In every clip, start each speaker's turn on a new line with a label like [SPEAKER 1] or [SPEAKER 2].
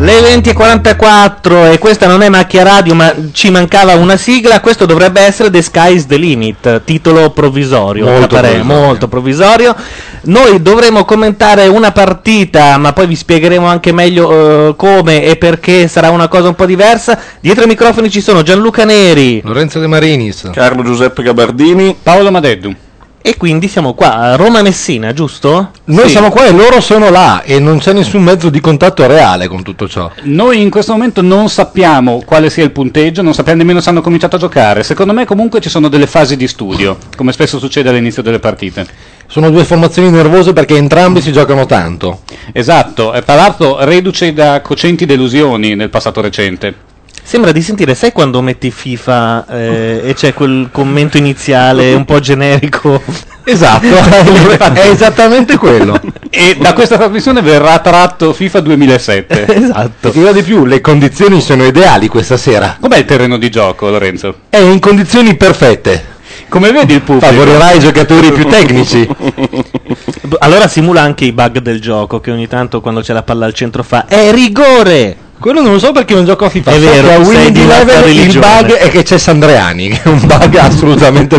[SPEAKER 1] Le 20.44 e questa non è macchia radio ma ci mancava una sigla, questo dovrebbe essere The Sky's the Limit, titolo provvisorio,
[SPEAKER 2] Molto
[SPEAKER 1] capare-
[SPEAKER 2] provvisorio.
[SPEAKER 1] molto provvisorio. Noi dovremo commentare una partita ma poi vi spiegheremo anche meglio eh, come e perché sarà una cosa un po' diversa. Dietro ai microfoni ci sono Gianluca Neri,
[SPEAKER 3] Lorenzo De Marinis,
[SPEAKER 1] Carlo Giuseppe Gabardini,
[SPEAKER 4] Paolo Madeddu.
[SPEAKER 1] E quindi siamo qua, a Roma Messina, giusto?
[SPEAKER 3] Noi siamo qua e loro sono là e non c'è nessun mezzo di contatto reale con tutto ciò.
[SPEAKER 4] Noi in questo momento non sappiamo quale sia il punteggio, non sappiamo nemmeno se hanno cominciato a giocare. Secondo me comunque ci sono delle fasi di studio, come spesso succede all'inizio delle partite.
[SPEAKER 3] Sono due formazioni nervose perché entrambi si giocano tanto.
[SPEAKER 4] Esatto, e tra l'altro reduce da cocenti delusioni nel passato recente.
[SPEAKER 1] Sembra di sentire, sai quando metti FIFA eh, e c'è quel commento iniziale un po' generico?
[SPEAKER 3] Esatto, è esattamente quello.
[SPEAKER 4] E da questa trasmissione verrà tratto FIFA 2007.
[SPEAKER 1] Esatto.
[SPEAKER 3] Ti dirò di più, le condizioni sono ideali questa sera.
[SPEAKER 4] Com'è il terreno di gioco, Lorenzo?
[SPEAKER 3] È in condizioni perfette.
[SPEAKER 4] Come vedi il pubblico?
[SPEAKER 3] Favorirà i giocatori più tecnici.
[SPEAKER 1] B- Allora simula anche i bug del gioco che ogni tanto quando c'è la palla al centro fa È rigore!
[SPEAKER 3] Quello non lo so perché non gioco a FIFA.
[SPEAKER 1] È
[SPEAKER 3] So
[SPEAKER 1] vero,
[SPEAKER 3] che
[SPEAKER 1] sei
[SPEAKER 3] a Winning
[SPEAKER 1] di un'altra
[SPEAKER 3] Eleven il
[SPEAKER 1] religione.
[SPEAKER 3] bug è che c'è Sandreani, che è un bug assolutamente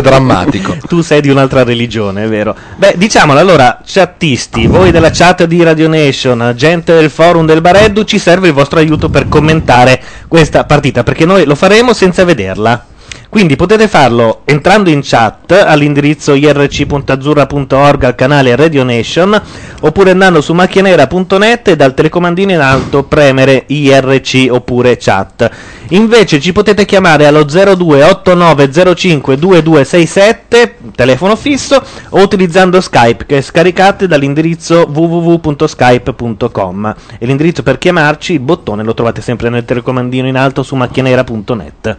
[SPEAKER 3] drammatico.
[SPEAKER 1] Ecco, Tu sei di un'altra religione, è vero. Beh, diciamolo allora, chattisti, voi della chat di Radio Nation, gente del forum del Bareddu, ci serve il vostro aiuto per commentare questa partita, perché noi lo faremo senza vederla. Quindi potete farlo entrando in chat all'indirizzo irc.azzurra.org al canale Radio Nation oppure andando su macchianera.net e dal telecomandino in alto premere IRC oppure chat. Invece ci potete chiamare allo 0289052267 telefono fisso o utilizzando Skype che scaricate dall'indirizzo www.skype.com e l'indirizzo per chiamarci, il bottone lo trovate sempre nel telecomandino in alto su macchianera.net.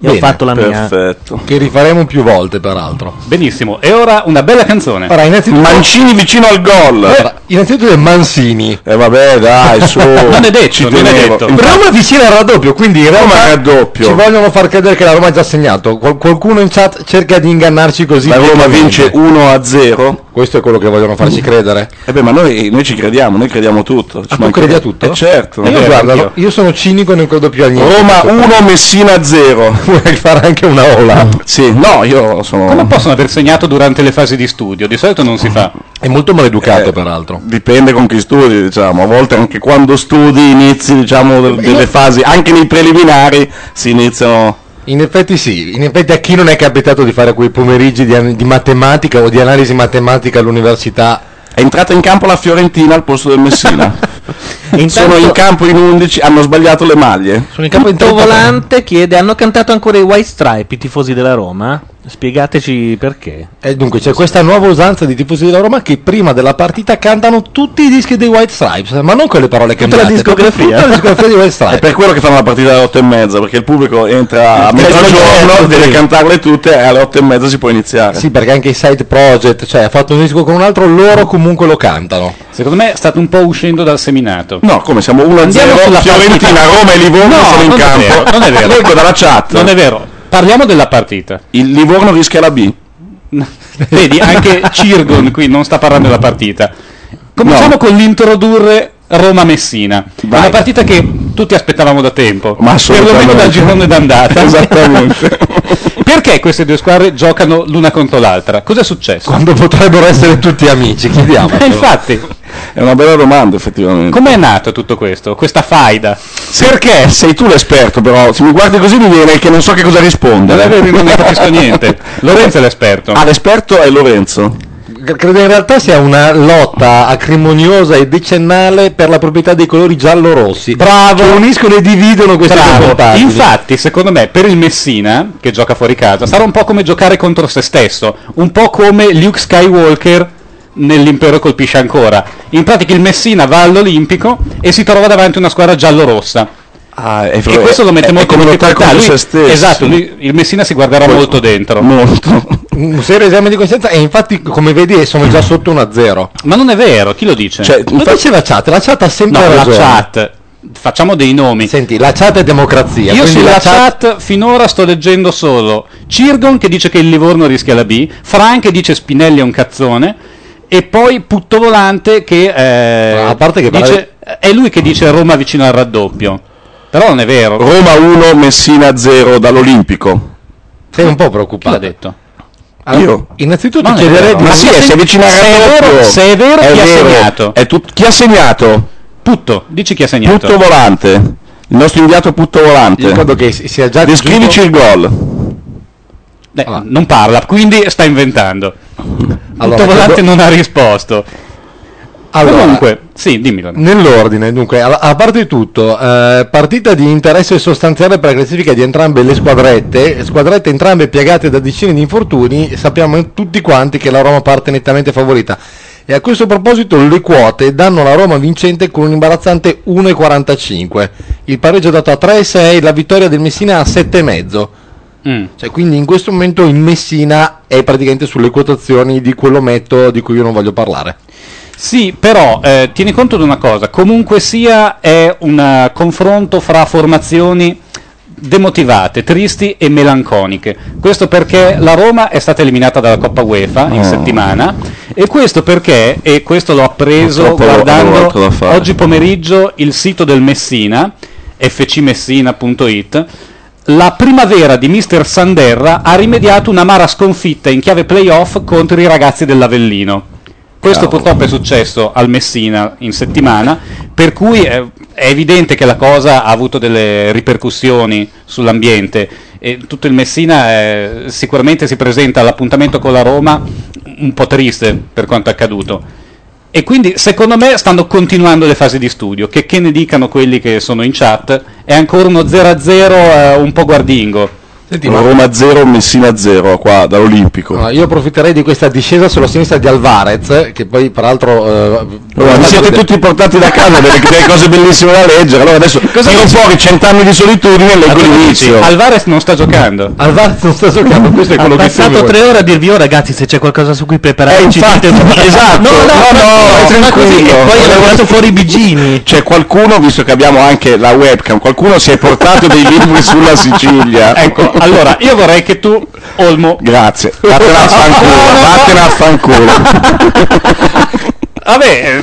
[SPEAKER 1] Io ho
[SPEAKER 3] Bene,
[SPEAKER 1] fatto la mia.
[SPEAKER 3] Perfetto. Che rifaremo più volte, peraltro.
[SPEAKER 4] Benissimo, e ora una bella canzone.
[SPEAKER 3] Allora, innanzitutto... Eh,
[SPEAKER 4] Mancini
[SPEAKER 3] vicino al gol. innanzitutto è Mansini. E vabbè, dai, su.
[SPEAKER 4] Non è detto, non è detto.
[SPEAKER 3] Roma vicina al raddoppio, quindi in Roma raddoppio. Ci vogliono far credere che la Roma ha già segnato. Qual- qualcuno in chat cerca di ingannarci così.
[SPEAKER 5] La Roma vince
[SPEAKER 3] 1 a 0. Questo è quello che vogliono farci credere.
[SPEAKER 5] Eh beh, ma noi, noi ci crediamo, noi crediamo tutto. Ci
[SPEAKER 3] Ah, tu
[SPEAKER 5] manca-
[SPEAKER 3] credi a tutto?
[SPEAKER 5] Eh, certo.
[SPEAKER 3] Ma io, guarda, io sono cinico e non credo più a niente.
[SPEAKER 5] Roma 1, Messina 0.
[SPEAKER 3] Vuoi fare anche una ola?
[SPEAKER 5] Mm. Sì, no, io sono...
[SPEAKER 4] Non possono aver segnato durante le fasi di studio, di solito non si fa.
[SPEAKER 3] È molto maleducato, peraltro.
[SPEAKER 5] Dipende con chi studi, diciamo. A volte anche quando studi inizi, diciamo, del- delle fasi... Anche nei preliminari si iniziano...
[SPEAKER 3] In effetti sì, in effetti a chi non è capitato di fare quei pomeriggi di, an- di matematica o di analisi matematica all'università?
[SPEAKER 5] È entrata in campo la Fiorentina al posto del Messina. Sono in campo in 11, hanno sbagliato le maglie.
[SPEAKER 3] Sono in
[SPEAKER 1] Tutto volante chiede: hanno cantato ancora i White Stripe i tifosi della Roma? Spiegateci perché.
[SPEAKER 3] E Eh, dunque c'è questa nuova usanza di tifosi della Roma che prima della partita cantano tutti i dischi dei White Stripes, ma non con le parole che
[SPEAKER 5] Tutta la discografia.
[SPEAKER 3] Tutta la discografia di White
[SPEAKER 5] È
[SPEAKER 3] Stripes.
[SPEAKER 5] per quello che fanno la partita alle 8 e mezza, perché il pubblico
[SPEAKER 4] Cioè,
[SPEAKER 5] entra a
[SPEAKER 3] Sì,
[SPEAKER 5] mezzogiorno,
[SPEAKER 4] certo
[SPEAKER 3] sì.
[SPEAKER 5] deve cantarle tutte e alle 8 e mezza si può iniziare.
[SPEAKER 3] Sì, perché anche i side project, cioè ha fatto un disco con un altro, loro comunque lo cantano.
[SPEAKER 4] Secondo me state un po' uscendo dal seminato.
[SPEAKER 5] No, come siamo 1-0,
[SPEAKER 4] Andiamo sulla
[SPEAKER 5] Fiorentina,
[SPEAKER 4] partita.
[SPEAKER 5] Roma e
[SPEAKER 4] No,
[SPEAKER 5] Livorno sono in
[SPEAKER 4] non è
[SPEAKER 5] campo.
[SPEAKER 4] vero, non è vero.
[SPEAKER 5] Leggo dalla chat.
[SPEAKER 4] Non è vero. Parliamo della partita.
[SPEAKER 5] Il Livorno rischia la B.
[SPEAKER 4] Vedi, anche Cirgon qui non sta parlando della partita. Cominciamo con l'introdurre Roma-Messina.
[SPEAKER 5] Vai.
[SPEAKER 4] Una partita che tutti aspettavamo da tempo.
[SPEAKER 5] Ma
[SPEAKER 4] Perlomeno
[SPEAKER 5] assolutamente.
[SPEAKER 4] dal girone d'andata.
[SPEAKER 5] Esattamente.
[SPEAKER 4] Perché queste due squadre giocano l'una contro l'altra? Cosa è successo?
[SPEAKER 3] Quando potrebbero essere tutti amici, chiediamo.
[SPEAKER 4] Eh, Infatti,
[SPEAKER 5] È una bella domanda, effettivamente.
[SPEAKER 4] com'è nato tutto questo? Questa faida?
[SPEAKER 5] Perché sei tu l'esperto, però? Se mi guardi così mi viene che non so che cosa rispondere.
[SPEAKER 4] Non è vero, io non ne capisco niente. Lorenzo è l'esperto.
[SPEAKER 5] Ah, l'esperto è Lorenzo.
[SPEAKER 3] credo in realtà sia una lotta acrimoniosa e decennale per la proprietà dei colori giallo-rossi. Bravo! Che uniscono e dividono queste due
[SPEAKER 4] Bravo.
[SPEAKER 3] compagini.
[SPEAKER 4] Infatti, secondo me, per il Messina, che gioca fuori casa, sarà un po' come giocare contro se stesso, un po' come Luke Skywalker nell'impero colpisce ancora. In pratica il Messina va all'Olimpico e si trova davanti a una squadra giallo-rossa.
[SPEAKER 5] e
[SPEAKER 4] e questo lo mette
[SPEAKER 5] Ah, è
[SPEAKER 4] molto
[SPEAKER 5] come
[SPEAKER 4] in
[SPEAKER 5] lottare
[SPEAKER 4] difficoltà.
[SPEAKER 5] contro
[SPEAKER 4] Lui-
[SPEAKER 5] se stesso.
[SPEAKER 4] Esatto, lui- il Messina si guarderà molto dentro.
[SPEAKER 3] Un serio esame di coscienza e infatti come vedi sono già sotto 1-0.
[SPEAKER 4] Ma non è vero, chi lo dice?
[SPEAKER 3] Cioè, lo dice la chat, la chat ha sempre
[SPEAKER 4] No, la
[SPEAKER 3] ragione.
[SPEAKER 4] chat. Facciamo dei nomi.
[SPEAKER 3] Senti, la chat è democrazia.
[SPEAKER 4] Io
[SPEAKER 3] quindi
[SPEAKER 4] sulla
[SPEAKER 3] la chat...
[SPEAKER 4] chat... finora sto leggendo solo Cirgon che dice che il Livorno rischia la B, Fran che dice Spinelli è un cazzone e poi Puttovolante che, eh,
[SPEAKER 3] A parte che parla
[SPEAKER 4] dice, è lui che dice Roma vicino al raddoppio. Però non è vero.
[SPEAKER 5] Roma 1, Messina 0 dall'Olimpico.
[SPEAKER 3] Sei un po' preoccupato.
[SPEAKER 4] L'ha detto.
[SPEAKER 5] Io?
[SPEAKER 3] Innanzitutto
[SPEAKER 4] Non è
[SPEAKER 3] chiederei
[SPEAKER 4] vero.
[SPEAKER 3] di-
[SPEAKER 5] Ma sì,
[SPEAKER 4] se-
[SPEAKER 5] si avvicina al
[SPEAKER 4] se è
[SPEAKER 5] raddoppio.
[SPEAKER 4] vero- se è vero, chi ha segnato?
[SPEAKER 5] È tut- chi ha segnato?
[SPEAKER 4] Putto, dici chi ha segnato.
[SPEAKER 5] Putto volante. Il nostro inviato Putto
[SPEAKER 3] Io credo
[SPEAKER 5] volante.
[SPEAKER 3] che si- sia già
[SPEAKER 5] Descrivici il gol.
[SPEAKER 4] Beh, Non parla, quindi sta inventando.
[SPEAKER 3] Allora,
[SPEAKER 4] Puttovolante
[SPEAKER 3] credo-
[SPEAKER 4] non ha risposto.
[SPEAKER 3] Allora,
[SPEAKER 4] Comunque, sì, dimmi. Donna.
[SPEAKER 3] Nell'ordine, dunque, a, a parte di tutto, eh, partita di interesse sostanziale per la classifica di entrambe le squadrette, squadrette entrambe piegate da decine di infortuni, sappiamo tutti quanti che la Roma parte nettamente favorita. E a questo proposito le quote danno la Roma vincente con un imbarazzante 1,45. Il pareggio è dato a 3,6, la vittoria del Messina a 7,5.
[SPEAKER 4] Mm.
[SPEAKER 3] Cioè, quindi in questo momento il Messina è praticamente sulle quotazioni di quello metto di cui io non voglio parlare.
[SPEAKER 4] Sì, però eh, tieni conto di una cosa, comunque sia è un eh, confronto fra formazioni demotivate, tristi e melanconiche. Questo perché la Roma è stata eliminata dalla Coppa UEFA
[SPEAKER 5] Mm.
[SPEAKER 4] in settimana e questo perché, e questo l'ho appreso
[SPEAKER 5] Purtroppo avevo altro
[SPEAKER 4] guardando
[SPEAKER 5] da fare.
[SPEAKER 4] oggi pomeriggio il sito del Messina, fcmessina.it, la primavera di Mister Sanderra ha rimediato un'amara sconfitta in chiave playoff contro i ragazzi dell'Avellino. Questo
[SPEAKER 5] Cavolo.
[SPEAKER 4] purtroppo è successo al Messina in settimana, per cui eh, è evidente che la cosa ha avuto delle ripercussioni sull'ambiente e tutto il Messina eh, sicuramente si presenta all'appuntamento con la Roma un po' triste per quanto è accaduto. E quindi secondo me stanno continuando le fasi di studio, che, che ne dicano quelli che sono in chat, è ancora uno 0-0 eh, un po' guardingo.
[SPEAKER 3] Senti,
[SPEAKER 5] Roma 0, Messina 0 qua dall'Olimpico.
[SPEAKER 3] Allora, io approfitterei di questa discesa sulla sinistra di Alvarez, eh, che poi peraltro... eh,
[SPEAKER 5] Allora, vi siete tutti portati da casa delle, delle cose bellissime da leggere. Allora adesso tiro fuori cent'anni di solitudine e leggo l'inizio.
[SPEAKER 4] Alvarez non sta giocando.
[SPEAKER 3] Alvarez non sta giocando, questo è
[SPEAKER 1] Ho
[SPEAKER 3] quello che
[SPEAKER 1] passato
[SPEAKER 3] temevo.
[SPEAKER 1] tre ore a dirvi oh ragazzi se c'è qualcosa su cui
[SPEAKER 5] Eh,
[SPEAKER 1] prepararci
[SPEAKER 5] infatti,
[SPEAKER 1] dite-
[SPEAKER 5] esatto.
[SPEAKER 1] no no
[SPEAKER 5] No, no,
[SPEAKER 1] no,
[SPEAKER 5] è
[SPEAKER 1] ma così, e
[SPEAKER 5] tranquillo.
[SPEAKER 1] poi ho tirato fuori i bigini
[SPEAKER 5] C'è qualcuno, visto che abbiamo anche la webcam, qualcuno si è portato dei libri sulla Sicilia.
[SPEAKER 4] Ecco, allora io vorrei che tu, Olmo,
[SPEAKER 5] Grazie. Vattene a fanculo, vattene a fanculo.
[SPEAKER 4] vabbè, eh,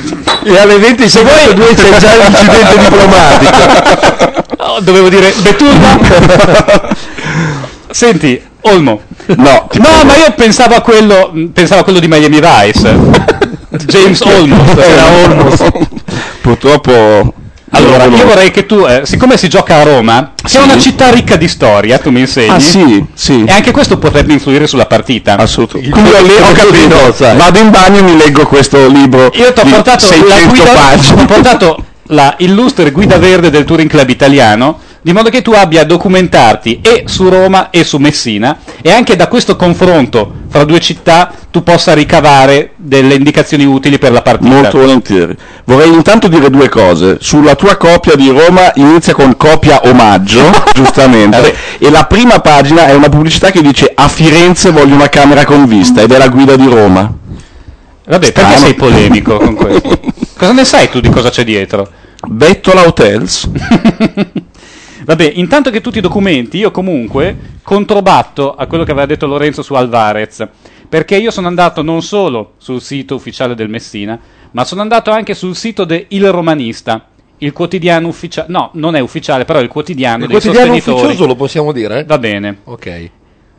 [SPEAKER 3] E alle 20 se voi due c'è già l'incidente diplomatico.
[SPEAKER 4] eh, dovevo dire Betulla. Senti, Olmo,
[SPEAKER 5] No, ti
[SPEAKER 4] no,
[SPEAKER 5] prego.
[SPEAKER 4] ma io pensavo a quello, pensavo a quello di Miami Vice, James Olmo.
[SPEAKER 5] Era Olmos. Purtroppo
[SPEAKER 4] Allora, io vorrei che tu, eh, siccome si gioca a Roma, che è
[SPEAKER 5] Sì.
[SPEAKER 4] una città ricca di storia, tu mi insegni,
[SPEAKER 5] Ah, sì, sì.
[SPEAKER 4] e anche questo potrebbe influire sulla partita.
[SPEAKER 5] Assolutamente. Quindi ho, le- ho capito, vado in bagno e mi leggo questo libro
[SPEAKER 4] Io ti ho
[SPEAKER 5] di
[SPEAKER 4] portato la
[SPEAKER 5] 600
[SPEAKER 4] guida, ti
[SPEAKER 5] pagine.
[SPEAKER 4] ho portato la illustre guida verde del Touring Club italiano, di modo che tu abbia a documentarti e su Roma e su Messina e anche da questo confronto fra due città tu possa ricavare delle indicazioni utili per la partita.
[SPEAKER 5] Molto volentieri. Vorrei intanto dire due cose. Sulla tua copia di Roma inizia con copia omaggio, giustamente. e la prima pagina è una pubblicità che dice a Firenze voglio una camera con vista ed è la guida di Roma.
[SPEAKER 4] Vabbè, perché
[SPEAKER 5] Strano.
[SPEAKER 4] sei polemico con questo? Cosa ne sai tu di cosa c'è dietro?
[SPEAKER 5] Bettola Hotels.
[SPEAKER 4] Vabbè, intanto che tutti i documenti, io comunque controbatto a quello che aveva detto Lorenzo su Alvarez, perché io sono andato non solo sul sito ufficiale del Messina, ma sono andato anche sul sito de Il Romanista, il quotidiano ufficiale, no, non è ufficiale, però è il quotidiano
[SPEAKER 3] Il
[SPEAKER 4] dei
[SPEAKER 3] quotidiano
[SPEAKER 4] sostenitori.
[SPEAKER 3] ufficioso lo possiamo dire?
[SPEAKER 4] Va bene
[SPEAKER 3] Ok.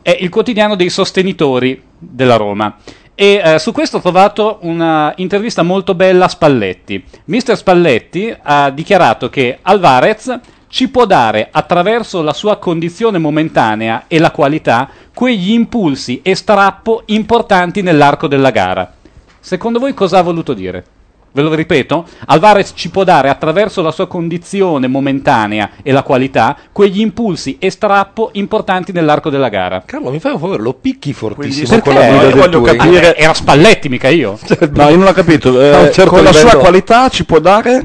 [SPEAKER 4] è il quotidiano dei sostenitori della Roma. E eh, su questo ho trovato un'intervista molto bella a Spalletti. Mister Spalletti ha dichiarato che Alvarez ci può dare, attraverso la sua condizione momentanea e la qualità, quegli impulsi e strappo importanti nell'arco della gara. Secondo voi cosa ha voluto dire? Ve lo ripeto, Alvarez ci può dare attraverso la sua condizione momentanea e la qualità quegli impulsi e strappo importanti nell'arco della gara.
[SPEAKER 3] Carlo, mi fai un favore, lo picchi fortissimo
[SPEAKER 4] Perché?
[SPEAKER 3] con la guida
[SPEAKER 4] Io
[SPEAKER 3] del
[SPEAKER 4] voglio
[SPEAKER 3] Touring.
[SPEAKER 4] capire- era Spalletti, mica io.
[SPEAKER 5] No, io non l'ho capito.
[SPEAKER 4] A un
[SPEAKER 5] eh,
[SPEAKER 4] certo
[SPEAKER 5] con la sua
[SPEAKER 4] livello-
[SPEAKER 5] qualità ci può dare.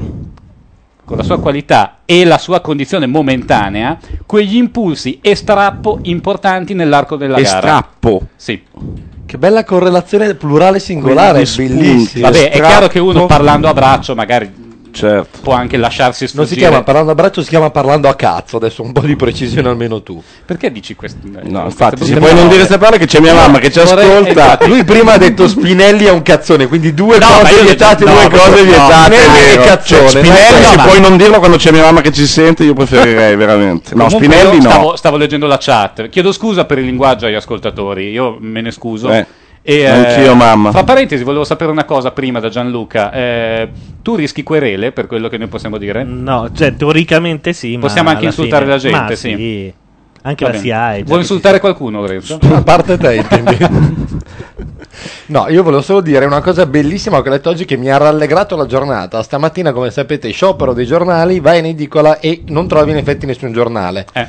[SPEAKER 4] con la sua qualità e la sua condizione momentanea, quegli impulsi e strappo importanti nell'arco della
[SPEAKER 3] E
[SPEAKER 4] gara.
[SPEAKER 3] strappo?
[SPEAKER 4] Sì.
[SPEAKER 3] Che bella correlazione plurale singolare,
[SPEAKER 4] Quindi spunti,
[SPEAKER 3] bellissimo.
[SPEAKER 4] Vabbè, è chiaro che uno parlando a braccio magari può anche lasciarsi
[SPEAKER 3] Certo. Non si
[SPEAKER 4] sfuggire.
[SPEAKER 3] chiama parlando a braccio, si chiama parlando a cazzo. Adesso un po' di precisione almeno tu.
[SPEAKER 4] Perché dici questo?
[SPEAKER 3] No,
[SPEAKER 5] infatti, se puoi non dire queste parole che c'è mia mamma che ci ascolta.
[SPEAKER 3] Lui prima ha detto Spinelli è un cazzone, quindi due
[SPEAKER 5] No, ma
[SPEAKER 3] cose
[SPEAKER 5] io-
[SPEAKER 3] vietate,
[SPEAKER 5] no,
[SPEAKER 3] due
[SPEAKER 5] no,
[SPEAKER 3] cose
[SPEAKER 5] no,
[SPEAKER 3] vietate.
[SPEAKER 5] no,
[SPEAKER 3] Spinelli
[SPEAKER 5] no,
[SPEAKER 3] è
[SPEAKER 5] no.
[SPEAKER 3] cazzone.
[SPEAKER 5] Cioè, Spinelli, se puoi non dirlo quando c'è mia mamma che ci sente, io preferirei veramente. No,
[SPEAKER 4] Comunque
[SPEAKER 5] Spinelli
[SPEAKER 4] io
[SPEAKER 5] no.
[SPEAKER 4] Stavo, stavo leggendo la chat. Chiedo scusa per il linguaggio agli ascoltatori, io me ne scuso.
[SPEAKER 5] Eh,
[SPEAKER 4] E,
[SPEAKER 5] anch'io, mamma.
[SPEAKER 4] Fra parentesi, volevo sapere una cosa prima da Gianluca. Eh, tu rischi querele per quello che noi possiamo dire?
[SPEAKER 1] No, cioè teoricamente sì, ma
[SPEAKER 4] Possiamo anche
[SPEAKER 1] alla
[SPEAKER 4] insultare
[SPEAKER 1] fine-
[SPEAKER 4] la gente,
[SPEAKER 1] ma
[SPEAKER 4] sì.
[SPEAKER 1] Anche
[SPEAKER 4] Va
[SPEAKER 1] la
[SPEAKER 4] bene.
[SPEAKER 1] SIAE. cioè,
[SPEAKER 4] Vuoi insultare qualcuno, Lorenzo?
[SPEAKER 3] A parte te, intendi. No, io volevo solo dire una cosa bellissima che ho letto oggi che mi ha rallegrato la giornata. Stamattina, come sapete, sciopero dei giornali, vai in edicola e non trovi in effetti nessun giornale.
[SPEAKER 4] Eh.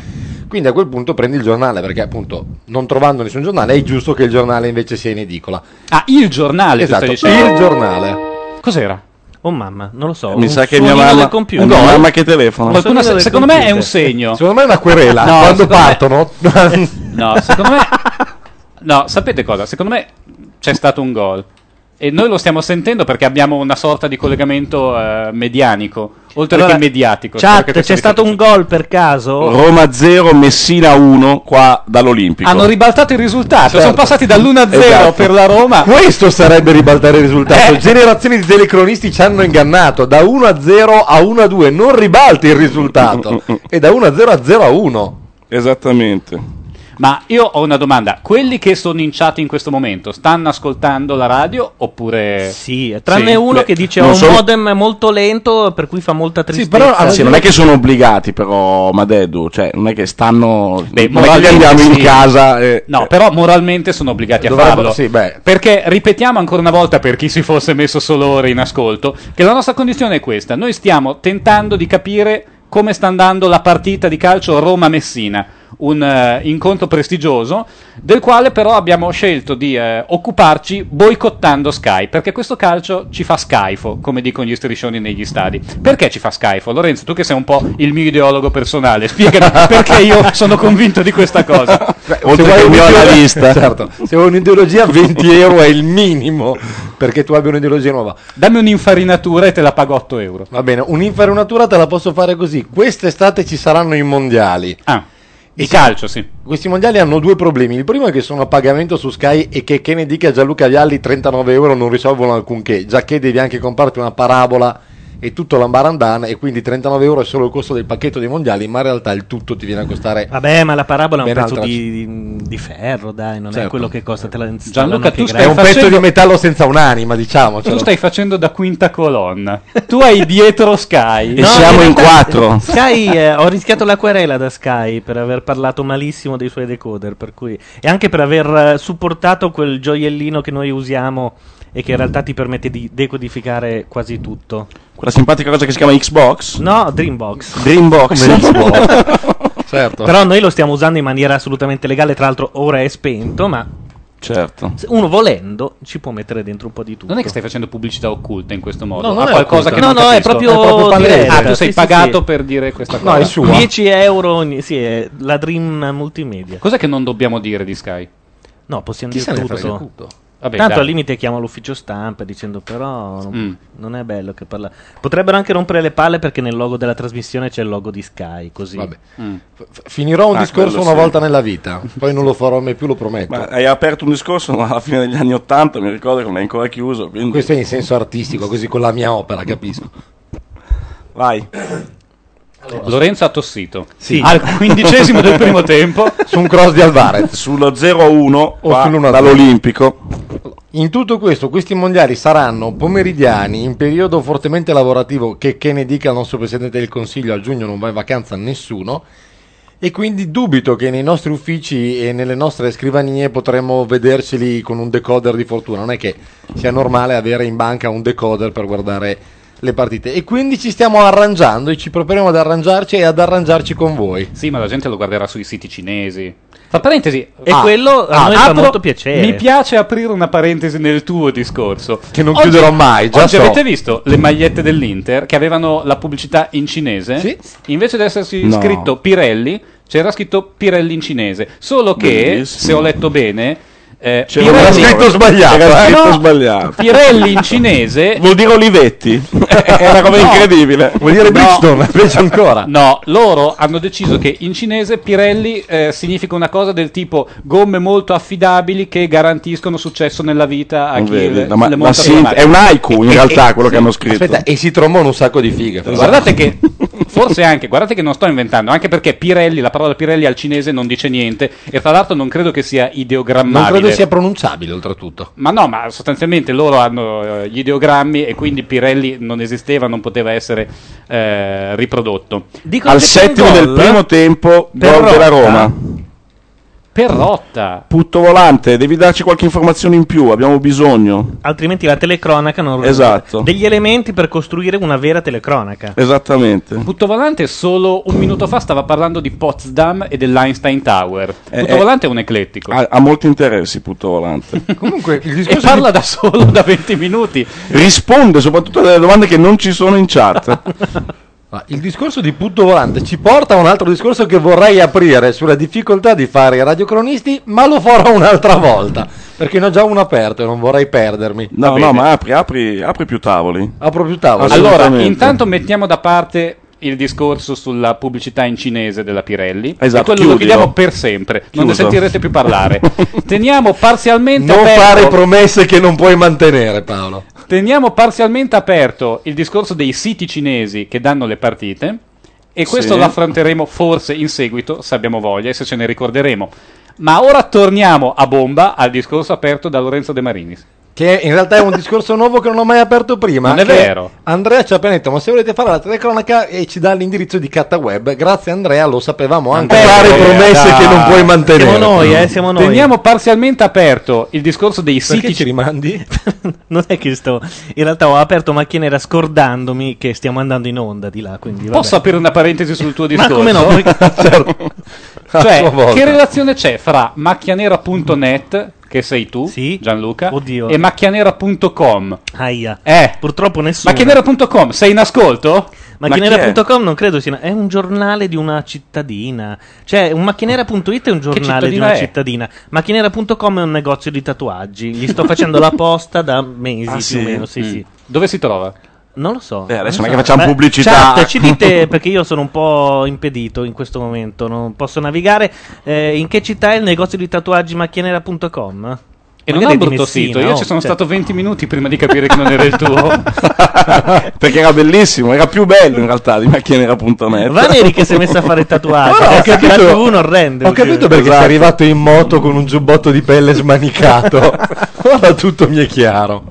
[SPEAKER 3] Quindi a quel punto prendi il giornale perché appunto non trovando nessun giornale è giusto che il giornale invece sia in edicola.
[SPEAKER 4] Ah, il giornale, tu
[SPEAKER 3] esatto,
[SPEAKER 4] stai dicendo?
[SPEAKER 3] il giornale.
[SPEAKER 4] Cos'era?
[SPEAKER 1] Oh mamma, non lo so.
[SPEAKER 5] Mi
[SPEAKER 1] un
[SPEAKER 5] sa che mia
[SPEAKER 1] suonino
[SPEAKER 5] mamma-
[SPEAKER 1] del computer.
[SPEAKER 5] No, mamma che telefona.
[SPEAKER 1] Un
[SPEAKER 4] Qualcuno-
[SPEAKER 1] suonino del
[SPEAKER 4] secondo me è
[SPEAKER 1] computer.
[SPEAKER 4] un segno.
[SPEAKER 3] Secondo me è una querela.
[SPEAKER 4] No,
[SPEAKER 3] Quando
[SPEAKER 4] secondo me-
[SPEAKER 3] partono,
[SPEAKER 4] No, secondo me. No, sapete cosa? Secondo me c'è stato un gol. E noi lo stiamo sentendo perché abbiamo una sorta di collegamento eh, medianico, oltre
[SPEAKER 1] Allora,
[SPEAKER 4] che mediatico. Spero
[SPEAKER 1] Chat,
[SPEAKER 4] che
[SPEAKER 1] c'è
[SPEAKER 4] questo vi
[SPEAKER 1] stato un gol per caso?
[SPEAKER 5] Roma 0, Messina 1 qua dall'Olimpico.
[SPEAKER 4] Hanno ribaltato il risultato,
[SPEAKER 3] Cioè,
[SPEAKER 4] sono passati dall'1-0
[SPEAKER 5] Ah, certo. Esatto.
[SPEAKER 4] per la Roma.
[SPEAKER 3] questo sarebbe ribaltare il risultato. Generazioni di telecronisti ci hanno ingannato da 1 a 0 a 1 a 2. Non ribalti il risultato,
[SPEAKER 5] Mm,
[SPEAKER 3] e da 1 a 0 a 0 a 1.
[SPEAKER 5] Esattamente.
[SPEAKER 4] Ma io ho una domanda, quelli che sono in chat in questo momento stanno ascoltando la radio oppure...
[SPEAKER 1] Sì, tranne uno che dice ho
[SPEAKER 5] non
[SPEAKER 1] un
[SPEAKER 5] sono-
[SPEAKER 1] modem molto lento per cui fa molta tristezza.
[SPEAKER 3] Eh,
[SPEAKER 4] ah,
[SPEAKER 5] Sì, non è che sono obbligati, però, Madeddu, cioè, non è che stanno. non è che li
[SPEAKER 4] moralmente
[SPEAKER 5] andiamo in
[SPEAKER 4] sì.
[SPEAKER 5] casa. E...
[SPEAKER 4] No, però moralmente sono obbligati a
[SPEAKER 5] Dovrebbero-
[SPEAKER 4] farlo.
[SPEAKER 5] sì, beh.
[SPEAKER 4] Perché ripetiamo ancora una volta per chi si fosse messo solo ora in ascolto che la nostra condizione è questa. Noi stiamo tentando di capire come sta andando la partita di calcio Roma-Messina, un eh, incontro prestigioso del quale però abbiamo scelto di eh, occuparci boicottando Sky, perché questo calcio ci fa schifo, come dicono gli striscioni negli stadi. Perché ci fa schifo? Lorenzo, tu che sei un po' il mio ideologo personale, spiegami perché io sono convinto di questa cosa.
[SPEAKER 3] Se vuoi un'ideologia- Certo, se vuoi un'ideologia 20 euro è il minimo perché tu abbia un'ideologia nuova.
[SPEAKER 4] Dammi un'infarinatura e te la pago 8 euro.
[SPEAKER 3] Va bene, un'infarinatura te la posso fare così. Quest'estate ci saranno i mondiali.
[SPEAKER 4] Ah, di calcio, sì.
[SPEAKER 3] Questi mondiali hanno due problemi. Il primo è che sono a pagamento su Sky e che, che ne dica Gianluca Vialli, 39 euro non risolvono alcunché, già che devi anche comprarti una parabola e tutto l'ambarandana e quindi 39 euro è solo il costo del pacchetto dei mondiali, ma in realtà il tutto ti viene a costare...
[SPEAKER 1] Vabbè, ma la parabola è un
[SPEAKER 3] Ben
[SPEAKER 1] pezzo
[SPEAKER 3] altra-
[SPEAKER 1] di, di- di ferro, dai, non è
[SPEAKER 3] Certo.
[SPEAKER 1] quello che costa. Te la,
[SPEAKER 4] Gianluca, tu
[SPEAKER 3] È un pezzo di metallo senza un'anima, diciamo.
[SPEAKER 4] Tu stai facendo da quinta colonna. Tu hai dietro Sky.
[SPEAKER 1] Sky, eh, ho rischiato la querela da Sky per aver parlato malissimo dei suoi decoder, per cui, e anche per aver eh, supportato quel gioiellino che noi usiamo e che in realtà ti permette di decodificare quasi tutto.
[SPEAKER 5] Quella simpatica cosa che si chiama Xbox?
[SPEAKER 1] No, Dreambox.
[SPEAKER 5] Dreambox.
[SPEAKER 1] Come
[SPEAKER 5] Xbox.
[SPEAKER 3] Certo.
[SPEAKER 1] Però noi lo stiamo usando in maniera assolutamente legale, tra l'altro ora è spento, ma
[SPEAKER 5] Certo.
[SPEAKER 1] se uno volendo ci può mettere dentro un po' di tutto.
[SPEAKER 4] Non è che stai facendo pubblicità occulta in questo modo.
[SPEAKER 1] No, non
[SPEAKER 4] Ha
[SPEAKER 1] è
[SPEAKER 4] qualcosa
[SPEAKER 1] occulta.
[SPEAKER 4] che
[SPEAKER 1] No,
[SPEAKER 4] non
[SPEAKER 1] no, è
[SPEAKER 4] capisco.
[SPEAKER 1] proprio
[SPEAKER 4] palese.
[SPEAKER 1] diretta.
[SPEAKER 4] Ah, tu sei
[SPEAKER 1] Sì, sì,
[SPEAKER 4] pagato
[SPEAKER 1] sì.
[SPEAKER 4] per dire questa
[SPEAKER 1] No,
[SPEAKER 4] cosa.
[SPEAKER 1] è sua. 10 euro ogni, sì, è la Dream Multimedia.
[SPEAKER 4] Cos'è che non dobbiamo dire di Sky?
[SPEAKER 1] No, possiamo
[SPEAKER 4] Chi se
[SPEAKER 1] dire
[SPEAKER 4] ne frega
[SPEAKER 1] tutto.
[SPEAKER 4] tutto? Vabbè,
[SPEAKER 1] Tanto
[SPEAKER 4] dai.
[SPEAKER 1] al limite chiamo l'ufficio stampa dicendo però non,
[SPEAKER 4] Mm.
[SPEAKER 1] non è bello che parla. Potrebbero anche rompere le palle perché nel logo della trasmissione c'è il logo di Sky, così.
[SPEAKER 3] Vabbè. Finirò
[SPEAKER 4] Ah,
[SPEAKER 1] Ah,
[SPEAKER 3] un discorso una volta nella vita, poi non lo farò mai più, lo prometto.
[SPEAKER 5] Ma hai aperto un discorso alla fine degli anni Ottanta, mi ricordo che non è ancora chiuso. Quindi...
[SPEAKER 3] Questo è in senso artistico, così con la mia opera, capisco.
[SPEAKER 5] Vai.
[SPEAKER 4] Lorenzo ha tossito.
[SPEAKER 5] Sì.
[SPEAKER 4] Al quindicesimo del primo tempo.
[SPEAKER 3] Su un cross di Alvarez.
[SPEAKER 5] Sullo 0-1 qua,
[SPEAKER 3] sull'1-0.
[SPEAKER 5] dall'Olimpico.
[SPEAKER 3] In tutto questo, questi mondiali saranno pomeridiani, in periodo fortemente lavorativo, che, che ne dica il nostro Presidente del Consiglio, a giugno non va in vacanza nessuno, e quindi dubito che nei nostri uffici e nelle nostre scrivanie potremmo vederceli con un decoder di fortuna. Non è che sia normale avere in banca un decoder per guardare le partite. E quindi ci stiamo arrangiando e ci proveremo ad arrangiarci e ad arrangiarci con voi.
[SPEAKER 4] Sì, ma la gente lo guarderà sui siti cinesi. Fa parentesi.
[SPEAKER 1] E
[SPEAKER 3] Ah,
[SPEAKER 1] quello a noi fa molto piacere.
[SPEAKER 4] Mi piace aprire una parentesi nel tuo discorso.
[SPEAKER 3] Che non chiuderò mai, già
[SPEAKER 4] Oggi
[SPEAKER 3] so.
[SPEAKER 4] avete visto le magliette dell'Inter che avevano la pubblicità in cinese? Sì. Invece di essersi
[SPEAKER 5] No.
[SPEAKER 4] scritto Pirelli, c'era scritto Pirelli in cinese. Solo che,
[SPEAKER 5] Bellissimo.
[SPEAKER 4] se ho letto bene... eh,
[SPEAKER 5] C'era un errore.
[SPEAKER 3] eh.
[SPEAKER 5] Era scritto
[SPEAKER 4] No,
[SPEAKER 5] sbagliato.
[SPEAKER 4] Pirelli in cinese
[SPEAKER 5] Vuol dire Olivetti. È una
[SPEAKER 4] No.
[SPEAKER 5] cosa incredibile.
[SPEAKER 4] Vuol dire No. Bridgestone,
[SPEAKER 5] invece ancora.
[SPEAKER 4] No, loro hanno deciso che in cinese Pirelli eh, significa una cosa del tipo gomme molto affidabili che garantiscono successo nella vita a Ah, chi le,
[SPEAKER 5] ma,
[SPEAKER 4] le
[SPEAKER 5] ma
[SPEAKER 4] monta
[SPEAKER 5] sì,
[SPEAKER 4] per mano.
[SPEAKER 5] è un haiku in
[SPEAKER 4] E-
[SPEAKER 5] realtà
[SPEAKER 4] e-
[SPEAKER 5] quello
[SPEAKER 4] sì.
[SPEAKER 5] che hanno scritto.
[SPEAKER 3] Aspetta, e si trombano un sacco di figa. però.
[SPEAKER 4] Guardate che forse anche, guardate che non sto inventando, anche perché Pirelli, la parola Pirelli al cinese non dice niente e tra l'altro non credo che sia
[SPEAKER 3] non
[SPEAKER 4] ideogrammabile.
[SPEAKER 3] credo sia pronunciabile oltretutto.
[SPEAKER 4] ma no, ma sostanzialmente loro hanno eh, gli ideogrammi e quindi Pirelli non esisteva, non poteva essere eh, riprodotto.
[SPEAKER 5] Al settimo del primo tempo, gol
[SPEAKER 4] Perrotta.
[SPEAKER 5] della Roma.
[SPEAKER 4] Perrotta.
[SPEAKER 5] Putto volante, devi darci qualche informazione in più, abbiamo bisogno.
[SPEAKER 1] Altrimenti la telecronaca non
[SPEAKER 5] Esatto.
[SPEAKER 1] degli elementi per costruire una vera telecronaca.
[SPEAKER 5] Esattamente.
[SPEAKER 4] Puttovolante solo un minuto fa stava parlando di Potsdam e dell'Einstein Tower.
[SPEAKER 5] Eh,
[SPEAKER 4] Puttovolante è un eclettico.
[SPEAKER 5] Ha, ha molti interessi Putto volante.
[SPEAKER 3] Comunque, il
[SPEAKER 4] E
[SPEAKER 3] discorso
[SPEAKER 4] parla da solo da 20 minuti.
[SPEAKER 5] Risponde soprattutto alle domande che non ci sono in chat.
[SPEAKER 3] Ma il discorso di punto volante ci porta a un altro discorso che vorrei aprire sulla difficoltà di fare i radiocronisti, ma lo farò un'altra volta, perché ne ho già uno aperto e non vorrei perdermi.
[SPEAKER 5] No,
[SPEAKER 4] bene.
[SPEAKER 5] no, ma apri, apri, apri più tavoli.
[SPEAKER 3] Apro più tavolo.
[SPEAKER 5] Assolutamente.
[SPEAKER 4] Allora, intanto mettiamo da parte il discorso sulla pubblicità in cinese della Pirelli.
[SPEAKER 5] Esatto,
[SPEAKER 4] e quello lo
[SPEAKER 5] chiudilo.
[SPEAKER 4] chiudiamo per sempre. Non ne
[SPEAKER 5] Chiuso.
[SPEAKER 4] sentirete più parlare. Teniamo parzialmente
[SPEAKER 3] non
[SPEAKER 4] aperto-
[SPEAKER 3] fare promesse che non puoi mantenere, Paolo.
[SPEAKER 4] Teniamo parzialmente aperto il discorso dei siti cinesi che danno le partite e questo
[SPEAKER 5] Sì.
[SPEAKER 4] lo affronteremo forse in seguito se abbiamo voglia e se ce ne ricorderemo. Ma ora torniamo a bomba al discorso aperto da Lorenzo De Marinis.
[SPEAKER 3] Che in realtà è un discorso nuovo che non ho mai aperto prima.
[SPEAKER 4] Non è
[SPEAKER 3] che
[SPEAKER 4] vero.
[SPEAKER 3] Andrea ci ha appena detto, ma se volete fare la telecronaca e ci dà l'indirizzo di Cattaweb, grazie Andrea, lo sapevamo anche.
[SPEAKER 4] Andrea,
[SPEAKER 3] Eh,
[SPEAKER 5] Eh,
[SPEAKER 3] fare promesse
[SPEAKER 4] dai.
[SPEAKER 3] che non puoi mantenere.
[SPEAKER 1] Ah, Siamo noi, eh, siamo noi.
[SPEAKER 4] Teniamo parzialmente aperto il discorso dei
[SPEAKER 3] Perché
[SPEAKER 4] siti
[SPEAKER 3] ci
[SPEAKER 4] cinesi.
[SPEAKER 3] rimandi?
[SPEAKER 1] non è che sto. In realtà ho aperto macchia nera scordandomi che stiamo andando in onda di là. Quindi, vabbè.
[SPEAKER 4] Posso aprire una parentesi sul tuo
[SPEAKER 1] Ma
[SPEAKER 4] discorso? Certo.
[SPEAKER 1] come no?
[SPEAKER 3] A sua
[SPEAKER 4] Cioè,
[SPEAKER 3] volta.
[SPEAKER 4] che relazione c'è fra macchianera.net, che sei tu,
[SPEAKER 1] Sì.
[SPEAKER 4] Gianluca,
[SPEAKER 1] Oddio.
[SPEAKER 4] e macchianera.com?
[SPEAKER 1] Aia.
[SPEAKER 4] Eh,
[SPEAKER 1] Purtroppo nessuno.
[SPEAKER 4] macchianera.com, sei in
[SPEAKER 1] Ah,
[SPEAKER 4] ascolto?
[SPEAKER 5] Ma
[SPEAKER 1] Macchinera.com non credo sia. È un giornale di una cittadina. Cioè, un macchinera.it è un giornale di
[SPEAKER 4] cittadina
[SPEAKER 1] una
[SPEAKER 4] è?
[SPEAKER 1] cittadina. Macchinera.com è un negozio di tatuaggi. Gli sto facendo la posta da mesi
[SPEAKER 5] Ah,
[SPEAKER 1] più
[SPEAKER 5] sì?
[SPEAKER 1] o meno. Sì, Eh,
[SPEAKER 4] Mm.
[SPEAKER 1] sì.
[SPEAKER 4] Dove si trova?
[SPEAKER 1] Non lo so.
[SPEAKER 4] Eh,
[SPEAKER 5] Beh, adesso
[SPEAKER 1] non
[SPEAKER 5] non
[SPEAKER 1] so.
[SPEAKER 5] è che facciamo
[SPEAKER 1] Beh,
[SPEAKER 5] pubblicità.
[SPEAKER 1] chat, ci dite perché io sono un po' impedito in questo momento. Non posso navigare. Eh, in che città è il negozio di tatuaggi macchinera.com?
[SPEAKER 4] E non è un brutto sito, io ci sono
[SPEAKER 1] Cioè.
[SPEAKER 4] stato 20 minuti prima di capire che non era il tuo.
[SPEAKER 5] Perché era bellissimo, era più bello in realtà di macchinera.net.
[SPEAKER 1] Vaneri che si è messa a fare tatuaggi.
[SPEAKER 3] Guarda,
[SPEAKER 1] Adesso
[SPEAKER 3] ho capito-
[SPEAKER 1] la TV non rende.
[SPEAKER 3] Ho capito perché sei arrivato in moto con un giubbotto di pelle smanicato. Ora tutto mi è chiaro.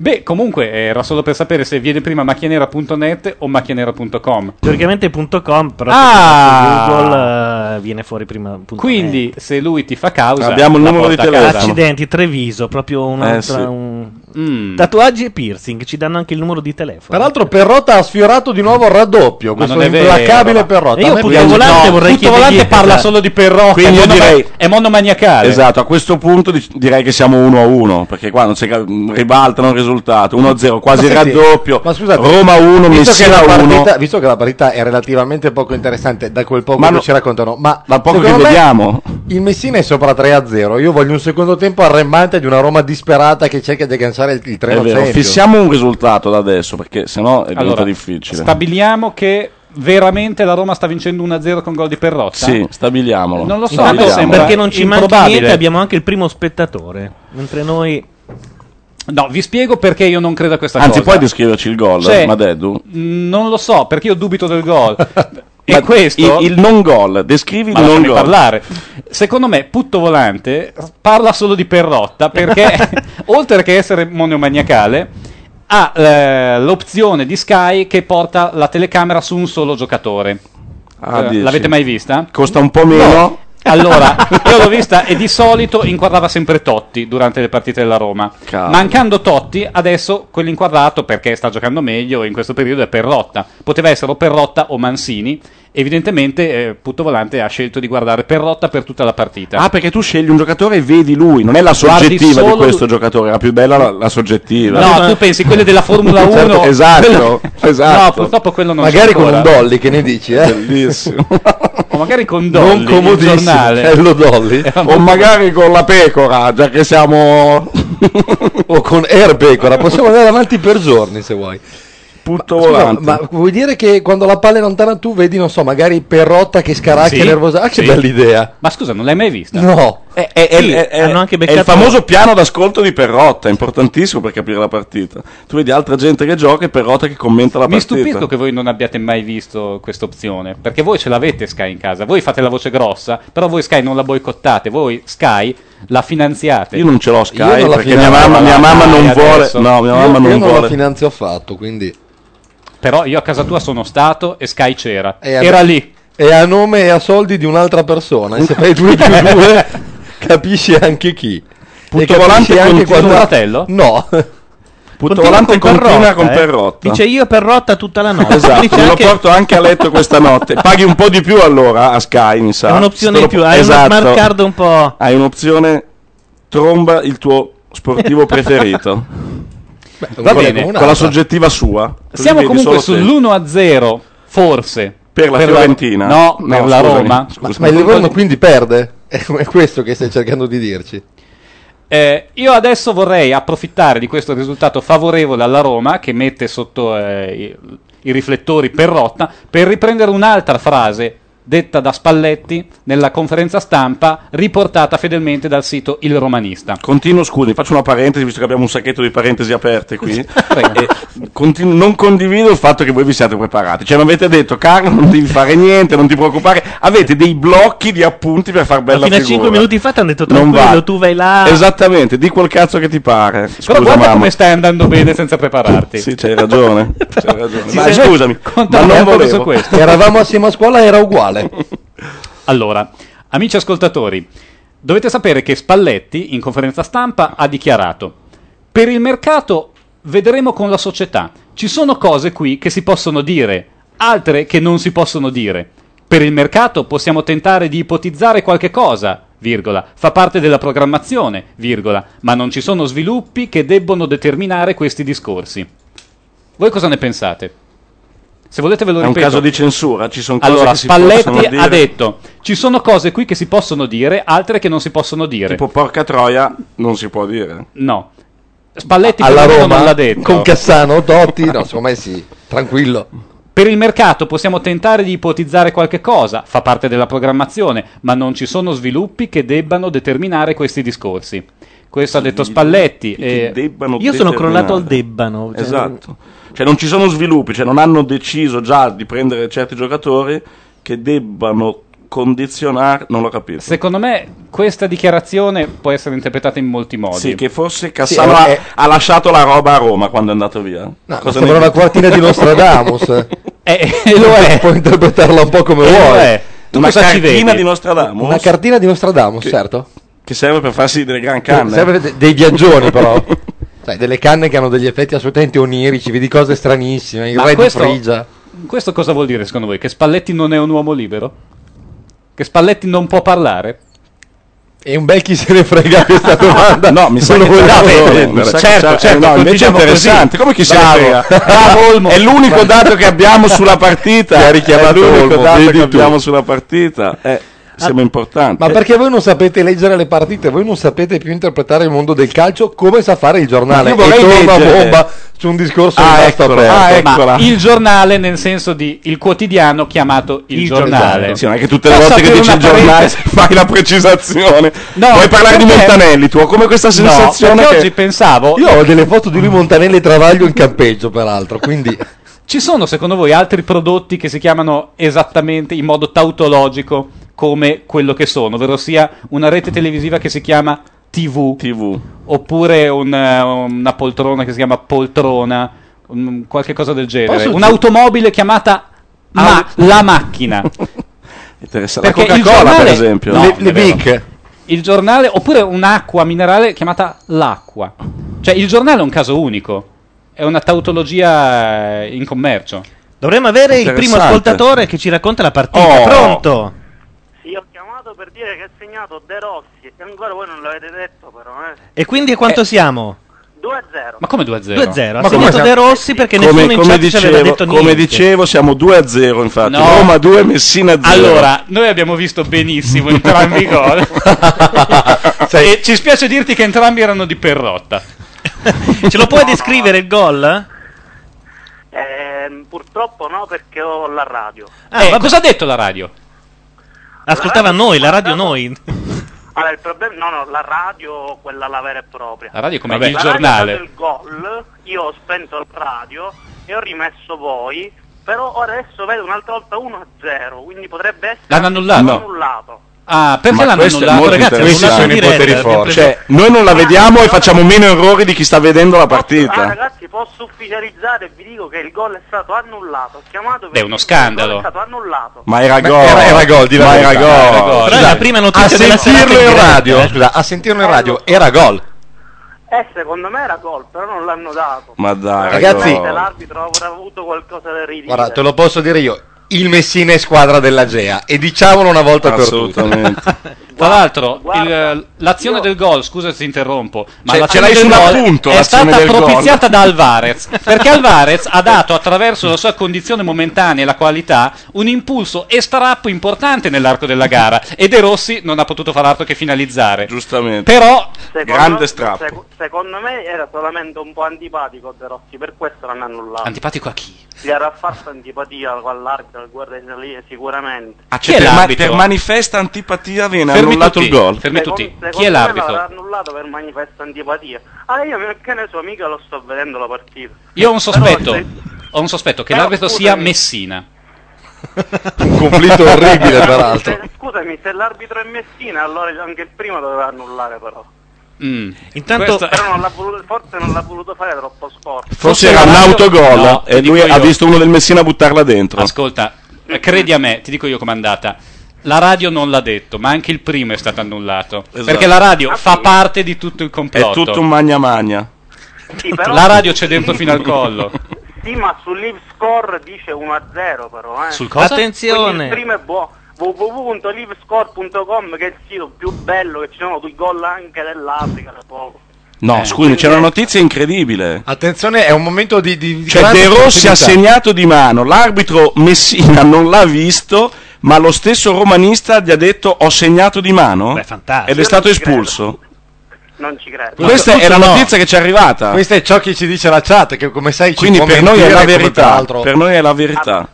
[SPEAKER 4] Beh, comunque eh, era solo per sapere se viene prima macchianera.net o macchianera.com.
[SPEAKER 1] Teoricamente.com, però
[SPEAKER 4] Ah!
[SPEAKER 1] se su Google eh, viene fuori prima. punto net.
[SPEAKER 4] Quindi, se lui ti fa causa,
[SPEAKER 5] Abbiamo il
[SPEAKER 4] la
[SPEAKER 5] numero di
[SPEAKER 4] porta a
[SPEAKER 5] telefono.
[SPEAKER 4] casa.
[SPEAKER 1] accidenti, Treviso, proprio un'altra.
[SPEAKER 5] Eh, sì.
[SPEAKER 1] un-
[SPEAKER 4] Mm.
[SPEAKER 1] Tatuaggi e piercing, ci danno anche il numero di telefono.
[SPEAKER 3] Peraltro Perrotta ha sfiorato di nuovo il raddoppio.
[SPEAKER 4] Ma non
[SPEAKER 3] questo
[SPEAKER 4] è vero.
[SPEAKER 3] implacabile Perrotta.
[SPEAKER 1] E io
[SPEAKER 3] A me
[SPEAKER 1] punto
[SPEAKER 3] piace-
[SPEAKER 1] volante
[SPEAKER 4] No,
[SPEAKER 1] vorrei
[SPEAKER 4] tutto
[SPEAKER 1] chiedergli-
[SPEAKER 4] volante parla
[SPEAKER 1] esatto.
[SPEAKER 4] solo di Perrotta.
[SPEAKER 5] Quindi
[SPEAKER 4] è,
[SPEAKER 5] io
[SPEAKER 4] monoma-
[SPEAKER 5] direi-
[SPEAKER 4] è monomaniacale.
[SPEAKER 5] Esatto, a questo punto dic- direi che siamo uno a uno, perché qua non c'è ca- mm, ribaltano il risultato, 1 a 0, quasi il
[SPEAKER 3] Ma senti,
[SPEAKER 5] raddoppio.
[SPEAKER 3] ma scusate,
[SPEAKER 5] Roma 1,
[SPEAKER 3] Visto che,
[SPEAKER 5] Messina
[SPEAKER 3] la
[SPEAKER 5] 1.
[SPEAKER 3] partita, visto che la partita è relativamente poco interessante da quel poco
[SPEAKER 5] Ma
[SPEAKER 3] che
[SPEAKER 5] no-
[SPEAKER 3] ci raccontano, ma
[SPEAKER 5] Da poco che
[SPEAKER 3] secondo me
[SPEAKER 5] vediamo.
[SPEAKER 3] il Messina è sopra 3-0. Io voglio un secondo tempo arremmante di una Roma disperata che cerca di agganciare il, il
[SPEAKER 5] È
[SPEAKER 3] treno
[SPEAKER 5] vero,
[SPEAKER 3] Champions.
[SPEAKER 5] fissiamo un risultato da adesso, perché sennò è diventa
[SPEAKER 4] Allora,
[SPEAKER 5] difficile.
[SPEAKER 4] Stabiliamo che veramente la Roma sta vincendo 1-0 con gol di Perrotta.
[SPEAKER 5] sì, stabiliamolo.
[SPEAKER 4] Non lo so,
[SPEAKER 5] Stabiliamo.
[SPEAKER 4] tanto sembra-
[SPEAKER 1] Perché non ci manca
[SPEAKER 4] improbabile.
[SPEAKER 1] niente, abbiamo anche il primo spettatore. Mentre noi.
[SPEAKER 4] No, vi spiego perché io non credo a questa
[SPEAKER 5] Anzi,
[SPEAKER 4] cosa.
[SPEAKER 5] puoi descriverci il gol,
[SPEAKER 4] Cioè,
[SPEAKER 5] Madeddu?
[SPEAKER 4] Mm, Non lo so, perché io dubito del gol. e
[SPEAKER 5] Ma
[SPEAKER 4] questo...
[SPEAKER 5] Il, il non gol, descrivi
[SPEAKER 4] ma
[SPEAKER 5] il non
[SPEAKER 4] lasciami
[SPEAKER 5] gol.
[SPEAKER 4] parlare. Secondo me, Putto Volante parla solo di Perrotta perché, oltre che essere monomaniacale, ha eh, l'opzione di Sky che porta la telecamera su un solo giocatore.
[SPEAKER 5] Ah,
[SPEAKER 4] Eh,
[SPEAKER 5] dici.
[SPEAKER 4] l'avete mai vista?
[SPEAKER 5] Costa un po' meno.
[SPEAKER 4] No. Allora, io l'ho vista e di solito inquadrava sempre Totti durante le partite della Roma. Mancando Totti, adesso quell'inquadrato, perché sta giocando meglio in questo periodo, è Perrotta. Poteva essere o Perrotta o Mansini. Evidentemente, eh, Putto Volante ha scelto di guardare Perrotta per tutta la partita.
[SPEAKER 5] Ah, perché tu scegli un giocatore e vedi lui, non è la
[SPEAKER 4] Guardi
[SPEAKER 5] soggettiva di
[SPEAKER 4] solo
[SPEAKER 5] questo
[SPEAKER 4] lui.
[SPEAKER 5] giocatore, la più bella la, la soggettiva.
[SPEAKER 4] No, tu pensi quelle della Formula 1?
[SPEAKER 5] Certo, esatto, esatto.
[SPEAKER 4] No, purtroppo quello non
[SPEAKER 3] Magari
[SPEAKER 4] c'è
[SPEAKER 3] con
[SPEAKER 4] ancora.
[SPEAKER 3] un dolly, che ne dici? Eh?
[SPEAKER 5] Bellissimo.
[SPEAKER 4] o magari con Dolly,
[SPEAKER 3] non
[SPEAKER 4] il
[SPEAKER 3] comodissimo,
[SPEAKER 4] giornale.
[SPEAKER 3] bello dolly.
[SPEAKER 4] Eh,
[SPEAKER 5] o magari con la pecora, già che siamo
[SPEAKER 3] o con Air Pecora, possiamo andare avanti per giorni se vuoi.
[SPEAKER 5] punto
[SPEAKER 3] Scusa,
[SPEAKER 5] volante.
[SPEAKER 3] ma vuoi dire che quando la palla è lontana tu vedi, non so, magari Perrotta che scaracchia
[SPEAKER 4] Sì,
[SPEAKER 3] nervosa? Ah, che
[SPEAKER 4] sì.
[SPEAKER 3] bella idea!
[SPEAKER 4] Ma scusa, non l'hai mai vista?
[SPEAKER 3] No,
[SPEAKER 5] È, è-
[SPEAKER 1] Sì,
[SPEAKER 5] è- è-
[SPEAKER 1] hanno anche
[SPEAKER 5] eh, è
[SPEAKER 1] beccato-
[SPEAKER 5] il famoso piano d'ascolto di Perrotta, è importantissimo per capire la partita. Tu vedi altra gente che gioca e Perrotta che commenta la
[SPEAKER 4] Mi
[SPEAKER 5] partita.
[SPEAKER 4] stupisco che voi non abbiate mai visto questa opzione, perché voi ce l'avete Sky in casa, voi fate la voce grossa, però voi Sky non la boicottate, voi Sky la finanziate.
[SPEAKER 5] Io non ce l'ho
[SPEAKER 3] Io
[SPEAKER 5] Sky
[SPEAKER 3] non la
[SPEAKER 5] perché mia
[SPEAKER 3] finanzio.
[SPEAKER 5] mamma, mia mamma
[SPEAKER 4] Dai,
[SPEAKER 5] non vuole.
[SPEAKER 4] adesso.
[SPEAKER 5] No, mia
[SPEAKER 3] io,
[SPEAKER 5] mamma
[SPEAKER 3] io
[SPEAKER 5] non
[SPEAKER 3] non la
[SPEAKER 5] vuole.
[SPEAKER 3] finanzio affatto, quindi...
[SPEAKER 4] Però io a casa tua sono stato e Sky c'era.
[SPEAKER 3] Eh,
[SPEAKER 4] Era
[SPEAKER 3] vabbè.
[SPEAKER 4] lì.
[SPEAKER 3] È a nome e a soldi di un'altra persona, e se fai due più due capisci anche chi.
[SPEAKER 5] Punto
[SPEAKER 3] E capisci
[SPEAKER 5] volante
[SPEAKER 3] anche
[SPEAKER 5] continua,
[SPEAKER 3] quando-
[SPEAKER 4] fratello?
[SPEAKER 3] No,
[SPEAKER 5] Punto
[SPEAKER 1] Continua
[SPEAKER 5] volante
[SPEAKER 1] con
[SPEAKER 5] continua
[SPEAKER 1] Perrotta,
[SPEAKER 5] con
[SPEAKER 1] eh.
[SPEAKER 5] Perrotta.
[SPEAKER 1] Dice io Perrotta tutta la notte.
[SPEAKER 5] Esatto,
[SPEAKER 1] Dice
[SPEAKER 5] me lo
[SPEAKER 1] anche-
[SPEAKER 5] porto anche a letto questa notte. Paghi un po' di più allora a Sky, mi sa.
[SPEAKER 1] È un'opzione
[SPEAKER 5] Se te
[SPEAKER 1] in
[SPEAKER 5] lo-
[SPEAKER 1] più, hai
[SPEAKER 5] esatto.
[SPEAKER 1] uno smart card un po'.
[SPEAKER 5] Hai un'opzione tromba il tuo sportivo preferito.
[SPEAKER 4] Va
[SPEAKER 3] Con-
[SPEAKER 4] bene,
[SPEAKER 3] con
[SPEAKER 5] con la
[SPEAKER 3] un'altra.
[SPEAKER 5] soggettiva sua. Così
[SPEAKER 4] Siamo
[SPEAKER 5] vedi
[SPEAKER 4] comunque
[SPEAKER 5] solo te.
[SPEAKER 4] sull'1-0, forse.
[SPEAKER 5] Per la Fiorentina.
[SPEAKER 4] No, per la
[SPEAKER 5] scusami,
[SPEAKER 4] Roma.
[SPEAKER 5] scusami.
[SPEAKER 3] Ma il Livorno quindi perde? È è questo che stai cercando di dirci.
[SPEAKER 4] Eh, io adesso vorrei approfittare di questo risultato favorevole alla Roma che mette sotto eh, i, i riflettori per rotta per riprendere un'altra frase detta da Spalletti nella conferenza stampa riportata fedelmente dal sito Il Romanista.
[SPEAKER 5] Continuo, scusi, faccio una parentesi visto che abbiamo un sacchetto di parentesi aperte qui.
[SPEAKER 4] Prego.
[SPEAKER 5] E continu- non condivido il fatto che voi vi siate preparati. Cioè, mi avete detto, caro, non devi fare niente, non ti preoccupare. Avete dei blocchi di appunti per far bella
[SPEAKER 1] Fino a
[SPEAKER 5] figura.
[SPEAKER 1] 5 minuti fa ti hanno detto
[SPEAKER 5] Non
[SPEAKER 1] tranquillo,
[SPEAKER 5] va. Esatto.
[SPEAKER 1] tu vai là.
[SPEAKER 5] Esattamente, di quel cazzo che ti pare. Scusa,
[SPEAKER 4] Però guarda
[SPEAKER 5] mamma.
[SPEAKER 4] come stai andando bene senza prepararti.
[SPEAKER 5] Sì, c'hai ragione. c'hai ragione.
[SPEAKER 4] Ci
[SPEAKER 5] Ma
[SPEAKER 4] sei-
[SPEAKER 5] Cioè, scusami, ma
[SPEAKER 4] Contavo
[SPEAKER 5] non
[SPEAKER 4] proprio
[SPEAKER 5] volevo.
[SPEAKER 4] su questo.
[SPEAKER 3] Eravamo assieme a scuola, era uguale.
[SPEAKER 4] Allora, amici ascoltatori, dovete sapere che Spalletti in conferenza stampa ha dichiarato: Per il mercato vedremo con la società. Ci sono cose qui che si possono dire, altre che non si possono dire. Per il mercato possiamo tentare di ipotizzare qualche cosa, virgola, fa parte della programmazione, virgola, ma non ci sono sviluppi che debbono determinare questi discorsi. Voi cosa ne pensate? Se volete ve lo
[SPEAKER 5] È un
[SPEAKER 4] ripeto.
[SPEAKER 5] caso di censura, ci sono cose
[SPEAKER 4] Allora,
[SPEAKER 5] che si possono
[SPEAKER 4] Spalletti
[SPEAKER 5] dire.
[SPEAKER 4] ha detto: ci sono cose qui che si possono dire, altre che non si possono dire.
[SPEAKER 5] Tipo porca troia, non si può dire.
[SPEAKER 4] No. Spalletti
[SPEAKER 3] Alla
[SPEAKER 4] perlomeno
[SPEAKER 3] Roma,
[SPEAKER 4] non l'ha detto.
[SPEAKER 3] con Cassano, Totti, no, secondo me sì, tranquillo.
[SPEAKER 4] per il mercato possiamo tentare di ipotizzare qualche cosa, fa parte della programmazione, ma non ci sono sviluppi che debbano determinare questi discorsi. Questo ha detto Spalletti. eh,
[SPEAKER 5] Che
[SPEAKER 4] E...
[SPEAKER 5] debbano
[SPEAKER 1] Io sono
[SPEAKER 5] determinare.
[SPEAKER 1] crollato al debbano. cioè-
[SPEAKER 5] Esatto. Cioè non ci sono sviluppi, cioè non hanno deciso già di prendere certi giocatori che debbano condizionare, non l'ho capito.
[SPEAKER 4] Secondo me questa dichiarazione può essere interpretata in molti modi.
[SPEAKER 5] Sì, che forse Cassano
[SPEAKER 3] Sì,
[SPEAKER 5] ha,
[SPEAKER 3] è-
[SPEAKER 5] ha lasciato la roba a Roma quando è andato via.
[SPEAKER 3] No,
[SPEAKER 5] Cosa ne
[SPEAKER 3] sembra una
[SPEAKER 5] dite?
[SPEAKER 3] quartina di Nostradamus.
[SPEAKER 4] Eh, eh, lo è.
[SPEAKER 3] Puoi interpretarla un po' come
[SPEAKER 4] Eh, lo
[SPEAKER 3] vuoi.
[SPEAKER 4] è. Tu
[SPEAKER 5] Una
[SPEAKER 4] cosa ci
[SPEAKER 5] cartina
[SPEAKER 4] vedi?
[SPEAKER 5] di Nostradamus
[SPEAKER 3] Una cartina di Nostradamus,
[SPEAKER 5] Che-
[SPEAKER 3] certo.
[SPEAKER 5] che serve per farsi delle gran canne.
[SPEAKER 3] Serve de- dei viaggioni però. Sai, delle canne che hanno degli effetti assolutamente onirici, vedi cose stranissime, il
[SPEAKER 4] Ma
[SPEAKER 3] re
[SPEAKER 4] questo-
[SPEAKER 3] di Frigia.
[SPEAKER 4] Questo cosa vuol dire secondo voi? Che Spalletti non è un uomo libero? Che Spalletti non può parlare?
[SPEAKER 3] E un bel chi se ne frega questa domanda.
[SPEAKER 5] No, mi sa
[SPEAKER 3] Non
[SPEAKER 5] che c'è
[SPEAKER 3] lo vogliamo
[SPEAKER 5] da
[SPEAKER 3] prendere.
[SPEAKER 5] vendere.
[SPEAKER 4] Certo,
[SPEAKER 5] C'è-
[SPEAKER 4] certo,
[SPEAKER 5] no, invece è
[SPEAKER 4] continuiamo
[SPEAKER 5] interessante.
[SPEAKER 4] così.
[SPEAKER 5] Come chi se ne
[SPEAKER 4] Bravo.
[SPEAKER 5] frega?
[SPEAKER 4] Bravo, Olmo.
[SPEAKER 5] È l'unico dato che abbiamo sulla partita.
[SPEAKER 3] Ti ha richiamato
[SPEAKER 5] è l'unico
[SPEAKER 3] Olmo,
[SPEAKER 5] dato
[SPEAKER 3] vedi
[SPEAKER 5] che
[SPEAKER 3] tu.
[SPEAKER 5] abbiamo sulla partita. Eh,
[SPEAKER 1] Ah,
[SPEAKER 5] sembra importante.
[SPEAKER 3] Ma perché voi non sapete leggere le partite, voi non sapete più interpretare il mondo del calcio come sa fare il giornale.
[SPEAKER 5] Ma io vorrei
[SPEAKER 3] e torna a
[SPEAKER 5] leggere.
[SPEAKER 3] bomba su un discorso
[SPEAKER 5] Ah,
[SPEAKER 3] rimasto
[SPEAKER 5] eccolo.
[SPEAKER 3] aperto.
[SPEAKER 5] Ah, ecco.
[SPEAKER 4] Ma
[SPEAKER 5] Eccola.
[SPEAKER 4] il giornale nel senso di il quotidiano chiamato il, giornale.
[SPEAKER 5] Sì, non è che tutte le
[SPEAKER 4] Posso
[SPEAKER 5] volte che
[SPEAKER 4] aprire
[SPEAKER 5] dici il
[SPEAKER 4] una
[SPEAKER 5] giornale
[SPEAKER 4] parentesi?
[SPEAKER 5] fai la precisazione.
[SPEAKER 4] No,
[SPEAKER 5] Vuoi parlare di
[SPEAKER 4] perché-
[SPEAKER 5] Montanelli tu? Ho come questa
[SPEAKER 4] No,
[SPEAKER 5] sensazione
[SPEAKER 4] perché
[SPEAKER 5] che
[SPEAKER 4] oggi pensavo,
[SPEAKER 3] Io ho delle foto di lui Montanelli e Travaglio in campeggio, peraltro, quindi
[SPEAKER 4] ci sono secondo voi altri prodotti che si chiamano esattamente in modo tautologico come quello che sono, ovvero sia una rete televisiva che si chiama TV,
[SPEAKER 5] TV.
[SPEAKER 4] oppure un, eh, una poltrona che si chiama poltrona, un- qualche cosa del genere,
[SPEAKER 3] Posso-
[SPEAKER 4] un'automobile chiamata ma la macchina.
[SPEAKER 5] La Coca-Cola, per esempio.
[SPEAKER 4] no, non è vero. Il giornale, oppure un'acqua minerale chiamata l'acqua. Cioè, il giornale è un caso unico. È una tautologia eh, in commercio.
[SPEAKER 1] Dovremmo avere il primo ascoltatore che ci racconta la partita.
[SPEAKER 4] Oh.
[SPEAKER 1] Pronto?
[SPEAKER 2] Sì, ho chiamato per dire che ha segnato De Rossi e ancora voi non l'avete detto però, eh.
[SPEAKER 1] E quindi a quanto siamo?
[SPEAKER 2] 2-0.
[SPEAKER 4] Ma come 2 a 0?
[SPEAKER 1] 2-0. Ha segnato De Rossi perché nessuno
[SPEAKER 5] Come,
[SPEAKER 1] in
[SPEAKER 5] come
[SPEAKER 1] chat ci aveva
[SPEAKER 5] dicevo,
[SPEAKER 1] detto niente.
[SPEAKER 5] come dicevo, siamo 2 a 0. Infatti,
[SPEAKER 4] No.
[SPEAKER 5] Roma 2, Messina 0.
[SPEAKER 4] Allora, noi abbiamo visto benissimo entrambi i gol. e ci spiace dirti che entrambi erano di Perrotta.
[SPEAKER 1] Ce lo puoi descrivere il gol?
[SPEAKER 2] Ehm, purtroppo no perché ho la radio.
[SPEAKER 1] Ah,
[SPEAKER 4] Eh,
[SPEAKER 1] vabbè.
[SPEAKER 4] cosa ha detto la radio?
[SPEAKER 1] Ascoltava noi, la radio noi.
[SPEAKER 2] Allora il problema no no, la radio quella la vera e propria.
[SPEAKER 4] La radio è come
[SPEAKER 2] Vabbè.
[SPEAKER 4] il
[SPEAKER 2] La radio
[SPEAKER 4] giornale.
[SPEAKER 2] ha dato il gol, io ho spento la radio e ho rimesso voi, però adesso vedo un'altra volta 1-0, quindi potrebbe essere
[SPEAKER 4] L'hanno annullato? No.
[SPEAKER 2] annullato.
[SPEAKER 4] Ah, perché
[SPEAKER 5] Ma
[SPEAKER 4] l'hanno
[SPEAKER 5] questo è
[SPEAKER 4] annullato,
[SPEAKER 5] molto
[SPEAKER 4] ragazzi? Hanno
[SPEAKER 5] interessante.
[SPEAKER 4] annullato in
[SPEAKER 1] Questi sono i
[SPEAKER 4] diretta,
[SPEAKER 1] poteri
[SPEAKER 4] abbiamo
[SPEAKER 1] forti.
[SPEAKER 4] preso-
[SPEAKER 5] Cioè, noi
[SPEAKER 4] Ah.
[SPEAKER 5] non la vediamo e facciamo meno errori di chi sta vedendo la
[SPEAKER 2] Ah,
[SPEAKER 5] partita.
[SPEAKER 2] ragazzi, posso ufficializzare e vi dico che il gol è stato annullato. Ho chiamato per
[SPEAKER 4] Beh, uno
[SPEAKER 2] dire che il gol
[SPEAKER 4] scandalo.
[SPEAKER 2] È stato annullato.
[SPEAKER 5] Ma era gol,
[SPEAKER 3] era- era gol, di la
[SPEAKER 5] ma era
[SPEAKER 3] verità,
[SPEAKER 4] era
[SPEAKER 5] gol.
[SPEAKER 4] gol.
[SPEAKER 1] Però è
[SPEAKER 4] scusate,
[SPEAKER 1] la prima
[SPEAKER 3] A
[SPEAKER 1] notizia della serata
[SPEAKER 3] sentirlo in
[SPEAKER 1] diretta,
[SPEAKER 3] radio,
[SPEAKER 1] eh.
[SPEAKER 3] scusa, a sentirlo in radio era gol.
[SPEAKER 2] Eh, secondo me era gol, però non l'hanno dato.
[SPEAKER 5] Ma dai,
[SPEAKER 3] Ah, Ragazzi,
[SPEAKER 5] gol.
[SPEAKER 2] Se l'arbitro avrà avuto qualcosa da ridire.
[SPEAKER 3] Guarda, te lo posso dire io. Il Messina è squadra della Gea e diciamolo una volta per tutte.
[SPEAKER 5] assolutamente.
[SPEAKER 4] Tra l'altro,
[SPEAKER 2] guarda,
[SPEAKER 4] il- l'azione
[SPEAKER 2] io-
[SPEAKER 4] del gol, scusa se ti interrompo, ma
[SPEAKER 5] Cioè,
[SPEAKER 4] l'azione
[SPEAKER 5] ce l'hai
[SPEAKER 4] del gol
[SPEAKER 5] sull'appunto,
[SPEAKER 4] è
[SPEAKER 5] l'azione
[SPEAKER 4] stata
[SPEAKER 5] del gol.
[SPEAKER 4] propiziata da Alvarez, perché Alvarez ha dato attraverso la sua condizione momentanea e la qualità un impulso e strappo importante nell'arco della gara e De Rossi non ha potuto far altro che finalizzare.
[SPEAKER 5] Giustamente.
[SPEAKER 4] Però
[SPEAKER 2] Secondo-
[SPEAKER 5] Grande strappo.
[SPEAKER 2] seco- secondo me era solamente un po' antipatico De Rossi, per questo l'hanno annullato.
[SPEAKER 4] antipatico a chi?
[SPEAKER 2] Gli era fatto antipatia con l'arbitro, al guardia lì sicuramente.
[SPEAKER 5] Ah,
[SPEAKER 4] Chi è
[SPEAKER 5] cioè, per, ma-
[SPEAKER 4] l'arbitro?
[SPEAKER 5] per manifesta antipatia viene
[SPEAKER 4] Fermi
[SPEAKER 5] annullato
[SPEAKER 4] tutti,
[SPEAKER 5] il gol.
[SPEAKER 4] fermi
[SPEAKER 2] Secondo-
[SPEAKER 4] tutti.
[SPEAKER 2] secondo
[SPEAKER 4] Chi è
[SPEAKER 2] me
[SPEAKER 4] l'arbitro?
[SPEAKER 2] l'avrà annullato per manifesta antipatia. Ah, io mi- che ne so, mica lo sto vedendo la partita.
[SPEAKER 4] Io ho un sospetto,
[SPEAKER 2] Però se-
[SPEAKER 4] ho un sospetto che
[SPEAKER 2] Però
[SPEAKER 4] l'arbitro
[SPEAKER 2] scusami.
[SPEAKER 4] sia Messina.
[SPEAKER 3] Un conflitto orribile, peraltro.
[SPEAKER 2] se- Scusami, se l'arbitro è Messina, allora anche il primo doveva annullare però.
[SPEAKER 4] Mm.
[SPEAKER 1] Intanto
[SPEAKER 4] Questo-
[SPEAKER 2] Però non l'ha voluto, forse non l'ha voluto fare troppo sport.
[SPEAKER 5] Forse era un autogol
[SPEAKER 4] No,
[SPEAKER 5] e
[SPEAKER 4] ti dico
[SPEAKER 5] lui ha
[SPEAKER 4] io.
[SPEAKER 5] visto uno del Messina buttarla dentro.
[SPEAKER 4] Ascolta, eh, credi a me, ti dico io com'è andata. La radio non l'ha detto, ma anche il primo è stato annullato.
[SPEAKER 5] Esatto.
[SPEAKER 4] Perché la radio
[SPEAKER 2] Ah,
[SPEAKER 4] fa
[SPEAKER 2] sì?
[SPEAKER 4] parte di tutto il complotto.
[SPEAKER 5] È tutto un magna magna.
[SPEAKER 2] Sì, però-
[SPEAKER 4] La radio c'è dentro fino al collo.
[SPEAKER 2] Sì, ma sull'Ive Score dice 1-0 però, eh.
[SPEAKER 4] Sul cosa?
[SPEAKER 2] Quindi il
[SPEAKER 1] Attenzione.
[SPEAKER 2] primo è buono. www.livescore.com che è il sito più bello che ci sono tutti i gol anche dell'Africa da poco.
[SPEAKER 4] Eh.
[SPEAKER 5] No, scusami, c'è una notizia incredibile.
[SPEAKER 3] Attenzione, è un momento di. di di
[SPEAKER 5] Cioè,
[SPEAKER 3] grande
[SPEAKER 5] De Rossi
[SPEAKER 3] possibilità.
[SPEAKER 5] ha segnato di mano, l'arbitro Messina non l'ha visto, ma lo stesso romanista gli ha detto ho segnato di mano
[SPEAKER 1] Beh, fantastico.
[SPEAKER 5] ed è stato
[SPEAKER 2] non ci credo.
[SPEAKER 5] espulso.
[SPEAKER 2] Non ci credo.
[SPEAKER 5] Questa è la
[SPEAKER 3] no.
[SPEAKER 5] notizia che ci è arrivata.
[SPEAKER 3] Questo è ciò che ci dice la chat, che come sai ci
[SPEAKER 5] Quindi
[SPEAKER 3] può
[SPEAKER 5] per noi è
[SPEAKER 3] mentire
[SPEAKER 5] la
[SPEAKER 3] come
[SPEAKER 5] verità.
[SPEAKER 3] peraltro. Ah.
[SPEAKER 5] Per noi è la verità.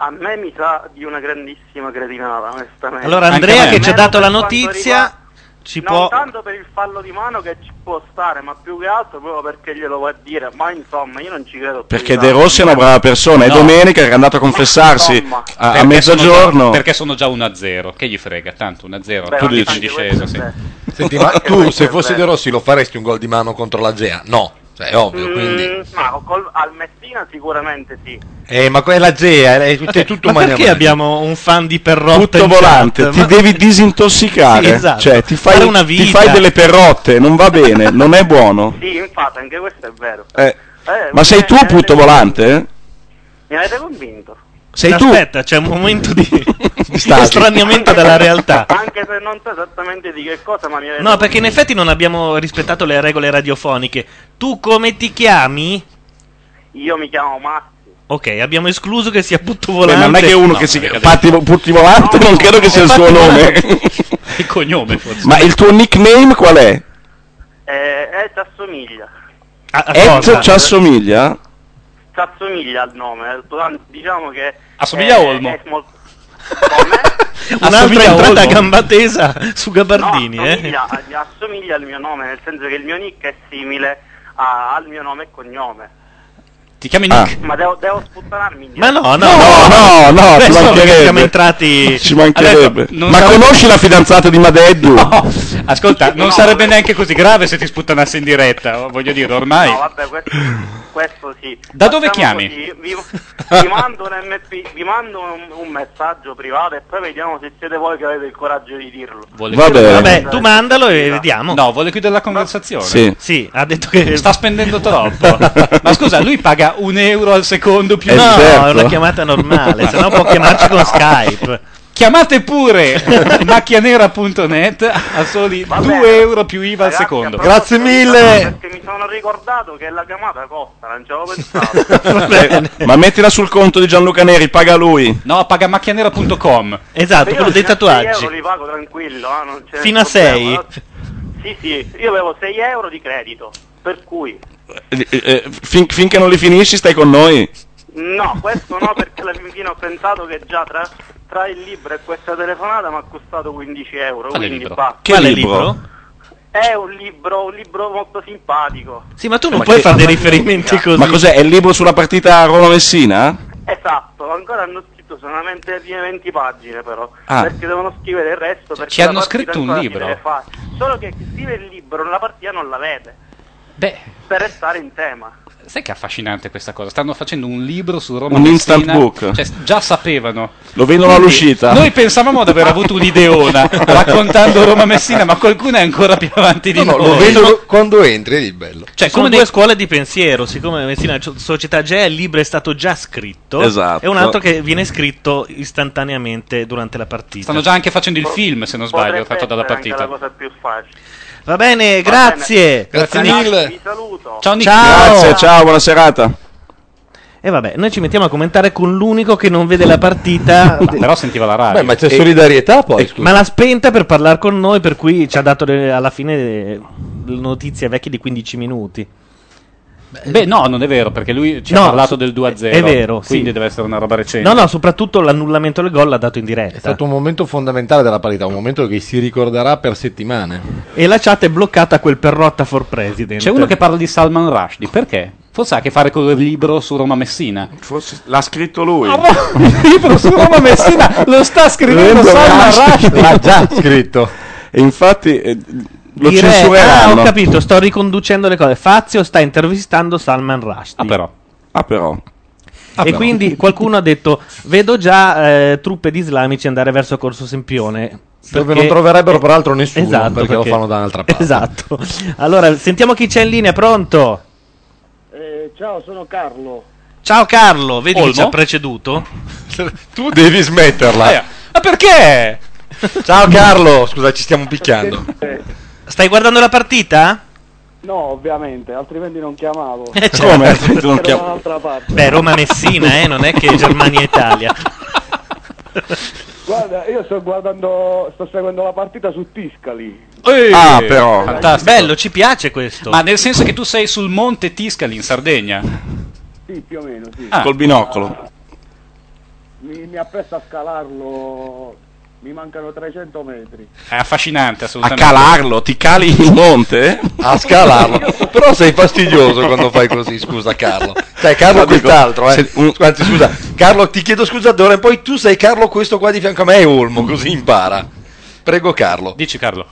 [SPEAKER 2] A me mi sa di una grandissima cretinata, onestamente.
[SPEAKER 1] Allora
[SPEAKER 4] Anche a
[SPEAKER 1] Andrea
[SPEAKER 4] me.
[SPEAKER 1] che ci ha dato la
[SPEAKER 2] Per quanto riguarda-
[SPEAKER 1] notizia ci
[SPEAKER 2] non
[SPEAKER 1] può
[SPEAKER 2] tanto per il fallo di mano che ci può stare, ma più che altro proprio perché glielo va a dire, ma insomma, io non ci credo più.
[SPEAKER 5] Perché
[SPEAKER 2] dai.
[SPEAKER 5] De Rossi è una brava persona. È
[SPEAKER 4] No.
[SPEAKER 5] domenica che è andato a confessarsi
[SPEAKER 2] Insomma.
[SPEAKER 5] a, a
[SPEAKER 4] Perché sono
[SPEAKER 5] mezzogiorno.
[SPEAKER 4] già- perché sono già 1-0. Che gli frega, tanto 1-0.
[SPEAKER 2] Beh,
[SPEAKER 4] Tu
[SPEAKER 2] anche
[SPEAKER 4] dici in
[SPEAKER 2] anche questo
[SPEAKER 4] discesa,
[SPEAKER 2] è
[SPEAKER 4] sì.
[SPEAKER 2] vero.
[SPEAKER 3] Senti, ma tu se fossi De Rossi lo faresti un gol di mano contro la Gea? No, cioè è ovvio, quindi.
[SPEAKER 2] Mm, ma col- al Messina sicuramente sì.
[SPEAKER 3] Eh, ma quella Gea è, tut-
[SPEAKER 5] Eh,
[SPEAKER 3] è tutto
[SPEAKER 1] Ma
[SPEAKER 3] magna
[SPEAKER 1] perché
[SPEAKER 3] magna.
[SPEAKER 1] abbiamo un fan di Perrotta
[SPEAKER 5] Tutto
[SPEAKER 1] in chat?
[SPEAKER 5] volante, ti
[SPEAKER 1] Ma-
[SPEAKER 5] devi disintossicare,
[SPEAKER 1] Sì, esatto.
[SPEAKER 5] cioè ti
[SPEAKER 1] Fare
[SPEAKER 5] fai,
[SPEAKER 1] una
[SPEAKER 5] ti
[SPEAKER 1] vita.
[SPEAKER 5] fai delle perrotte, non va bene, non è buono.
[SPEAKER 2] Sì, infatti, anche questo è vero.
[SPEAKER 5] Eh,
[SPEAKER 2] Eh,
[SPEAKER 5] Ma sei
[SPEAKER 2] mi-
[SPEAKER 5] tu
[SPEAKER 2] mi avete
[SPEAKER 5] putto
[SPEAKER 2] convinto.
[SPEAKER 5] volante? eh?
[SPEAKER 2] Mi avete convinto.
[SPEAKER 5] Sei tu?
[SPEAKER 1] Aspetta, c'è un momento di, di
[SPEAKER 5] Stasi.
[SPEAKER 1] estraniamento Ah, dalla realtà.
[SPEAKER 2] Anche se non so esattamente di che cosa, ma mi avete
[SPEAKER 1] No, perché in effetti non abbiamo rispettato le regole radiofoniche. Tu come ti chiami?
[SPEAKER 2] convinto. Io mi chiamo Massi.
[SPEAKER 1] Ok, abbiamo escluso che sia putto
[SPEAKER 5] Beh,
[SPEAKER 1] volante.
[SPEAKER 5] ma non è che uno
[SPEAKER 4] No,
[SPEAKER 5] che si
[SPEAKER 4] non è che-
[SPEAKER 5] Patti- putti volante, non credo che sia il suo nome.
[SPEAKER 4] Il cognome, forse.
[SPEAKER 5] ma il tuo nickname qual è?
[SPEAKER 2] Eh, eh, ci assomiglia.
[SPEAKER 1] A- a cosa?
[SPEAKER 5] Ed ci assomiglia?
[SPEAKER 2] Ci assomiglia al nome. eh, tanto Diciamo che...
[SPEAKER 4] Assomiglia a Olmo.
[SPEAKER 2] è molto- Come?
[SPEAKER 1] Un'altra
[SPEAKER 4] assomiglia a
[SPEAKER 1] entrata a
[SPEAKER 4] Olmo.
[SPEAKER 1] gamba tesa su
[SPEAKER 2] No,
[SPEAKER 1] Gabardini, eh.
[SPEAKER 2] assomiglia, assomiglia al mio nome, nel senso che il mio nick è simile a- al mio nome e cognome.
[SPEAKER 4] Ti chiami
[SPEAKER 5] Ah.
[SPEAKER 4] Nick?
[SPEAKER 2] Ma devo, devo sputtanarmi indietro.
[SPEAKER 1] Ma no, no,
[SPEAKER 5] no, no, no,
[SPEAKER 1] Beh,
[SPEAKER 5] ci
[SPEAKER 1] solo che
[SPEAKER 5] mancherebbe.
[SPEAKER 1] siamo entrati.
[SPEAKER 5] Ci mancherebbe.
[SPEAKER 4] Adesso, non
[SPEAKER 5] Ma
[SPEAKER 4] sarebbe-
[SPEAKER 5] conosci la fidanzata di Madeddu?
[SPEAKER 4] Ascolta, non
[SPEAKER 2] No.
[SPEAKER 4] sarebbe neanche così grave se ti sputtanassi in diretta, oh, voglio dire, ormai.
[SPEAKER 2] No, vabbè, questo, questo sì.
[SPEAKER 4] Da dove
[SPEAKER 2] Facciamo
[SPEAKER 4] chiami?
[SPEAKER 2] così, Vi, vi mando, un, MP, vi mando un, un messaggio privato e poi vediamo se siete voi che avete il coraggio di dirlo.
[SPEAKER 4] Vuole
[SPEAKER 5] Va
[SPEAKER 4] chiudere-
[SPEAKER 5] bene.
[SPEAKER 1] Vabbè, tu mandalo e vediamo.
[SPEAKER 4] No, vuole chiudere la conversazione.
[SPEAKER 5] Sì.
[SPEAKER 1] Sì, ha detto che.
[SPEAKER 4] Sta spendendo troppo. Ma scusa, lui paga un euro al secondo più
[SPEAKER 5] Eh,
[SPEAKER 1] No,
[SPEAKER 5] certo.
[SPEAKER 1] è una chiamata normale, se no può chiamarci con Skype.
[SPEAKER 4] Chiamate pure macchianera.net a soli
[SPEAKER 2] Va
[SPEAKER 4] 2
[SPEAKER 2] bene.
[SPEAKER 4] euro più IVA al
[SPEAKER 2] Ragazzi, a
[SPEAKER 4] secondo.
[SPEAKER 2] proposito,
[SPEAKER 3] Grazie
[SPEAKER 2] mi
[SPEAKER 3] mille.
[SPEAKER 2] sono- Perché mi sono ricordato che la chiamata costa, non ci avevo pensato.
[SPEAKER 1] Va bene.
[SPEAKER 5] Ma mettila sul conto di Gianluca Neri, paga lui.
[SPEAKER 4] No, paga macchianera.com.
[SPEAKER 1] Esatto,
[SPEAKER 2] Io
[SPEAKER 1] quello dei
[SPEAKER 2] fino a
[SPEAKER 1] tatuaggi.
[SPEAKER 2] 6 euro li pago tranquillo, eh, non c'è
[SPEAKER 1] Fino a
[SPEAKER 2] problema,
[SPEAKER 1] sei?
[SPEAKER 2] no? Sì, sì, io avevo 6 euro di credito, per cui...
[SPEAKER 5] Eh, eh, fin- finché non li finisci, stai con noi.
[SPEAKER 2] No, questo no perché alla fin fine ho pensato che già tra, tra il libro e questa telefonata mi ha costato 15 euro,
[SPEAKER 4] Quale
[SPEAKER 2] quindi
[SPEAKER 4] libro?
[SPEAKER 2] basta.
[SPEAKER 5] Che
[SPEAKER 1] Quale
[SPEAKER 5] libro?
[SPEAKER 2] È un libro, un libro molto simpatico.
[SPEAKER 1] Sì, ma tu non
[SPEAKER 5] Ma
[SPEAKER 1] puoi
[SPEAKER 5] che-
[SPEAKER 1] fare dei riferimenti così.
[SPEAKER 5] Ma cos'è? È il libro sulla partita Roma-Messina?
[SPEAKER 2] Esatto, ancora hanno scritto solamente le prime 20 pagine però,
[SPEAKER 5] Ah.
[SPEAKER 2] perché devono scrivere il resto. Perché
[SPEAKER 4] ci
[SPEAKER 2] la
[SPEAKER 4] hanno
[SPEAKER 2] partita
[SPEAKER 4] scritto un
[SPEAKER 2] ancora si
[SPEAKER 4] libro?
[SPEAKER 2] deve fare. Solo che chi scrive il libro, la partita non la vede,
[SPEAKER 4] Beh,
[SPEAKER 2] per restare in tema.
[SPEAKER 4] sai che è affascinante questa cosa? Stanno facendo un libro su Roma
[SPEAKER 5] Un
[SPEAKER 4] Messina.
[SPEAKER 5] instant book.
[SPEAKER 4] Cioè, già sapevano.
[SPEAKER 5] Lo vendono
[SPEAKER 4] Quindi,
[SPEAKER 5] all'uscita.
[SPEAKER 4] Noi
[SPEAKER 1] Eh,
[SPEAKER 4] pensavamo di aver avuto un'ideona raccontando Roma Messina, ma qualcuno è ancora più avanti di
[SPEAKER 3] No, no,
[SPEAKER 4] noi.
[SPEAKER 3] lo vedo quando entri, è di bello.
[SPEAKER 1] Cioè,
[SPEAKER 4] Sono
[SPEAKER 1] come
[SPEAKER 4] dei-
[SPEAKER 1] due scuole di pensiero, siccome Messina è una società già il libro è stato già scritto,
[SPEAKER 5] Esatto.
[SPEAKER 1] e un altro che viene scritto istantaneamente durante la partita.
[SPEAKER 4] Stanno già anche facendo il film, se non sbaglio,
[SPEAKER 2] Potrebbe
[SPEAKER 4] fatto dalla
[SPEAKER 2] essere anche
[SPEAKER 4] partita.
[SPEAKER 2] la cosa più facile.
[SPEAKER 1] Va bene,
[SPEAKER 2] Va
[SPEAKER 1] grazie.
[SPEAKER 3] Grazie
[SPEAKER 2] Ragazzi,
[SPEAKER 3] mille.
[SPEAKER 2] Vi saluto.
[SPEAKER 4] Ciao Nick.
[SPEAKER 1] Ciao.
[SPEAKER 5] Grazie, ciao, buona serata.
[SPEAKER 1] E vabbè, noi ci mettiamo a commentare con l'unico che non vede la partita,
[SPEAKER 4] Ah, però sentiva la radio.
[SPEAKER 3] Beh, ma c'è solidarietà poi. scusa.
[SPEAKER 1] ma l'ha spenta per parlare con noi, per cui ci ha dato le- alla fine le notizie vecchie di 15 minuti.
[SPEAKER 4] Beh, no, non è vero, perché lui ci
[SPEAKER 1] No,
[SPEAKER 4] ha parlato
[SPEAKER 1] su-
[SPEAKER 4] del 2-0.
[SPEAKER 1] è vero,
[SPEAKER 4] Quindi
[SPEAKER 1] sì.
[SPEAKER 4] deve essere una roba recente.
[SPEAKER 1] No, no, soprattutto l'annullamento del gol l'ha dato in
[SPEAKER 3] È
[SPEAKER 1] diretta.
[SPEAKER 3] stato un momento fondamentale della parità, un momento che si ricorderà per settimane.
[SPEAKER 1] E la chat è bloccata a quel perrotta for president.
[SPEAKER 4] C'è uno che parla di Salman Rushdie, perché? Forse ha a che fare con il libro su Roma Messina. Ah,
[SPEAKER 5] l'ha scritto lui.
[SPEAKER 4] il libro su Roma Messina lo sta scrivendo
[SPEAKER 5] Rendo
[SPEAKER 4] Salman
[SPEAKER 5] Rushdie.
[SPEAKER 4] Rushdie.
[SPEAKER 3] L'ha già scritto.
[SPEAKER 5] E infatti eh, lo
[SPEAKER 1] Dire- Ah,
[SPEAKER 5] censureranno.
[SPEAKER 1] ho capito, sto riconducendo le cose. Fazio sta intervistando Salman Rushdie.
[SPEAKER 4] Ah, però.
[SPEAKER 5] Ah, però. Ah,
[SPEAKER 1] e
[SPEAKER 5] però.
[SPEAKER 1] quindi qualcuno ha detto: Vedo già eh, truppe di islamici andare verso Corso Sempione.
[SPEAKER 3] Dove
[SPEAKER 1] perché-
[SPEAKER 3] non troverebbero peraltro nessuno,
[SPEAKER 1] Esatto,
[SPEAKER 3] perché, lo fanno da un'altra parte.
[SPEAKER 1] Esatto. Allora, sentiamo chi c'è in linea, pronto?
[SPEAKER 6] Eh,
[SPEAKER 2] ciao, sono Carlo.
[SPEAKER 1] Ciao Carlo, vedi
[SPEAKER 4] Olmo?
[SPEAKER 1] che ci ha preceduto?
[SPEAKER 3] Tu devi smetterla.
[SPEAKER 4] Eh, Ma perché?
[SPEAKER 3] Ciao Carlo, scusa, ci stiamo picchiando.
[SPEAKER 1] Stai guardando la partita?
[SPEAKER 6] No, ovviamente, altrimenti non chiamavo.
[SPEAKER 1] Eh, certo.
[SPEAKER 5] Come? Altrimenti non
[SPEAKER 6] Ero da
[SPEAKER 5] chiamo.
[SPEAKER 6] un'altra parte.
[SPEAKER 1] Beh, Roma-Messina, eh, non è che Germania-Italia.
[SPEAKER 6] Guarda, io sto guardando, sto seguendo la partita su Tiscali.
[SPEAKER 4] Eh,
[SPEAKER 5] Ah, però.
[SPEAKER 4] Fantastico.
[SPEAKER 1] Bello, ci piace questo.
[SPEAKER 4] Ma nel senso che tu sei sul monte Tiscali in Sardegna?
[SPEAKER 6] Sì, più o meno, sì.
[SPEAKER 4] Ah.
[SPEAKER 5] Col binocolo.
[SPEAKER 6] Mi, mi appresto a scalarlo. Mi mancano 300 metri.
[SPEAKER 4] È affascinante,
[SPEAKER 5] A
[SPEAKER 4] assolutamente.
[SPEAKER 5] calarlo, ti cali in monte?
[SPEAKER 3] A scalarlo. Però sei fastidioso quando fai così, scusa Carlo. Cioè Carlo
[SPEAKER 5] No, dico,
[SPEAKER 3] quest'altro, eh.
[SPEAKER 5] se- un-
[SPEAKER 3] Anzi, scusa, Carlo, ti chiedo scusa d'ora in poi tu sei Carlo questo qua di fianco a me è Olmo, così impara. Prego Carlo.
[SPEAKER 4] Dici Carlo.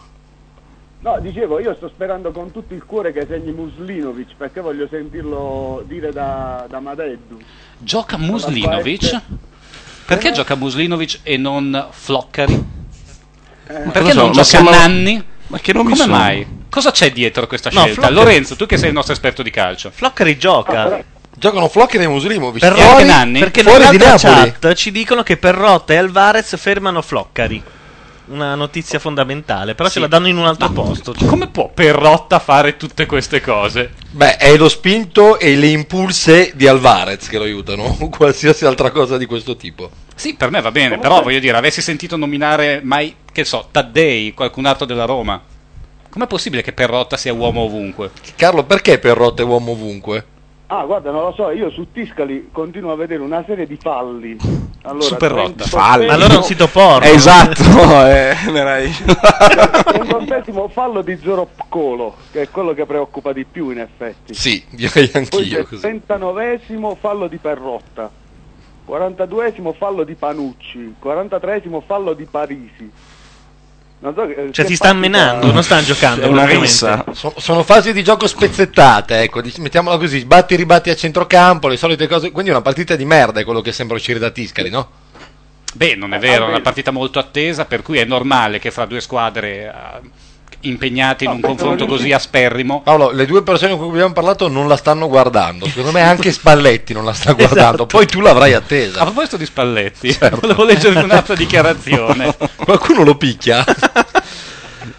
[SPEAKER 6] No, dicevo, io sto sperando con tutto il cuore che segni Muslinovic perché voglio sentirlo dire da, da Madeddu.
[SPEAKER 4] Gioca Muslinovic?
[SPEAKER 5] Eh?
[SPEAKER 4] Perché gioca Muslinovic e non Floccari? Perché
[SPEAKER 5] Eh, lo so,
[SPEAKER 4] non
[SPEAKER 5] ma
[SPEAKER 4] gioca
[SPEAKER 5] sembra-
[SPEAKER 4] Nanni?
[SPEAKER 5] Ma che nomi
[SPEAKER 4] Come
[SPEAKER 5] sono?
[SPEAKER 4] mai? Cosa c'è dietro questa
[SPEAKER 1] No,
[SPEAKER 4] scelta?
[SPEAKER 1] Floccari-
[SPEAKER 4] Lorenzo, tu che sei il nostro esperto di calcio.
[SPEAKER 1] Floccari gioca.
[SPEAKER 3] Giocano Flocchi e Muslimovic.
[SPEAKER 1] Perrotta-
[SPEAKER 4] anche Nanni?
[SPEAKER 1] Perché
[SPEAKER 3] Fuori di
[SPEAKER 1] nella
[SPEAKER 3] Napoli.
[SPEAKER 1] chat ci dicono che Perrotta e Alvarez fermano Floccari. Una notizia fondamentale, però ce la danno in un altro posto. cioè.
[SPEAKER 4] Come può Perrotta fare tutte queste cose?
[SPEAKER 3] Beh, è lo spinto e le impulse di Alvarez che lo aiutano, o qualsiasi altra cosa di questo tipo.
[SPEAKER 4] Sì, per me va bene, però voglio dire, avessi sentito nominare mai, che so, Taddei, qualcun altro della Roma. Com'è possibile che Perrotta sia uomo ovunque?
[SPEAKER 3] Carlo, perché Perrotta è uomo ovunque?
[SPEAKER 6] Ah, guarda, non lo so, io su Tiscali continuo a vedere una serie di falli. Allora,
[SPEAKER 7] Super rotta.
[SPEAKER 6] Fallo.
[SPEAKER 7] Allora è un sito porno.
[SPEAKER 5] Eh, esatto, eh, ne erai-
[SPEAKER 6] Trentottesimo fallo di Zoropcolo, che è quello che preoccupa di più in effetti.
[SPEAKER 5] Sì, direi
[SPEAKER 6] Poi
[SPEAKER 5] anch'io
[SPEAKER 6] c'è
[SPEAKER 5] così.
[SPEAKER 6] 39esimo fallo di Perrotta, 42esimo fallo di Panucci, 43esimo fallo di Parisi. Non so che-
[SPEAKER 7] Cioè,
[SPEAKER 6] che
[SPEAKER 7] ti sta
[SPEAKER 6] partita-
[SPEAKER 7] menando, non sta giocando.
[SPEAKER 5] È una
[SPEAKER 7] praticamente.
[SPEAKER 5] rissa.
[SPEAKER 3] So- sono fasi di gioco spezzettate, ecco, dic- mettiamola così, sbatti e ribatti a centrocampo, le solite cose, quindi è una partita di merda è quello che sembra uscire da Tiscali, no?
[SPEAKER 4] Beh, non è vero, è una partita molto attesa, per cui è normale che fra due squadre eh, impegnate in un confronto così asperrimo
[SPEAKER 3] Paolo, le due persone con cui abbiamo parlato non la stanno guardando, secondo me anche Spalletti non la sta
[SPEAKER 7] Esatto.
[SPEAKER 3] guardando, poi tu l'avrai
[SPEAKER 4] A
[SPEAKER 3] attesa.
[SPEAKER 4] proposito di Spalletti,
[SPEAKER 5] certo.
[SPEAKER 4] volevo leggere un'altra dichiarazione.
[SPEAKER 3] Qualcuno lo picchia?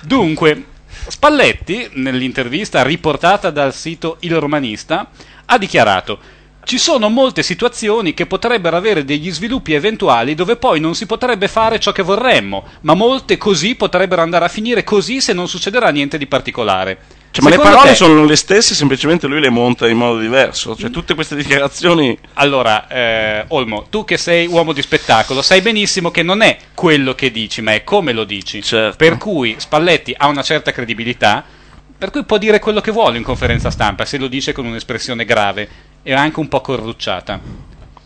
[SPEAKER 4] Dunque, Spalletti, nell'intervista riportata dal sito Il Romanista, ha dichiarato: Ci sono molte situazioni che potrebbero avere degli sviluppi eventuali dove poi non si potrebbe fare ciò che vorremmo, ma molte così potrebbero andare a finire così se non succederà niente di particolare.
[SPEAKER 5] Cioè, ma le
[SPEAKER 4] Secondo
[SPEAKER 5] parole
[SPEAKER 4] te-
[SPEAKER 5] sono le stesse, semplicemente lui le monta in modo diverso. Cioè, tutte queste dichiarazioni.
[SPEAKER 4] Allora, eh, Olmo, tu che sei uomo di spettacolo, sai benissimo che non è quello che dici, ma è come lo dici.
[SPEAKER 5] Certo.
[SPEAKER 4] Per cui Spalletti ha una certa credibilità, per cui può dire quello che vuole in conferenza stampa, se lo dice con un'espressione grave e anche un po' corrucciata.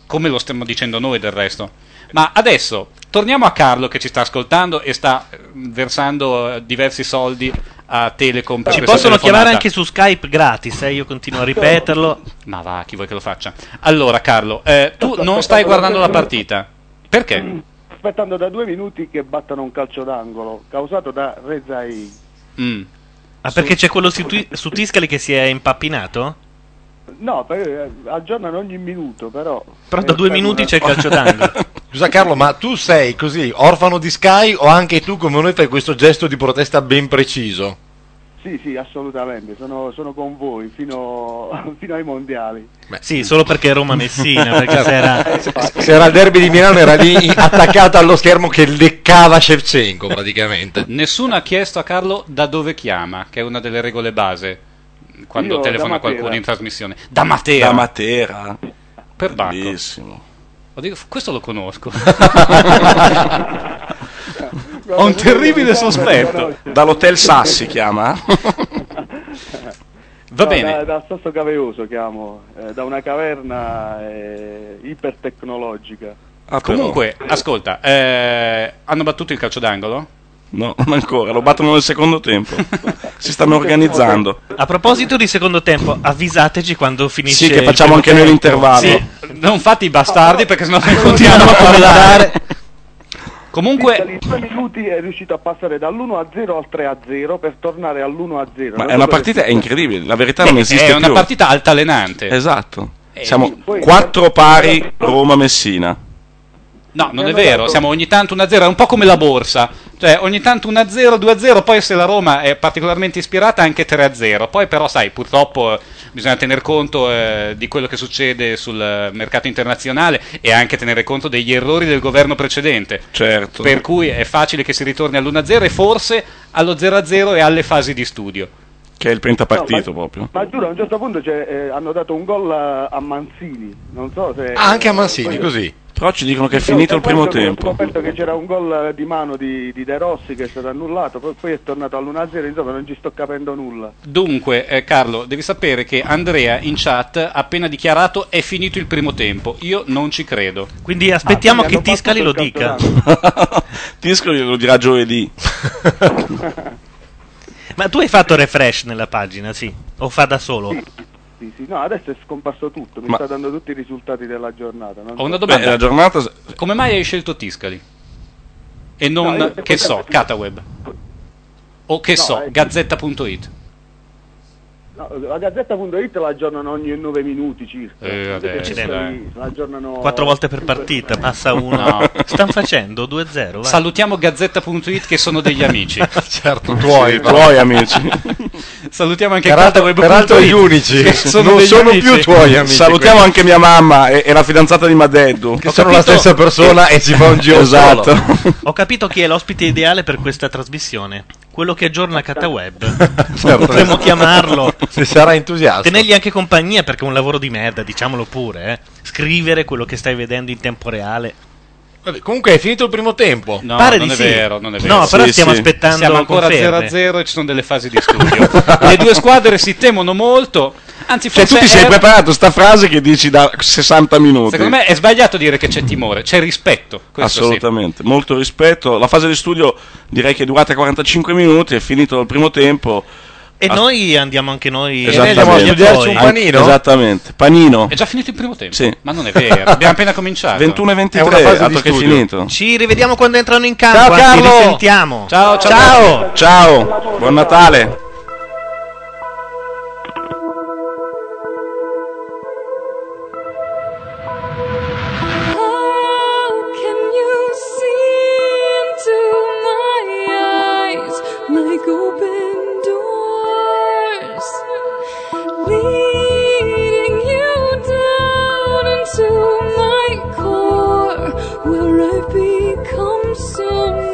[SPEAKER 4] Come lo stiamo dicendo noi del resto. Ma adesso torniamo a Carlo che ci sta ascoltando e sta eh, versando eh, diversi soldi a Telecom. Per
[SPEAKER 7] Ci
[SPEAKER 4] questa
[SPEAKER 7] possono chiamare anche
[SPEAKER 4] telefonata.
[SPEAKER 7] su Skype gratis, eh, io continuo a ripeterlo.
[SPEAKER 4] Ma va, chi vuoi che lo faccia? Allora, Carlo, eh, tu non stai guardando la partita. Perché?
[SPEAKER 6] Aspettando da due minuti che battano un calcio d'angolo, causato da Rezai.
[SPEAKER 4] Mm.
[SPEAKER 7] Ah, perché c'è quello su, Twi- su Tiscali che si è impappinato?
[SPEAKER 6] No, per- eh, aggiornano ogni minuto, però...
[SPEAKER 7] Però da
[SPEAKER 6] Eh,
[SPEAKER 7] due
[SPEAKER 6] per
[SPEAKER 7] minuti
[SPEAKER 6] una-
[SPEAKER 7] c'è il calcio d'angolo.
[SPEAKER 3] Scusa Carlo, ma tu sei così orfano di Sky o anche tu come noi fai questo gesto di protesta ben preciso?
[SPEAKER 6] Sì, sì, assolutamente, sono, sono con voi fino, fino ai mondiali.
[SPEAKER 7] Sì, solo perché è Roma-Messina, perché se era...
[SPEAKER 3] Se era il derby di Milano era lì attaccata allo schermo che leccava
[SPEAKER 5] Ecco,
[SPEAKER 3] Shevchenko praticamente.
[SPEAKER 4] Nessuno ha chiesto a Carlo da dove chiama, che è una delle regole base mh, quando
[SPEAKER 6] Io, da
[SPEAKER 4] telefona
[SPEAKER 6] Matera.
[SPEAKER 4] qualcuno in trasmissione. Da Matera.
[SPEAKER 5] Da Matera.
[SPEAKER 4] per Bacco.
[SPEAKER 5] Bellissimo.
[SPEAKER 4] Ho detto, "F- Questo lo conosco.
[SPEAKER 6] Ho
[SPEAKER 4] un terribile sospetto.
[SPEAKER 5] Dall'Hotel Sassi chiama?
[SPEAKER 4] Va
[SPEAKER 6] No, Da,
[SPEAKER 4] bene.
[SPEAKER 6] da Sasso Caveoso chiamo, eh, da una caverna eh, ipertecnologica.
[SPEAKER 5] Ah, però.
[SPEAKER 4] Comunque, ascolta, eh, hanno battuto il calcio d'angolo?
[SPEAKER 5] No, non ancora, lo battono nel secondo tempo. si stanno organizzando.
[SPEAKER 7] A proposito di secondo tempo, avvisateci quando finisce
[SPEAKER 5] Sì, che
[SPEAKER 7] il
[SPEAKER 5] facciamo anche
[SPEAKER 7] primo
[SPEAKER 5] noi
[SPEAKER 7] tempo.
[SPEAKER 5] l'intervallo.
[SPEAKER 4] Sì, non fate i bastardi perché sennò noi continuiamo
[SPEAKER 7] Continuiamo
[SPEAKER 4] a
[SPEAKER 7] a
[SPEAKER 4] parlare.
[SPEAKER 7] parlare.
[SPEAKER 4] Comunque,
[SPEAKER 6] In due minuti è riuscito a passare dall'1 a 0 al 3 a 0 per tornare all'1 a 0.
[SPEAKER 5] Ma è una partita è incredibile, la verità non esiste
[SPEAKER 4] è una
[SPEAKER 5] più.
[SPEAKER 4] partita altalenante.
[SPEAKER 5] Esatto.
[SPEAKER 4] Eh,
[SPEAKER 5] Siamo
[SPEAKER 6] poi-
[SPEAKER 5] quattro pari Roma-Messina.
[SPEAKER 4] No, non è vero, siamo ogni tanto 1-0, è un po' come la borsa. Cioè, ogni tanto 1-0, 2-0, poi se la Roma è particolarmente ispirata anche 3-0. Poi però, sai, purtroppo eh, bisogna tener conto eh, di quello che succede sul eh, mercato internazionale e anche tenere conto degli errori del governo precedente.
[SPEAKER 5] Certo.
[SPEAKER 4] Per cui è facile che si ritorni all'1-0 e forse allo 0-0 e alle fasi di studio.
[SPEAKER 5] Che è il pentapartito
[SPEAKER 6] No,
[SPEAKER 5] proprio.
[SPEAKER 6] Ma giuro, a un certo punto c'è, eh, hanno dato un gol a, a Manzini, non so se...
[SPEAKER 3] Ah, anche a Mansini,
[SPEAKER 6] Poi-
[SPEAKER 3] così.
[SPEAKER 5] Però ci dicono che è finito il primo
[SPEAKER 6] Ho
[SPEAKER 5] tempo.
[SPEAKER 6] scoperto che c'era un gol di mano di, di De Rossi che è stato annullato, poi, poi è tornato all'1-0, insomma non ci sto capendo nulla.
[SPEAKER 4] Dunque, eh, Carlo, devi sapere che Andrea in chat ha appena dichiarato è finito il primo tempo. Io non ci credo.
[SPEAKER 7] Quindi aspettiamo
[SPEAKER 6] Ah, quindi
[SPEAKER 7] che
[SPEAKER 6] hanno
[SPEAKER 7] Tiscali lo
[SPEAKER 6] battuto il
[SPEAKER 7] dica.
[SPEAKER 6] campionato.
[SPEAKER 5] Tisco lo dirà giovedì.
[SPEAKER 7] Ma tu hai fatto refresh nella pagina, sì? O fa da solo?
[SPEAKER 6] Sì, sì, no, adesso è scomparso tutto, mi
[SPEAKER 5] Ma-
[SPEAKER 6] sta dando tutti i risultati della giornata. non
[SPEAKER 4] Ho una
[SPEAKER 6] so.
[SPEAKER 5] Beh,
[SPEAKER 4] domanda.
[SPEAKER 5] la giornata
[SPEAKER 4] Come mai hai scelto Tiscali? E non,
[SPEAKER 6] No, io-
[SPEAKER 4] che so, Cataweb? O che
[SPEAKER 6] No,
[SPEAKER 4] so,
[SPEAKER 6] eh.
[SPEAKER 4] gazzetta.it?
[SPEAKER 6] No, la gazzetta.it la aggiornano ogni 9 minuti circa.
[SPEAKER 4] Eh, vabbè,
[SPEAKER 6] Perché
[SPEAKER 4] ci eh.
[SPEAKER 6] poi
[SPEAKER 7] dai.
[SPEAKER 6] la aggiornano Eh.
[SPEAKER 7] Quattro volte per partita, passa uno.
[SPEAKER 4] No.
[SPEAKER 7] Stanno facendo 2-0, vai.
[SPEAKER 4] Salutiamo gazzetta.it che sono degli amici.
[SPEAKER 3] Certo, tuoi,
[SPEAKER 5] i tuoi amici.
[SPEAKER 4] Salutiamo anche
[SPEAKER 3] Peraltro,
[SPEAKER 4] Cataweb.it.
[SPEAKER 3] peraltro gli unici,
[SPEAKER 4] che sono
[SPEAKER 3] non
[SPEAKER 4] degli
[SPEAKER 3] sono
[SPEAKER 4] amici.
[SPEAKER 3] più tuoi amici.
[SPEAKER 5] Salutiamo anche mia mamma e, e la fidanzata di Madeddu.
[SPEAKER 3] quelli che sono la stessa persona e ci fa un giro
[SPEAKER 5] Esatto.
[SPEAKER 3] solo.
[SPEAKER 7] Ho capito chi è l'ospite ideale per questa trasmissione. Quello che aggiorna Cataweb.
[SPEAKER 3] Certo.
[SPEAKER 7] Potremmo chiamarlo.
[SPEAKER 3] Se sarà entusiasta.
[SPEAKER 7] Tenergli anche compagnia perché è un lavoro di merda, diciamolo pure. eh. Scrivere quello che stai vedendo in tempo reale.
[SPEAKER 8] Vabbè, comunque è finito il primo tempo.
[SPEAKER 4] No, Pare non di è sì. vero, non è vero. No, però stiamo aspettando Siamo ancora conferme. 0-0 e ci sono delle fasi di studio. Le due squadre si temono molto. Anzi,
[SPEAKER 5] Cioè,
[SPEAKER 4] forse
[SPEAKER 5] tu ti sei
[SPEAKER 4] è-
[SPEAKER 5] preparato sta frase che dici da 60 minuti.
[SPEAKER 4] Secondo me è sbagliato dire che c'è timore, c'è rispetto. Questo sì.
[SPEAKER 5] Assolutamente, molto rispetto. La fase di studio direi che è durata 45 minuti, è finito il primo tempo.
[SPEAKER 7] E
[SPEAKER 5] Ah,
[SPEAKER 7] noi andiamo anche noi
[SPEAKER 5] esattamente. Esattamente, panino.
[SPEAKER 4] È già finito il primo tempo?
[SPEAKER 5] Sì.
[SPEAKER 4] Ma non è vero, abbiamo appena cominciato.
[SPEAKER 5] 21 e 23, altro che è finito.
[SPEAKER 1] Ci rivediamo quando entrano in campo.
[SPEAKER 5] Ciao,
[SPEAKER 1] anzi,
[SPEAKER 5] Carlo!
[SPEAKER 1] li sentiamo.
[SPEAKER 4] Ciao,
[SPEAKER 1] ciao.
[SPEAKER 5] Ciao, buon Natale.
[SPEAKER 9] How can you see into my eyes like open doors? Leading you down into my core where I become so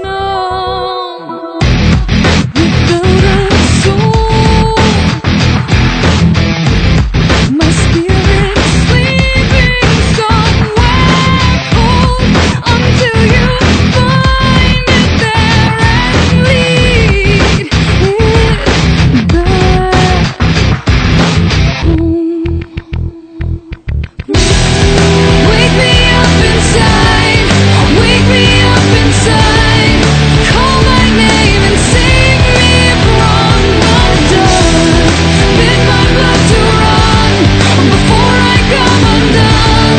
[SPEAKER 9] numb. Without a soul, my spirit sleeping somewhere. Until you find it there and lead it back home. Wake me up inside, wake me up inside. Call my name and save me from the dark. Bid my blood to run before I come undone.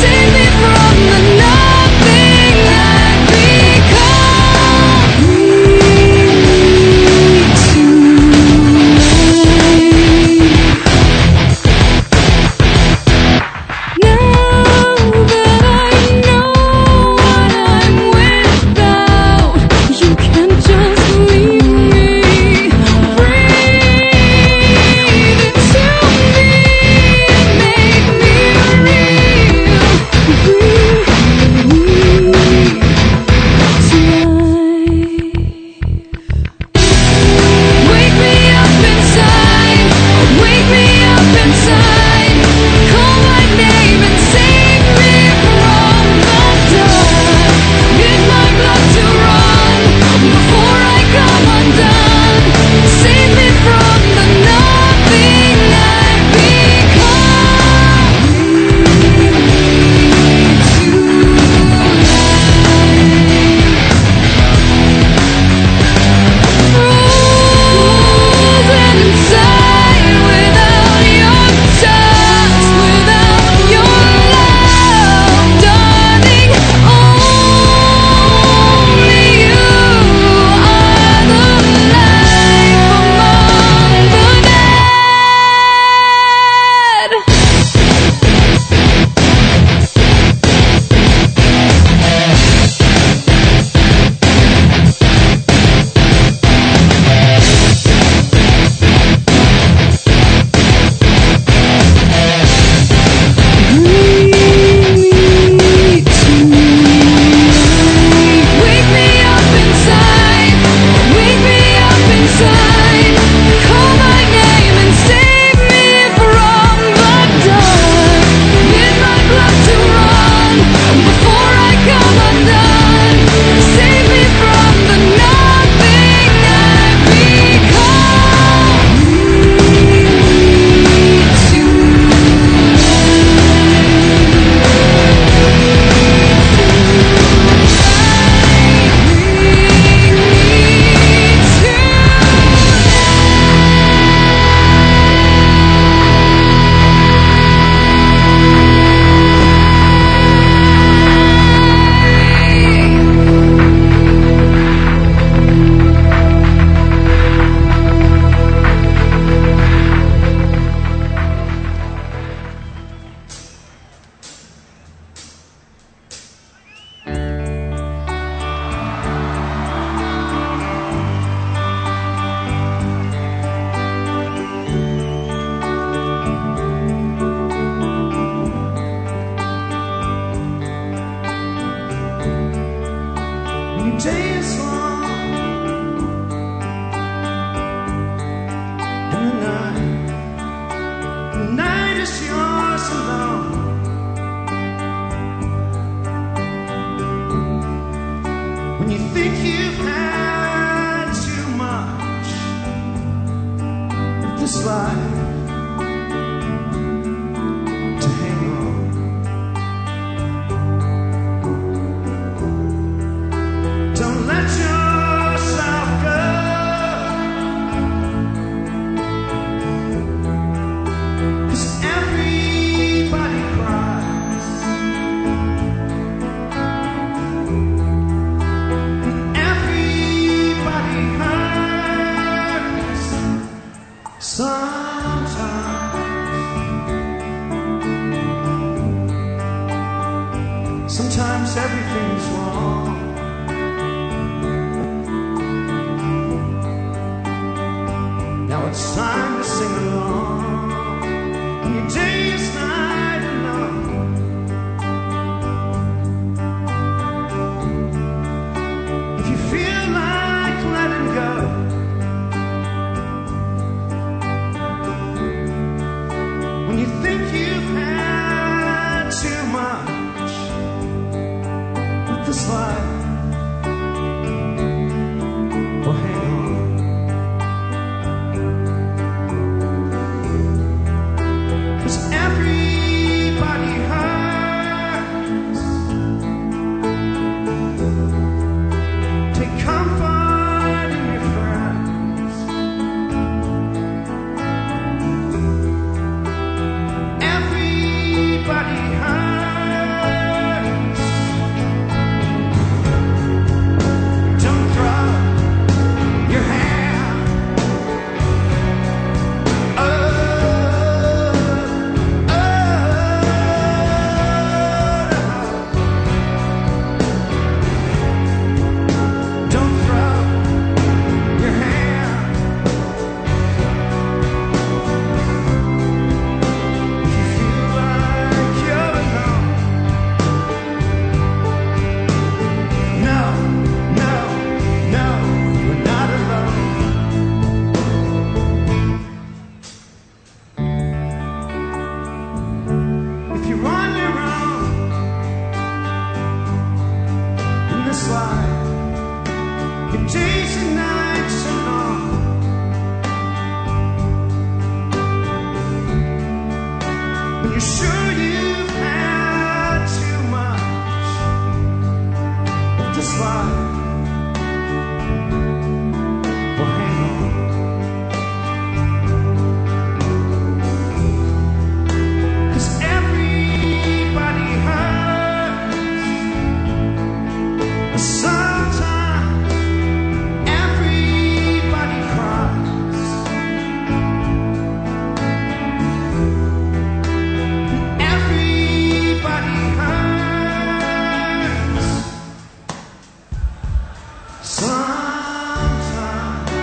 [SPEAKER 9] Save me from the nothing that becomes me tonight. Wake me up inside, wake me up inside. Call my name and save me from the dark. Bid my blood to run before I come undone. Save me from the nothing that becomes me tonight. Wake me up inside, wake me up inside. Call my name and save me from the dark. Bid my blood to run before I come undone. Save me from the nothing that becomes me
[SPEAKER 10] Days long and the night, the night is yours alone. is wrong. Now it's time to sing along. Your day is night alone. If you feel like letting go, when you think you've had too much with this life, well, hang on. Cause everybody hurts. Take comfort in your friends. Everybody hurts. Don't drop your hand. Oh. Don't throw your hand. If you feel like you're alone, no, no, no, we're not alone. If you're on your own in this life. Your days and nights are long. When you're sure you've had too much of this life. Well, hang on. 'Cause everybody hurts Sometimes Everybody cries. Everybody hurts. Sometimes.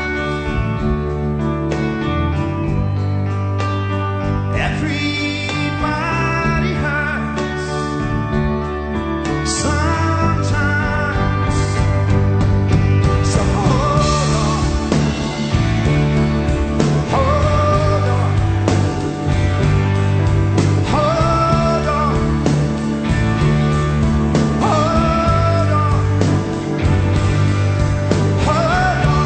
[SPEAKER 10] Everybody hurts. Sometimes. So hold on, hold on, hold on, hold on, hold on.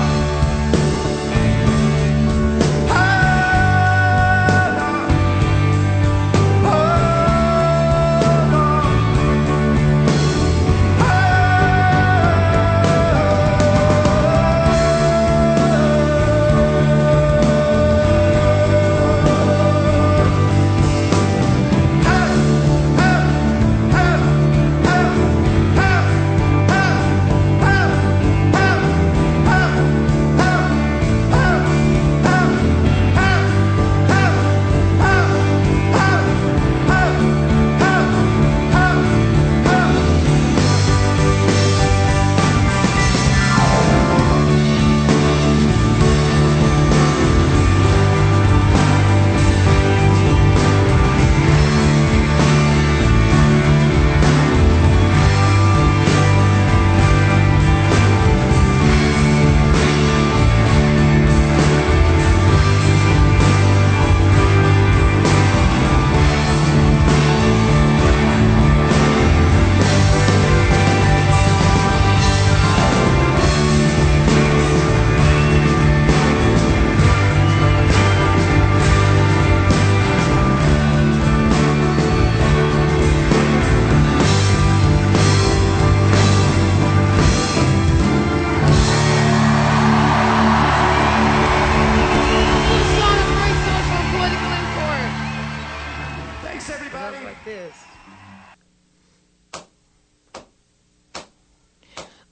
[SPEAKER 10] Thanks, everybody.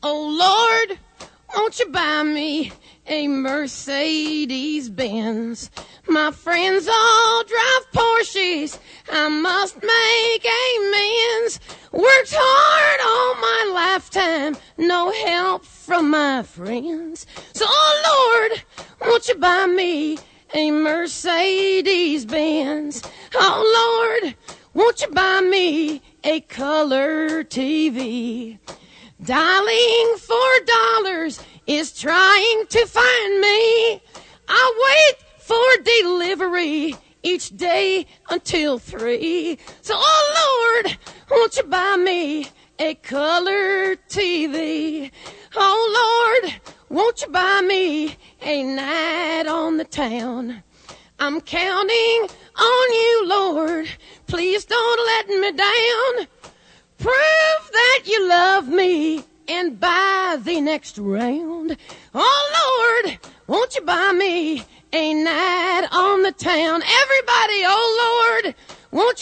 [SPEAKER 11] Oh Lord, won't you buy me a Mercedes Benz? My friends all drive Porsches. I must make amends. Worked hard all my lifetime, no help from my friends. So, oh Lord, won't you buy me a Mercedes Benz? Oh Lord, won't you buy me a color TV? Dialing for dollars is trying to find me. I wait for delivery each day until three. So, oh Lord, won't you buy me a color TV? Oh Lord, won't you buy me a night on the town? I'm counting on you, Lord. Please don't let me down. Prove that you love me and buy the next round. Oh Lord, won't you buy me a night on the town? Everybody, oh Lord, won't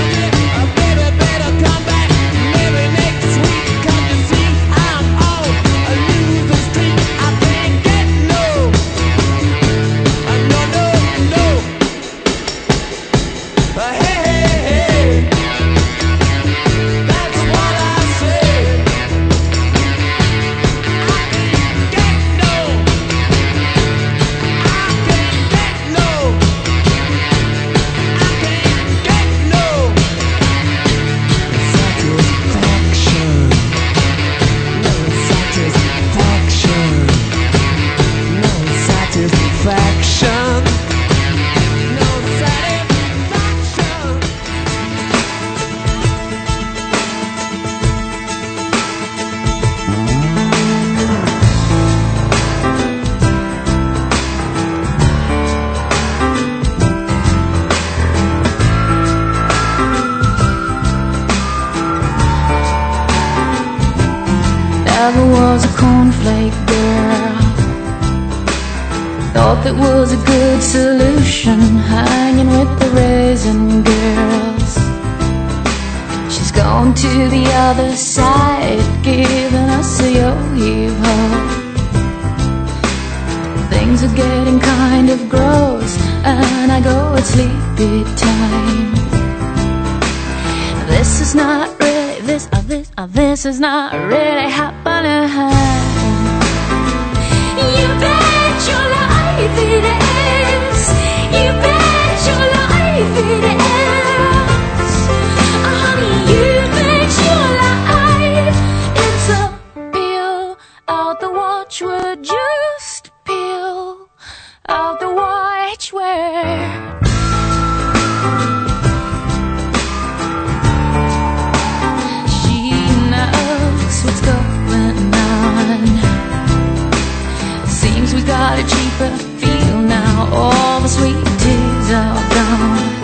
[SPEAKER 9] Come to see I'm all a losing streak. I can't get
[SPEAKER 12] I was a cornflake girl. Thought that was a good solution, hanging with the raisin girls. She's gone to the other side, giving us a yo-yo. Things are getting kind of gross, and I go at sleepy time. This is not really this uh, this uh, this is not really happening. You bet your life it Uh-huh, ends. You bet your life it ends. Uh, honey, you bet your life it's a peel out the watchword. Just peel out the watchword. She knows what's going on. Seems we got a cheaper feel now. All the sweet tears are gone.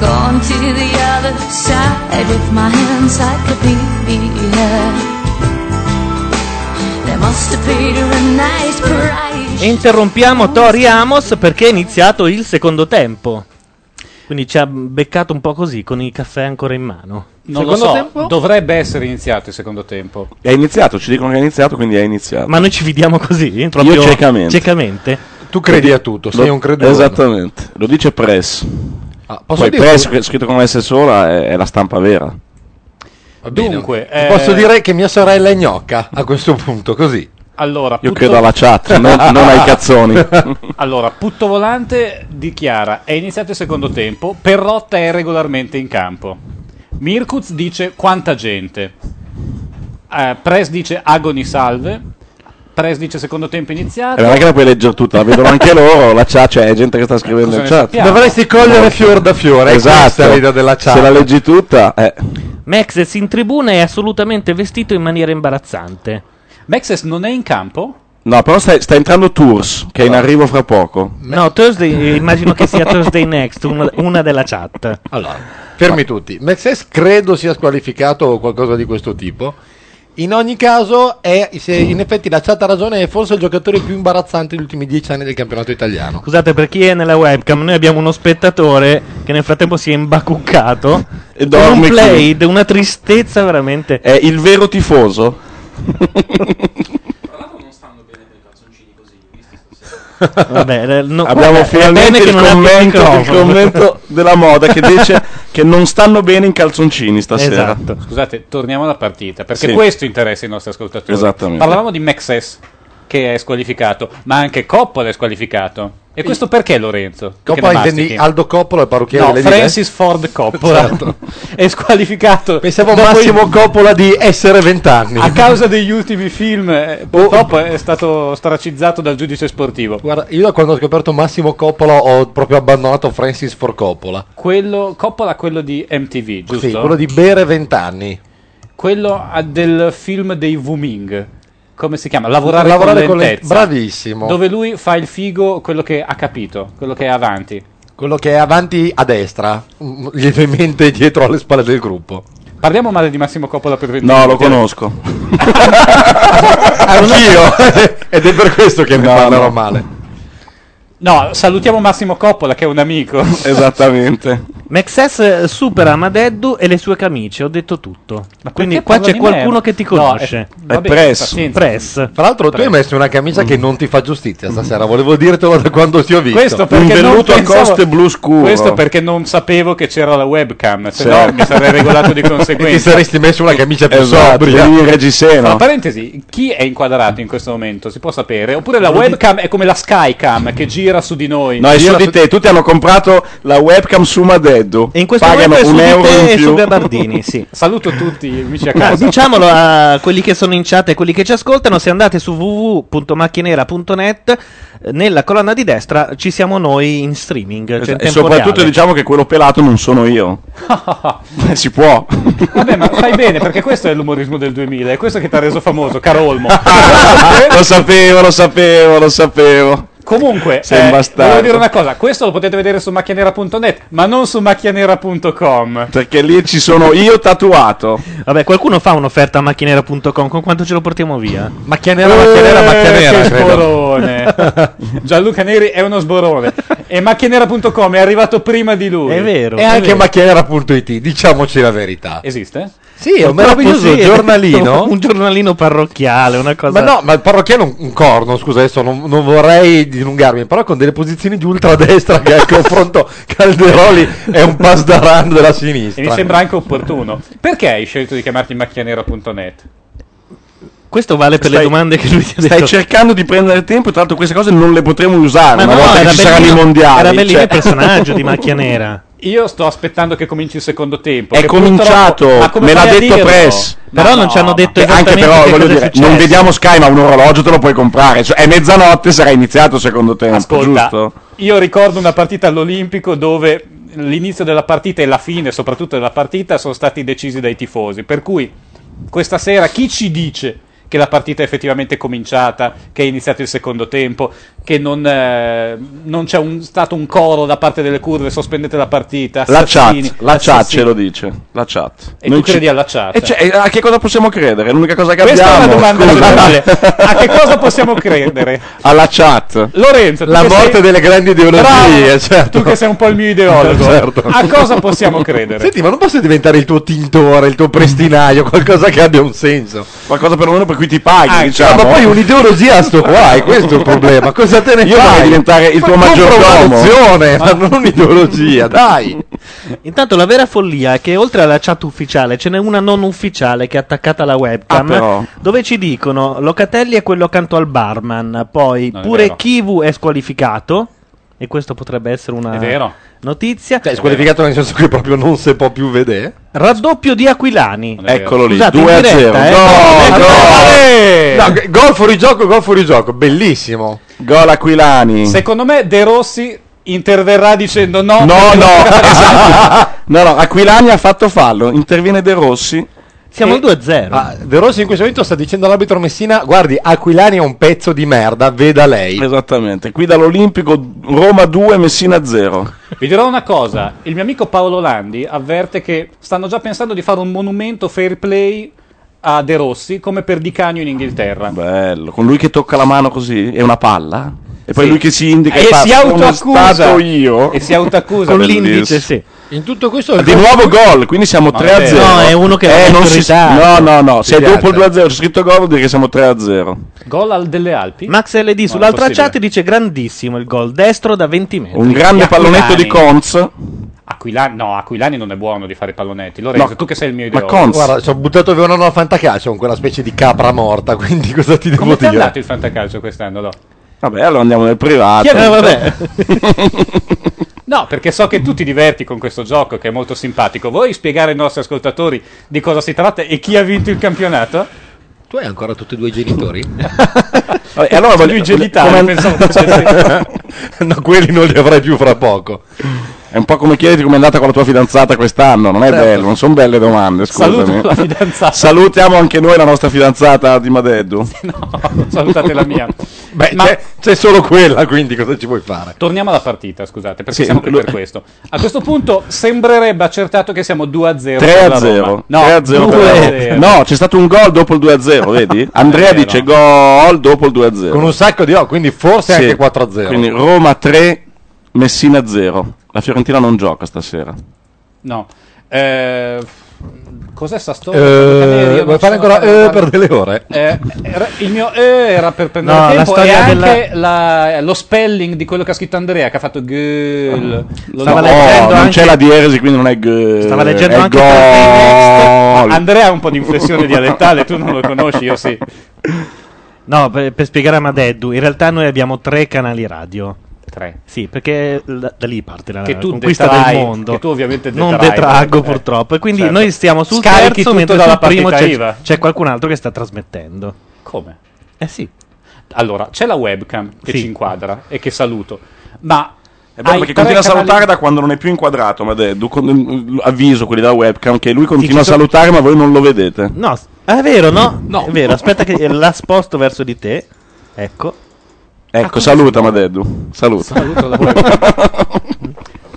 [SPEAKER 12] Gone to the other side with my encyclopedia. There must have paid her a nice price.
[SPEAKER 1] Interrompiamo Tori Amos perché è iniziato il secondo tempo. Quindi ci ha beccato un po' così, con il caffè ancora in mano.
[SPEAKER 4] Non lo so, dovrebbe essere iniziato il secondo tempo.
[SPEAKER 5] È iniziato, ci dicono che è iniziato, quindi è iniziato.
[SPEAKER 1] Ma noi ci fidiamo così?
[SPEAKER 5] Io ciecamente.
[SPEAKER 1] ciecamente?
[SPEAKER 3] Tu credi a tutto, sei un credulo.
[SPEAKER 5] Esattamente, lo dice Press.
[SPEAKER 3] posso
[SPEAKER 5] Poi
[SPEAKER 3] dire-
[SPEAKER 5] Press, che è scritto con S sola, è, è la stampa vera.
[SPEAKER 4] Dunque, eh,
[SPEAKER 3] Posso dire che mia sorella è gnocca a questo punto, così.
[SPEAKER 4] Allora,
[SPEAKER 5] Io
[SPEAKER 4] Putto-
[SPEAKER 5] credo alla chat, non, non ai cazzoni.
[SPEAKER 4] allora, Putto Volante dichiara: è iniziato il secondo tempo. Perrotta è regolarmente in campo. Mirkuz dice: quanta gente. Eh, Press dice: agoni salve. Press dice: secondo tempo
[SPEAKER 5] Eh,
[SPEAKER 4] iniziato.
[SPEAKER 5] non è che la puoi leggere tutta, la vedono anche loro, la chat, cioè è gente che sta scrivendo
[SPEAKER 4] Cosa
[SPEAKER 5] in
[SPEAKER 4] ne
[SPEAKER 5] chat. Esatto.
[SPEAKER 4] sappiamo?
[SPEAKER 3] Dovresti cogliere fior da fiore, è questa l'idea della chat.
[SPEAKER 5] Se la leggi tutta, eh.
[SPEAKER 1] Maxes in tribuna è assolutamente vestito in maniera imbarazzante.
[SPEAKER 4] Maxes non è in campo?
[SPEAKER 5] No, però sta, sta entrando Tours, che è in arrivo fra poco.
[SPEAKER 1] No, Thursday, immagino che sia Thursday Next, una, una della chat.
[SPEAKER 3] Allora, fermi tutti. Mexes credo sia squalificato o qualcosa di questo tipo. In ogni caso, è, se in effetti la chat ha ragione, è forse il giocatore più imbarazzante degli ultimi dieci anni del campionato italiano.
[SPEAKER 1] Scusate, per chi è nella webcam, noi abbiamo uno spettatore che nel frattempo si è imbacuccato. con
[SPEAKER 5] E
[SPEAKER 1] un
[SPEAKER 5] dorme qui.
[SPEAKER 1] played, una tristezza veramente.
[SPEAKER 5] È il vero tifoso.
[SPEAKER 1] Vabbè, eh, no,
[SPEAKER 5] Abbiamo
[SPEAKER 1] guarda, è
[SPEAKER 5] finalmente
[SPEAKER 1] bene che
[SPEAKER 5] il
[SPEAKER 1] non abbia il
[SPEAKER 5] commento, il
[SPEAKER 1] microfono.
[SPEAKER 5] commento della moda che dice che non stanno bene in calzoncini stasera.
[SPEAKER 4] Esatto.
[SPEAKER 3] Esatto.
[SPEAKER 4] Scusate, torniamo alla partita, perché
[SPEAKER 5] Sì.
[SPEAKER 4] questo interessa i nostri ascoltatori.
[SPEAKER 5] Esattamente.
[SPEAKER 4] Parlavamo di Maxes che è squalificato, ma anche Coppola è squalificato. E questo perché Lorenzo?
[SPEAKER 3] Coppola intendi Aldo Coppola, il parrucchiere
[SPEAKER 4] No,
[SPEAKER 3] delle Esatto.
[SPEAKER 4] Francis Ford Coppola è squalificato.
[SPEAKER 3] Pensavo
[SPEAKER 4] dopo
[SPEAKER 3] Massimo
[SPEAKER 4] il-
[SPEAKER 3] Coppola di essere vent'anni.
[SPEAKER 4] a causa degli ultimi film, eh, purtroppo è stato stracizzato dal giudice sportivo.
[SPEAKER 3] Guarda, io da quando ho scoperto Massimo Coppola ho proprio abbandonato Francis for Coppola.
[SPEAKER 4] Quello, Coppola, quello di MTV, giusto?
[SPEAKER 3] Sì, quello di bere vent'anni.
[SPEAKER 4] Quello ah, del film dei Wuming. Come si chiama? Lavorare,
[SPEAKER 3] Lavorare
[SPEAKER 4] con
[SPEAKER 3] con le-
[SPEAKER 4] lentezza.
[SPEAKER 3] bravissimo.
[SPEAKER 4] Dove lui fa il figo, quello che ha capito, quello che è avanti.
[SPEAKER 3] Quello che è avanti a destra, mm, lievemente dietro alle spalle del gruppo.
[SPEAKER 4] Parliamo male di Massimo Coppola per
[SPEAKER 5] No, lo conosco.
[SPEAKER 3] Ah, Anch'io! Ed è per questo che ne parlerò male.
[SPEAKER 4] No, salutiamo Massimo Coppola che è un amico.
[SPEAKER 5] Esatto, Esattamente.
[SPEAKER 1] Maxes eh, supera Madeddu e le sue camicie, ho detto tutto. Quindi qua
[SPEAKER 3] parla
[SPEAKER 1] c'è
[SPEAKER 3] di
[SPEAKER 1] qualcuno
[SPEAKER 3] me?
[SPEAKER 1] che ti
[SPEAKER 3] No,
[SPEAKER 1] conosce.
[SPEAKER 3] è- vabbè, È Press. pazienza.
[SPEAKER 1] Press.
[SPEAKER 3] Tra l'altro, tu hai messo una camicia che non ti fa giustizia stasera. Volevo dirtelo da quando ti ho visto.
[SPEAKER 4] Questo perché non pensavo- Questo
[SPEAKER 3] perché
[SPEAKER 4] perché non sapevo che c'era la webcam, se
[SPEAKER 3] Certo.
[SPEAKER 4] no mi sarei regolato di
[SPEAKER 3] E ti
[SPEAKER 4] conseguenza.
[SPEAKER 3] saresti messo una camicia più
[SPEAKER 4] Esatto,
[SPEAKER 3] sobria.
[SPEAKER 4] quindi Tra
[SPEAKER 5] reggiseno.
[SPEAKER 4] parentesi, chi è inquadrato in questo momento? Si può sapere? Oppure la
[SPEAKER 5] Lo dico-
[SPEAKER 4] webcam è come la Skycam che gira su di noi?
[SPEAKER 5] No, è su di te, tutti hanno comprato la webcam su Madeddu.
[SPEAKER 4] in questo
[SPEAKER 5] Pagano
[SPEAKER 4] momento è
[SPEAKER 5] un
[SPEAKER 4] su di
[SPEAKER 5] euro
[SPEAKER 4] te
[SPEAKER 5] in
[SPEAKER 4] e
[SPEAKER 5] più.
[SPEAKER 4] su
[SPEAKER 1] Gabardini, sì.
[SPEAKER 4] Saluto tutti gli amici
[SPEAKER 5] Cioè,
[SPEAKER 4] a
[SPEAKER 1] Ah,
[SPEAKER 4] casa.
[SPEAKER 1] diciamolo a quelli che sono in chat e quelli che ci ascoltano, se andate su www.macchinera.net, eh, nella colonna di destra ci siamo noi in streaming. cioè in
[SPEAKER 5] Esatto. e
[SPEAKER 1] tempo
[SPEAKER 5] soprattutto
[SPEAKER 1] reale.
[SPEAKER 5] diciamo che quello pelato non sono io. si può.
[SPEAKER 4] Vabbè, ma fai bene perché questo è l'umorismo del 2000, è questo che ti ha reso famoso, caro Olmo.
[SPEAKER 5] lo sapevo, lo sapevo, lo sapevo.
[SPEAKER 4] Comunque,
[SPEAKER 5] Sei un
[SPEAKER 4] eh,
[SPEAKER 5] bastardo.
[SPEAKER 4] volevo dire una cosa, questo lo potete vedere su macchianera.net, ma non su macchianera.com.
[SPEAKER 5] Perché lì ci sono io tatuato.
[SPEAKER 1] Vabbè, qualcuno fa un'offerta a macchinera.com. Con quanto ce lo portiamo via?
[SPEAKER 3] Macchinera,
[SPEAKER 4] Eh,
[SPEAKER 1] macchinera,
[SPEAKER 4] che sborone. Gianluca Neri è uno sborone. E macchianera.com è arrivato prima di lui. È vero. Esatto.
[SPEAKER 3] E anche macchianera.it, diciamoci la verità.
[SPEAKER 4] Esiste?
[SPEAKER 3] Sì, è un meraviglioso giornalino.
[SPEAKER 1] Un giornalino parrocchiale, una cosa.
[SPEAKER 3] Ma no, ma il parrocchiano è un- un corno, scusa, adesso non, non vorrei dilungarmi, però con delle posizioni di ultradestra che al confronto Calderoli è un pasdaran della sinistra.
[SPEAKER 4] E mi sembra anche opportuno. Perché hai scelto di chiamarti macchianera.net?
[SPEAKER 1] Questo vale per le domande che lui ti ha detto.
[SPEAKER 5] Stai cercando di prendere tempo, tra l'altro queste cose non le potremo usare
[SPEAKER 1] Ma
[SPEAKER 5] una
[SPEAKER 1] no,
[SPEAKER 5] volta che
[SPEAKER 1] era
[SPEAKER 5] ci saranno i
[SPEAKER 1] bellino-
[SPEAKER 5] mondiali.
[SPEAKER 1] era bellino
[SPEAKER 5] cioè.
[SPEAKER 1] il personaggio di Macchia Nera.
[SPEAKER 4] Io sto aspettando che cominci il secondo tempo.
[SPEAKER 5] È
[SPEAKER 4] che
[SPEAKER 5] cominciato,
[SPEAKER 4] purtroppo- ma come
[SPEAKER 5] me l'ha
[SPEAKER 4] fai a
[SPEAKER 5] detto
[SPEAKER 4] dirlo?
[SPEAKER 5] Press.
[SPEAKER 4] No, no, ma-
[SPEAKER 5] Che Anche però, voglio dire, non vediamo Sky, ma un orologio te lo puoi comprare. Cioè, è mezzanotte, sarà iniziato il secondo tempo, giusto?
[SPEAKER 4] Io ricordo una partita all'Olimpico dove l'inizio della partita e la fine, soprattutto della partita, sono stati decisi dai tifosi. Per cui questa sera chi ci dice che la partita è effettivamente cominciata, che è iniziato il secondo tempo, che non, eh, non c'è un- stato un coro da parte delle curve, sospendete la partita.
[SPEAKER 5] La
[SPEAKER 4] assassini,
[SPEAKER 5] chat, la chat
[SPEAKER 4] assassini.
[SPEAKER 5] ce lo dice. La chat.
[SPEAKER 4] E tu credi alla chat?
[SPEAKER 5] E cioè, e a che cosa possiamo credere? È L'unica cosa che
[SPEAKER 4] Questa è una
[SPEAKER 5] abbiamo.
[SPEAKER 4] domanda
[SPEAKER 5] scusa.
[SPEAKER 4] generale. A che cosa possiamo credere?
[SPEAKER 5] alla chat.
[SPEAKER 4] Lorenzo, tu
[SPEAKER 5] La
[SPEAKER 4] che
[SPEAKER 5] morte
[SPEAKER 4] sei-
[SPEAKER 3] delle grandi ideologie,
[SPEAKER 4] Bravo,
[SPEAKER 3] certo.
[SPEAKER 4] Tu che sei un po' il mio ideologo.
[SPEAKER 3] Certo.
[SPEAKER 4] A cosa possiamo credere?
[SPEAKER 3] Senti, ma non posso diventare il tuo tintore, il tuo prestinaio, qualcosa che abbia un senso. Ah,
[SPEAKER 5] Qualcosa perlomeno per cui ti paghi,
[SPEAKER 4] Ah,
[SPEAKER 5] diciamo.
[SPEAKER 3] Ma poi un'ideologia sto qua, è questo il problema. Cosa te ne
[SPEAKER 5] Io
[SPEAKER 3] fai?
[SPEAKER 5] vorrei diventare il
[SPEAKER 3] Ma
[SPEAKER 5] tuo
[SPEAKER 3] compra
[SPEAKER 5] maggiordomo. Ah.
[SPEAKER 3] un'azione, Ma non un'ideologia, dai.
[SPEAKER 1] Intanto la vera follia è che oltre alla chat ufficiale ce n'è una non ufficiale che è attaccata alla webcam
[SPEAKER 5] Ah, però.
[SPEAKER 1] dove ci dicono Locatelli è quello accanto al barman, poi
[SPEAKER 5] Non è
[SPEAKER 1] pure
[SPEAKER 5] vero.
[SPEAKER 1] Kivu è squalificato e questo potrebbe essere una
[SPEAKER 3] È vero.
[SPEAKER 1] notizia.
[SPEAKER 5] Cioè,
[SPEAKER 3] È squalificato nel senso che proprio non si può più vedere.
[SPEAKER 1] Raddoppio di Aquilani.
[SPEAKER 3] Eccolo lì,
[SPEAKER 1] Scusate,
[SPEAKER 3] 2
[SPEAKER 1] in
[SPEAKER 3] a 0.
[SPEAKER 1] diretta, eh.
[SPEAKER 3] Gol,
[SPEAKER 4] gol!
[SPEAKER 3] No, g- gol fuori gioco, gol fuori gioco, bellissimo.
[SPEAKER 5] Gol Aquilani.
[SPEAKER 4] Secondo me De Rossi interverrà dicendo no.
[SPEAKER 5] No, no, esatto. No, no, Aquilani ha fatto fallo, interviene De Rossi.
[SPEAKER 3] Siamo al
[SPEAKER 1] 2-0.
[SPEAKER 3] Ah, De Rossi in questo momento sta dicendo all'arbitro Messina, guardi, Aquilani è un pezzo di merda, veda lei.
[SPEAKER 5] Esattamente, qui dall'Olimpico Roma 2, Messina 0.
[SPEAKER 4] Vi dirò una cosa, il mio amico Paolo Landi avverte che stanno già pensando di fare un monumento fair play a De Rossi come per Di Canio in Inghilterra.
[SPEAKER 5] Bello, con lui che tocca la mano così, è una palla. E poi lui che si indica
[SPEAKER 4] e
[SPEAKER 5] fa,
[SPEAKER 4] si
[SPEAKER 5] "Sono
[SPEAKER 4] autoaccusa
[SPEAKER 5] stato io.
[SPEAKER 4] e si autoaccusa
[SPEAKER 5] Con l'indice,
[SPEAKER 4] sì.
[SPEAKER 3] In tutto questo
[SPEAKER 5] Di nuovo gol, quindi siamo
[SPEAKER 4] Ma
[SPEAKER 5] 3 a
[SPEAKER 4] vabbè.
[SPEAKER 5] 0.
[SPEAKER 4] No, è uno che l'ha detto
[SPEAKER 5] non
[SPEAKER 4] in
[SPEAKER 5] si-
[SPEAKER 4] ritardo.
[SPEAKER 5] No, no, no, se è
[SPEAKER 4] Pigliate.
[SPEAKER 5] dopo il 2 a 0 c'è scritto gol vuol dire che siamo 3 a 0.
[SPEAKER 4] Gol al delle Alpi.
[SPEAKER 1] Max LD sull'altra chat dice grandissimo il gol destro da 20 metri.
[SPEAKER 5] Un grande pallonetto di Conz.
[SPEAKER 4] Aquilani, no, Aquilani non è buono di fare i pallonetti. Lorenzo,
[SPEAKER 3] No,
[SPEAKER 4] tu che sei il mio
[SPEAKER 3] Ma
[SPEAKER 4] ideologo.
[SPEAKER 3] Conz. Guarda, ci ho buttato via una nuova fantacalcio con quella specie di capra morta, quindi cosa ti devo
[SPEAKER 4] Come ti è
[SPEAKER 3] dire?
[SPEAKER 4] andato il fantacalcio quest'anno? No?
[SPEAKER 5] Vabbè, allora andiamo nel privato.
[SPEAKER 4] Chi ha vinto?
[SPEAKER 5] vabbè.
[SPEAKER 4] No, perché so che tu ti diverti con questo gioco che è molto simpatico. Vuoi spiegare ai nostri ascoltatori di cosa si tratta e chi ha vinto il campionato?
[SPEAKER 3] Tu hai ancora tutti e due i genitori?
[SPEAKER 5] e allora voglio-
[SPEAKER 4] lui genitale,
[SPEAKER 5] come-
[SPEAKER 4] pensavo facesse-
[SPEAKER 3] no, quelli non li avrai più fra poco.
[SPEAKER 5] È un po' come chiederti com'è andata con la tua fidanzata quest'anno, non è
[SPEAKER 3] Certo.
[SPEAKER 5] bello, non sono belle domande,
[SPEAKER 4] Saluto
[SPEAKER 5] scusami.
[SPEAKER 4] la fidanzata.
[SPEAKER 5] Salutiamo anche noi la nostra fidanzata di Madeddu.
[SPEAKER 4] Salutate la mia.
[SPEAKER 3] Beh, c'è, c'è solo quella, quindi cosa ci vuoi fare?
[SPEAKER 4] Torniamo alla partita, scusate, perché
[SPEAKER 3] Sì,
[SPEAKER 4] siamo qui
[SPEAKER 3] lo-
[SPEAKER 4] per questo. A questo punto sembrerebbe accertato che siamo 2-0.
[SPEAKER 5] 3
[SPEAKER 4] per la
[SPEAKER 5] a
[SPEAKER 4] Roma.
[SPEAKER 5] 0.
[SPEAKER 4] No,
[SPEAKER 5] 3 a 0
[SPEAKER 4] 2-0.
[SPEAKER 5] No, c'è stato un gol dopo il 2 a 0, vedi? Andrea
[SPEAKER 4] È vero.
[SPEAKER 5] dice gol dopo il 2 a 0.
[SPEAKER 3] Con un sacco di oh, quindi forse
[SPEAKER 5] Sì.
[SPEAKER 3] anche 4 a 0.
[SPEAKER 5] Quindi Roma 3, Messina 0. La Fiorentina non gioca stasera.
[SPEAKER 4] No. Eh, cos'è sta storia?
[SPEAKER 5] Eh,
[SPEAKER 4] Caneri, io non
[SPEAKER 5] vuoi fare
[SPEAKER 4] sono
[SPEAKER 5] ancora,
[SPEAKER 4] parlato.
[SPEAKER 5] eh, per delle ore?
[SPEAKER 4] Eh, era- il mio eh era per prendere
[SPEAKER 1] No, la
[SPEAKER 4] tempo e
[SPEAKER 1] storia
[SPEAKER 4] anche la- lo spelling di quello che ha scritto Andrea che ha fatto girl. Lo-
[SPEAKER 5] No, non c'è la dieresi, quindi non è gol.
[SPEAKER 4] Stava leggendo
[SPEAKER 5] è
[SPEAKER 4] anche
[SPEAKER 5] gol.
[SPEAKER 4] Ma Andrea ha un po' di inflessione dialettale, tu non lo conosci, io sì.
[SPEAKER 1] No, per, per spiegare a Madeddu, in realtà noi abbiamo tre canali radio.
[SPEAKER 4] Tre.
[SPEAKER 1] Sì, perché l- da lì parte la
[SPEAKER 4] Che tu
[SPEAKER 1] conquista
[SPEAKER 4] detrai,
[SPEAKER 1] del mondo.
[SPEAKER 4] che tu ovviamente
[SPEAKER 1] non
[SPEAKER 4] detrai.
[SPEAKER 1] detraggo
[SPEAKER 4] Eh,
[SPEAKER 1] purtroppo. E quindi
[SPEAKER 4] certo.
[SPEAKER 1] noi stiamo sul
[SPEAKER 4] Scarichi
[SPEAKER 1] terzo
[SPEAKER 4] tutto
[SPEAKER 1] mentre
[SPEAKER 4] dalla
[SPEAKER 1] sul primo
[SPEAKER 4] partita
[SPEAKER 1] c'è,
[SPEAKER 4] IVA.
[SPEAKER 1] c'è qualcun altro che sta trasmettendo.
[SPEAKER 4] Come?
[SPEAKER 1] Eh sì.
[SPEAKER 4] Allora, c'è la webcam che
[SPEAKER 5] Sì.
[SPEAKER 4] ci inquadra e che saluto, ma...
[SPEAKER 5] È bello
[SPEAKER 4] hai
[SPEAKER 5] perché
[SPEAKER 4] tre
[SPEAKER 5] continua
[SPEAKER 4] canali-
[SPEAKER 5] a salutare da quando non è più inquadrato. Ma è- du- con- avviso quelli della webcam che lui continua a
[SPEAKER 1] ci sono-
[SPEAKER 5] salutare, ma voi non lo vedete.
[SPEAKER 1] No, s- ah, è vero, no? No. È vero, aspetta che la sposto verso di te. Ecco.
[SPEAKER 5] Ecco, saluta Madeddu. Saluta.
[SPEAKER 4] Saluto da voi.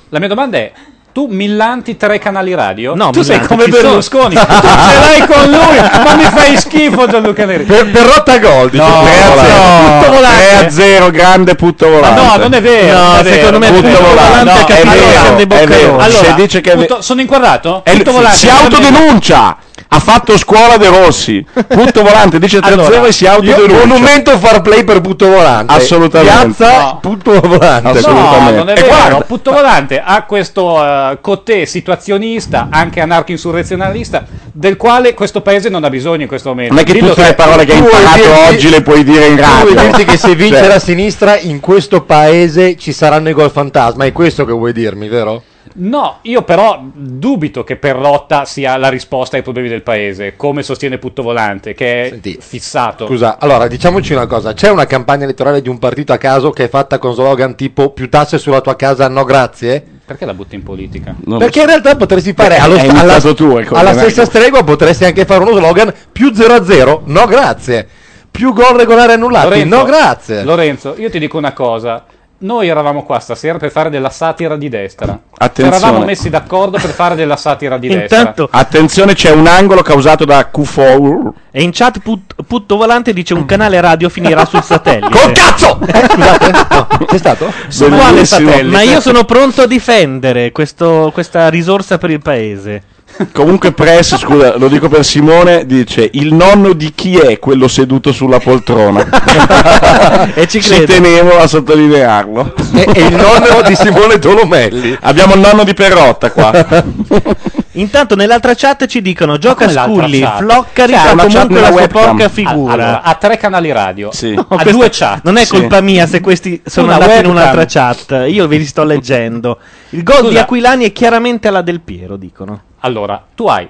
[SPEAKER 4] La mia domanda è: tu millanti tre canali radio? No, tu sei
[SPEAKER 5] millanti,
[SPEAKER 4] come
[SPEAKER 5] ci sono.
[SPEAKER 4] Berlusconi, tu ce l'hai con lui, ma mi fai schifo Gianluca Neri.
[SPEAKER 3] Per, per rotta gol, dice
[SPEAKER 5] No,
[SPEAKER 3] Tre a
[SPEAKER 5] no.
[SPEAKER 3] zero.
[SPEAKER 5] Tutto volante. 3 a 0, grande putto volante.
[SPEAKER 4] No, non è vero.
[SPEAKER 5] No,
[SPEAKER 4] è vero.
[SPEAKER 5] secondo me putto volante. No, è vero, è vero.
[SPEAKER 4] Allora,
[SPEAKER 5] Se dice che è
[SPEAKER 4] tutto-
[SPEAKER 5] ve-
[SPEAKER 4] sono inquadrato?
[SPEAKER 5] è-
[SPEAKER 4] Tutto volante,
[SPEAKER 5] si
[SPEAKER 4] non è vero.
[SPEAKER 5] autodenuncia. Ha fatto scuola De Rossi. Putto volante, dice 3 a 0 e si autodenuncia.
[SPEAKER 3] monumento far play per putto volante.
[SPEAKER 5] Assolutamente.
[SPEAKER 3] Piazza
[SPEAKER 4] No.
[SPEAKER 3] putto volante.
[SPEAKER 4] No, non è
[SPEAKER 3] E
[SPEAKER 4] vero.
[SPEAKER 3] guarda,
[SPEAKER 4] Putto Volante ha questo eh, cotè situazionista, anche anarcho-insurrezionalista, del quale questo paese non ha bisogno in questo momento.
[SPEAKER 5] Non è che
[SPEAKER 4] Dillo
[SPEAKER 5] tutte le
[SPEAKER 4] te.
[SPEAKER 5] parole che hai imparato oggi le puoi dire in
[SPEAKER 3] Tu
[SPEAKER 5] radio.
[SPEAKER 3] vuoi dirti che se vince
[SPEAKER 5] Cioè,
[SPEAKER 3] la sinistra in questo paese ci saranno i gol fantasma? È questo che vuoi dirmi, vero?
[SPEAKER 4] No, io però dubito che Perrotta sia la risposta ai problemi del paese, come sostiene Putto Volante, che è fissato.
[SPEAKER 3] Scusa, allora diciamoci una cosa: c'è una campagna elettorale di un partito a caso che è fatta con slogan tipo più tasse sulla tua casa, no grazie?
[SPEAKER 4] Perché la butti in politica?
[SPEAKER 3] Perché in realtà potresti fare
[SPEAKER 4] Perché
[SPEAKER 3] allo
[SPEAKER 4] hai
[SPEAKER 3] st- alla,
[SPEAKER 4] iniziato tu, ecco,
[SPEAKER 3] alla
[SPEAKER 4] dai.
[SPEAKER 3] stessa stregua, potresti anche fare uno slogan più 0 a 0, no grazie. Più gol regolari annullati, no grazie.
[SPEAKER 4] Lorenzo, io ti dico una cosa. Noi eravamo qua stasera per fare della satira di destra.
[SPEAKER 5] Attenzione.
[SPEAKER 4] Eravamo messi d'accordo per fare della satira di destra.
[SPEAKER 5] Attenzione, c'è un angolo causato da Q4.
[SPEAKER 1] E in chat put- Putto Volante dice un canale radio finirà sul satellite. Eh, Col
[SPEAKER 5] cazzo!
[SPEAKER 3] C'è stato?
[SPEAKER 1] Sono quale
[SPEAKER 5] Bellissimo.
[SPEAKER 1] satellite? Ma io sono pronto a difendere questo- questa risorsa per il paese.
[SPEAKER 5] Comunque Press, scusa, lo dico per Simone, dice il nonno di chi è quello seduto sulla poltrona?
[SPEAKER 1] e ci
[SPEAKER 5] Ci
[SPEAKER 1] credo.
[SPEAKER 5] tenevo a sottolinearlo.
[SPEAKER 3] E, e il nonno di Simone Tolomelli.
[SPEAKER 5] Abbiamo il nonno di Perrotta qua.
[SPEAKER 1] Intanto nell'altra chat ci dicono gioca
[SPEAKER 4] come l'altra
[SPEAKER 1] Sculli,
[SPEAKER 4] chat?
[SPEAKER 1] Floccari
[SPEAKER 4] C'è
[SPEAKER 1] fa
[SPEAKER 4] Cioè, una chat
[SPEAKER 1] comunque
[SPEAKER 4] nella
[SPEAKER 1] la sua
[SPEAKER 4] webcam.
[SPEAKER 1] porca
[SPEAKER 4] Ah, allora,
[SPEAKER 1] figura.
[SPEAKER 4] ha tre canali radio.
[SPEAKER 1] No,
[SPEAKER 4] Ha
[SPEAKER 1] questa-
[SPEAKER 4] due chat.
[SPEAKER 1] Non è
[SPEAKER 4] Sì.
[SPEAKER 1] colpa mia se questi sono
[SPEAKER 4] Una
[SPEAKER 1] andati in
[SPEAKER 4] webcam.
[SPEAKER 1] un'altra chat. Io ve li sto leggendo. Il gol di
[SPEAKER 4] Scusa.
[SPEAKER 1] Aquilani è chiaramente alla Del Piero, dicono.
[SPEAKER 4] Allora, tu hai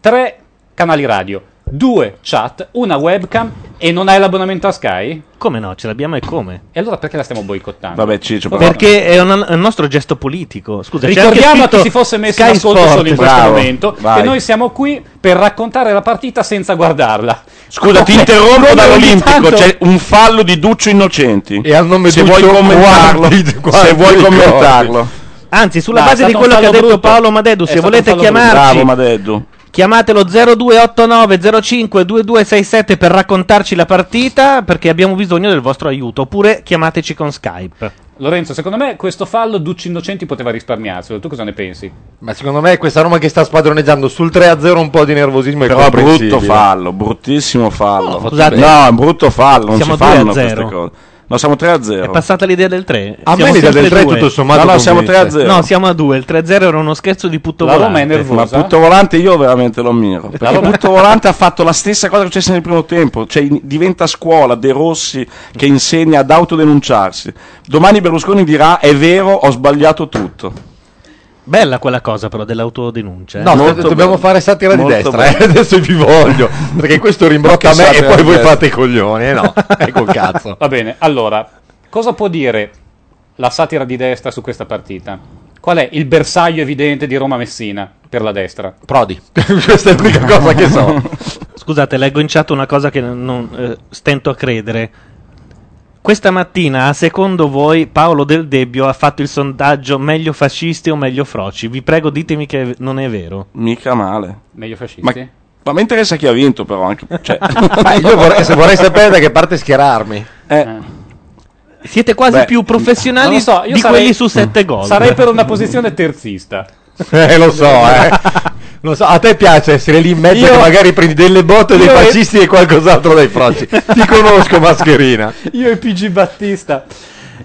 [SPEAKER 4] tre canali radio, due chat, una webcam e non hai l'abbonamento a Sky?
[SPEAKER 1] Come no? Ce l'abbiamo e come?
[SPEAKER 4] E allora perché la stiamo boicottando?
[SPEAKER 5] Vabbè, Ciccio, però.
[SPEAKER 1] Perché è un, è un nostro gesto politico. Scusa, c'è anche
[SPEAKER 4] Ricordiamo a
[SPEAKER 1] scritto
[SPEAKER 4] chi si fosse messo
[SPEAKER 1] Sky
[SPEAKER 4] in ascolto
[SPEAKER 1] Sport.
[SPEAKER 4] solo in questo momento
[SPEAKER 1] Vai.
[SPEAKER 4] che noi siamo qui per raccontare la partita senza guardarla.
[SPEAKER 5] Scusa, ti
[SPEAKER 3] Eh,
[SPEAKER 4] Come-
[SPEAKER 5] interrompo
[SPEAKER 4] come
[SPEAKER 5] dall'Olimpico.
[SPEAKER 4] ogni tanto-
[SPEAKER 5] C'è un fallo di Duccio Innocenti.
[SPEAKER 3] E al nome
[SPEAKER 5] se
[SPEAKER 3] Duccio,
[SPEAKER 5] vuoi commentarlo,
[SPEAKER 3] guardi- guardi
[SPEAKER 5] se vuoi
[SPEAKER 3] i ricordi.
[SPEAKER 5] commentarlo.
[SPEAKER 1] Anzi, sulla
[SPEAKER 5] No, è
[SPEAKER 1] base di
[SPEAKER 5] stato un
[SPEAKER 1] quello che ha
[SPEAKER 5] fallo
[SPEAKER 1] detto
[SPEAKER 5] brutto.
[SPEAKER 1] Paolo Madeddu,
[SPEAKER 5] È
[SPEAKER 1] se
[SPEAKER 5] stato un
[SPEAKER 1] volete
[SPEAKER 5] fallo brutto. Bravo,
[SPEAKER 1] chiamarci,
[SPEAKER 5] Madeddu.
[SPEAKER 1] chiamatelo 0289052267 per raccontarci la partita perché abbiamo bisogno del vostro aiuto. Oppure chiamateci con Skype.
[SPEAKER 4] Lorenzo, secondo me questo fallo Ducci Innocenti poteva risparmiarselo. Tu cosa ne pensi?
[SPEAKER 3] Ma secondo me questa Roma che sta spadroneggiando sul 3-0 un po' di nervosismo è
[SPEAKER 5] Però
[SPEAKER 3] comprensibile.
[SPEAKER 5] brutto fallo, bruttissimo fallo.
[SPEAKER 3] No, scusate.
[SPEAKER 5] no, è un brutto fallo, non
[SPEAKER 3] Siamo
[SPEAKER 5] si
[SPEAKER 3] 2 a
[SPEAKER 5] fanno
[SPEAKER 3] 0.
[SPEAKER 5] queste cose. No, siamo 3 a 0.
[SPEAKER 1] È passata l'idea del 3.
[SPEAKER 5] A me
[SPEAKER 1] Siamo
[SPEAKER 5] l'idea
[SPEAKER 1] sempre
[SPEAKER 5] del tre
[SPEAKER 1] due.
[SPEAKER 5] tutto sommato Oh. No, no, siamo convince. 3 a 0.
[SPEAKER 1] No, siamo a 2. Il 3 a 0 era uno scherzo di putto volante.
[SPEAKER 5] Ma putto volante io veramente lo ammiro. Perché
[SPEAKER 1] Roma-
[SPEAKER 5] putto volante ha fatto la stessa cosa che successe nel primo tempo. Cioè, in- diventa scuola De Rossi che insegna ad autodenunciarsi. Domani Berlusconi dirà: È vero, ho sbagliato tutto.
[SPEAKER 1] Bella quella cosa però dell'autodenuncia. eh.
[SPEAKER 3] No, aspetta, dobbiamo fare satira di
[SPEAKER 1] Molto
[SPEAKER 3] destra.
[SPEAKER 1] bello.
[SPEAKER 3] eh, Adesso vi voglio. Perché questo rimbrocca a me e poi voi fate i coglioni. eh, no, ecco il cazzo.
[SPEAKER 4] Va bene, allora, cosa può dire la satira di destra su questa partita? Qual è il bersaglio evidente di Roma-Messina per la destra?
[SPEAKER 3] Prodi. questa è l'unica cosa che so.
[SPEAKER 1] Scusate, leggo in chat una cosa che non eh, stento a credere. Questa mattina, secondo voi, Paolo Del Debbio ha fatto il sondaggio meglio fascisti o meglio froci? Vi prego, ditemi che non è vero.
[SPEAKER 5] Mica male.
[SPEAKER 4] Meglio fascisti.
[SPEAKER 5] Ma, ma mi interessa chi ha vinto, però. Anche, cioè.
[SPEAKER 3] Ma io vorrei, se vorrei sapere da che parte schierarmi.
[SPEAKER 5] Eh.
[SPEAKER 1] Siete quasi
[SPEAKER 3] Beh,
[SPEAKER 1] più professionali
[SPEAKER 4] non lo so, io
[SPEAKER 1] di
[SPEAKER 4] sarei-
[SPEAKER 1] quelli su 7 gol.
[SPEAKER 4] Sarei per una posizione terzista.
[SPEAKER 3] Eh, lo so, eh. Lo so, a te piace essere lì in mezzo
[SPEAKER 4] Io-
[SPEAKER 3] che magari prendi delle botte dei
[SPEAKER 4] io-
[SPEAKER 3] fascisti e qualcos'altro dai froci. Ti conosco, mascherina.
[SPEAKER 4] Io e PG Battista.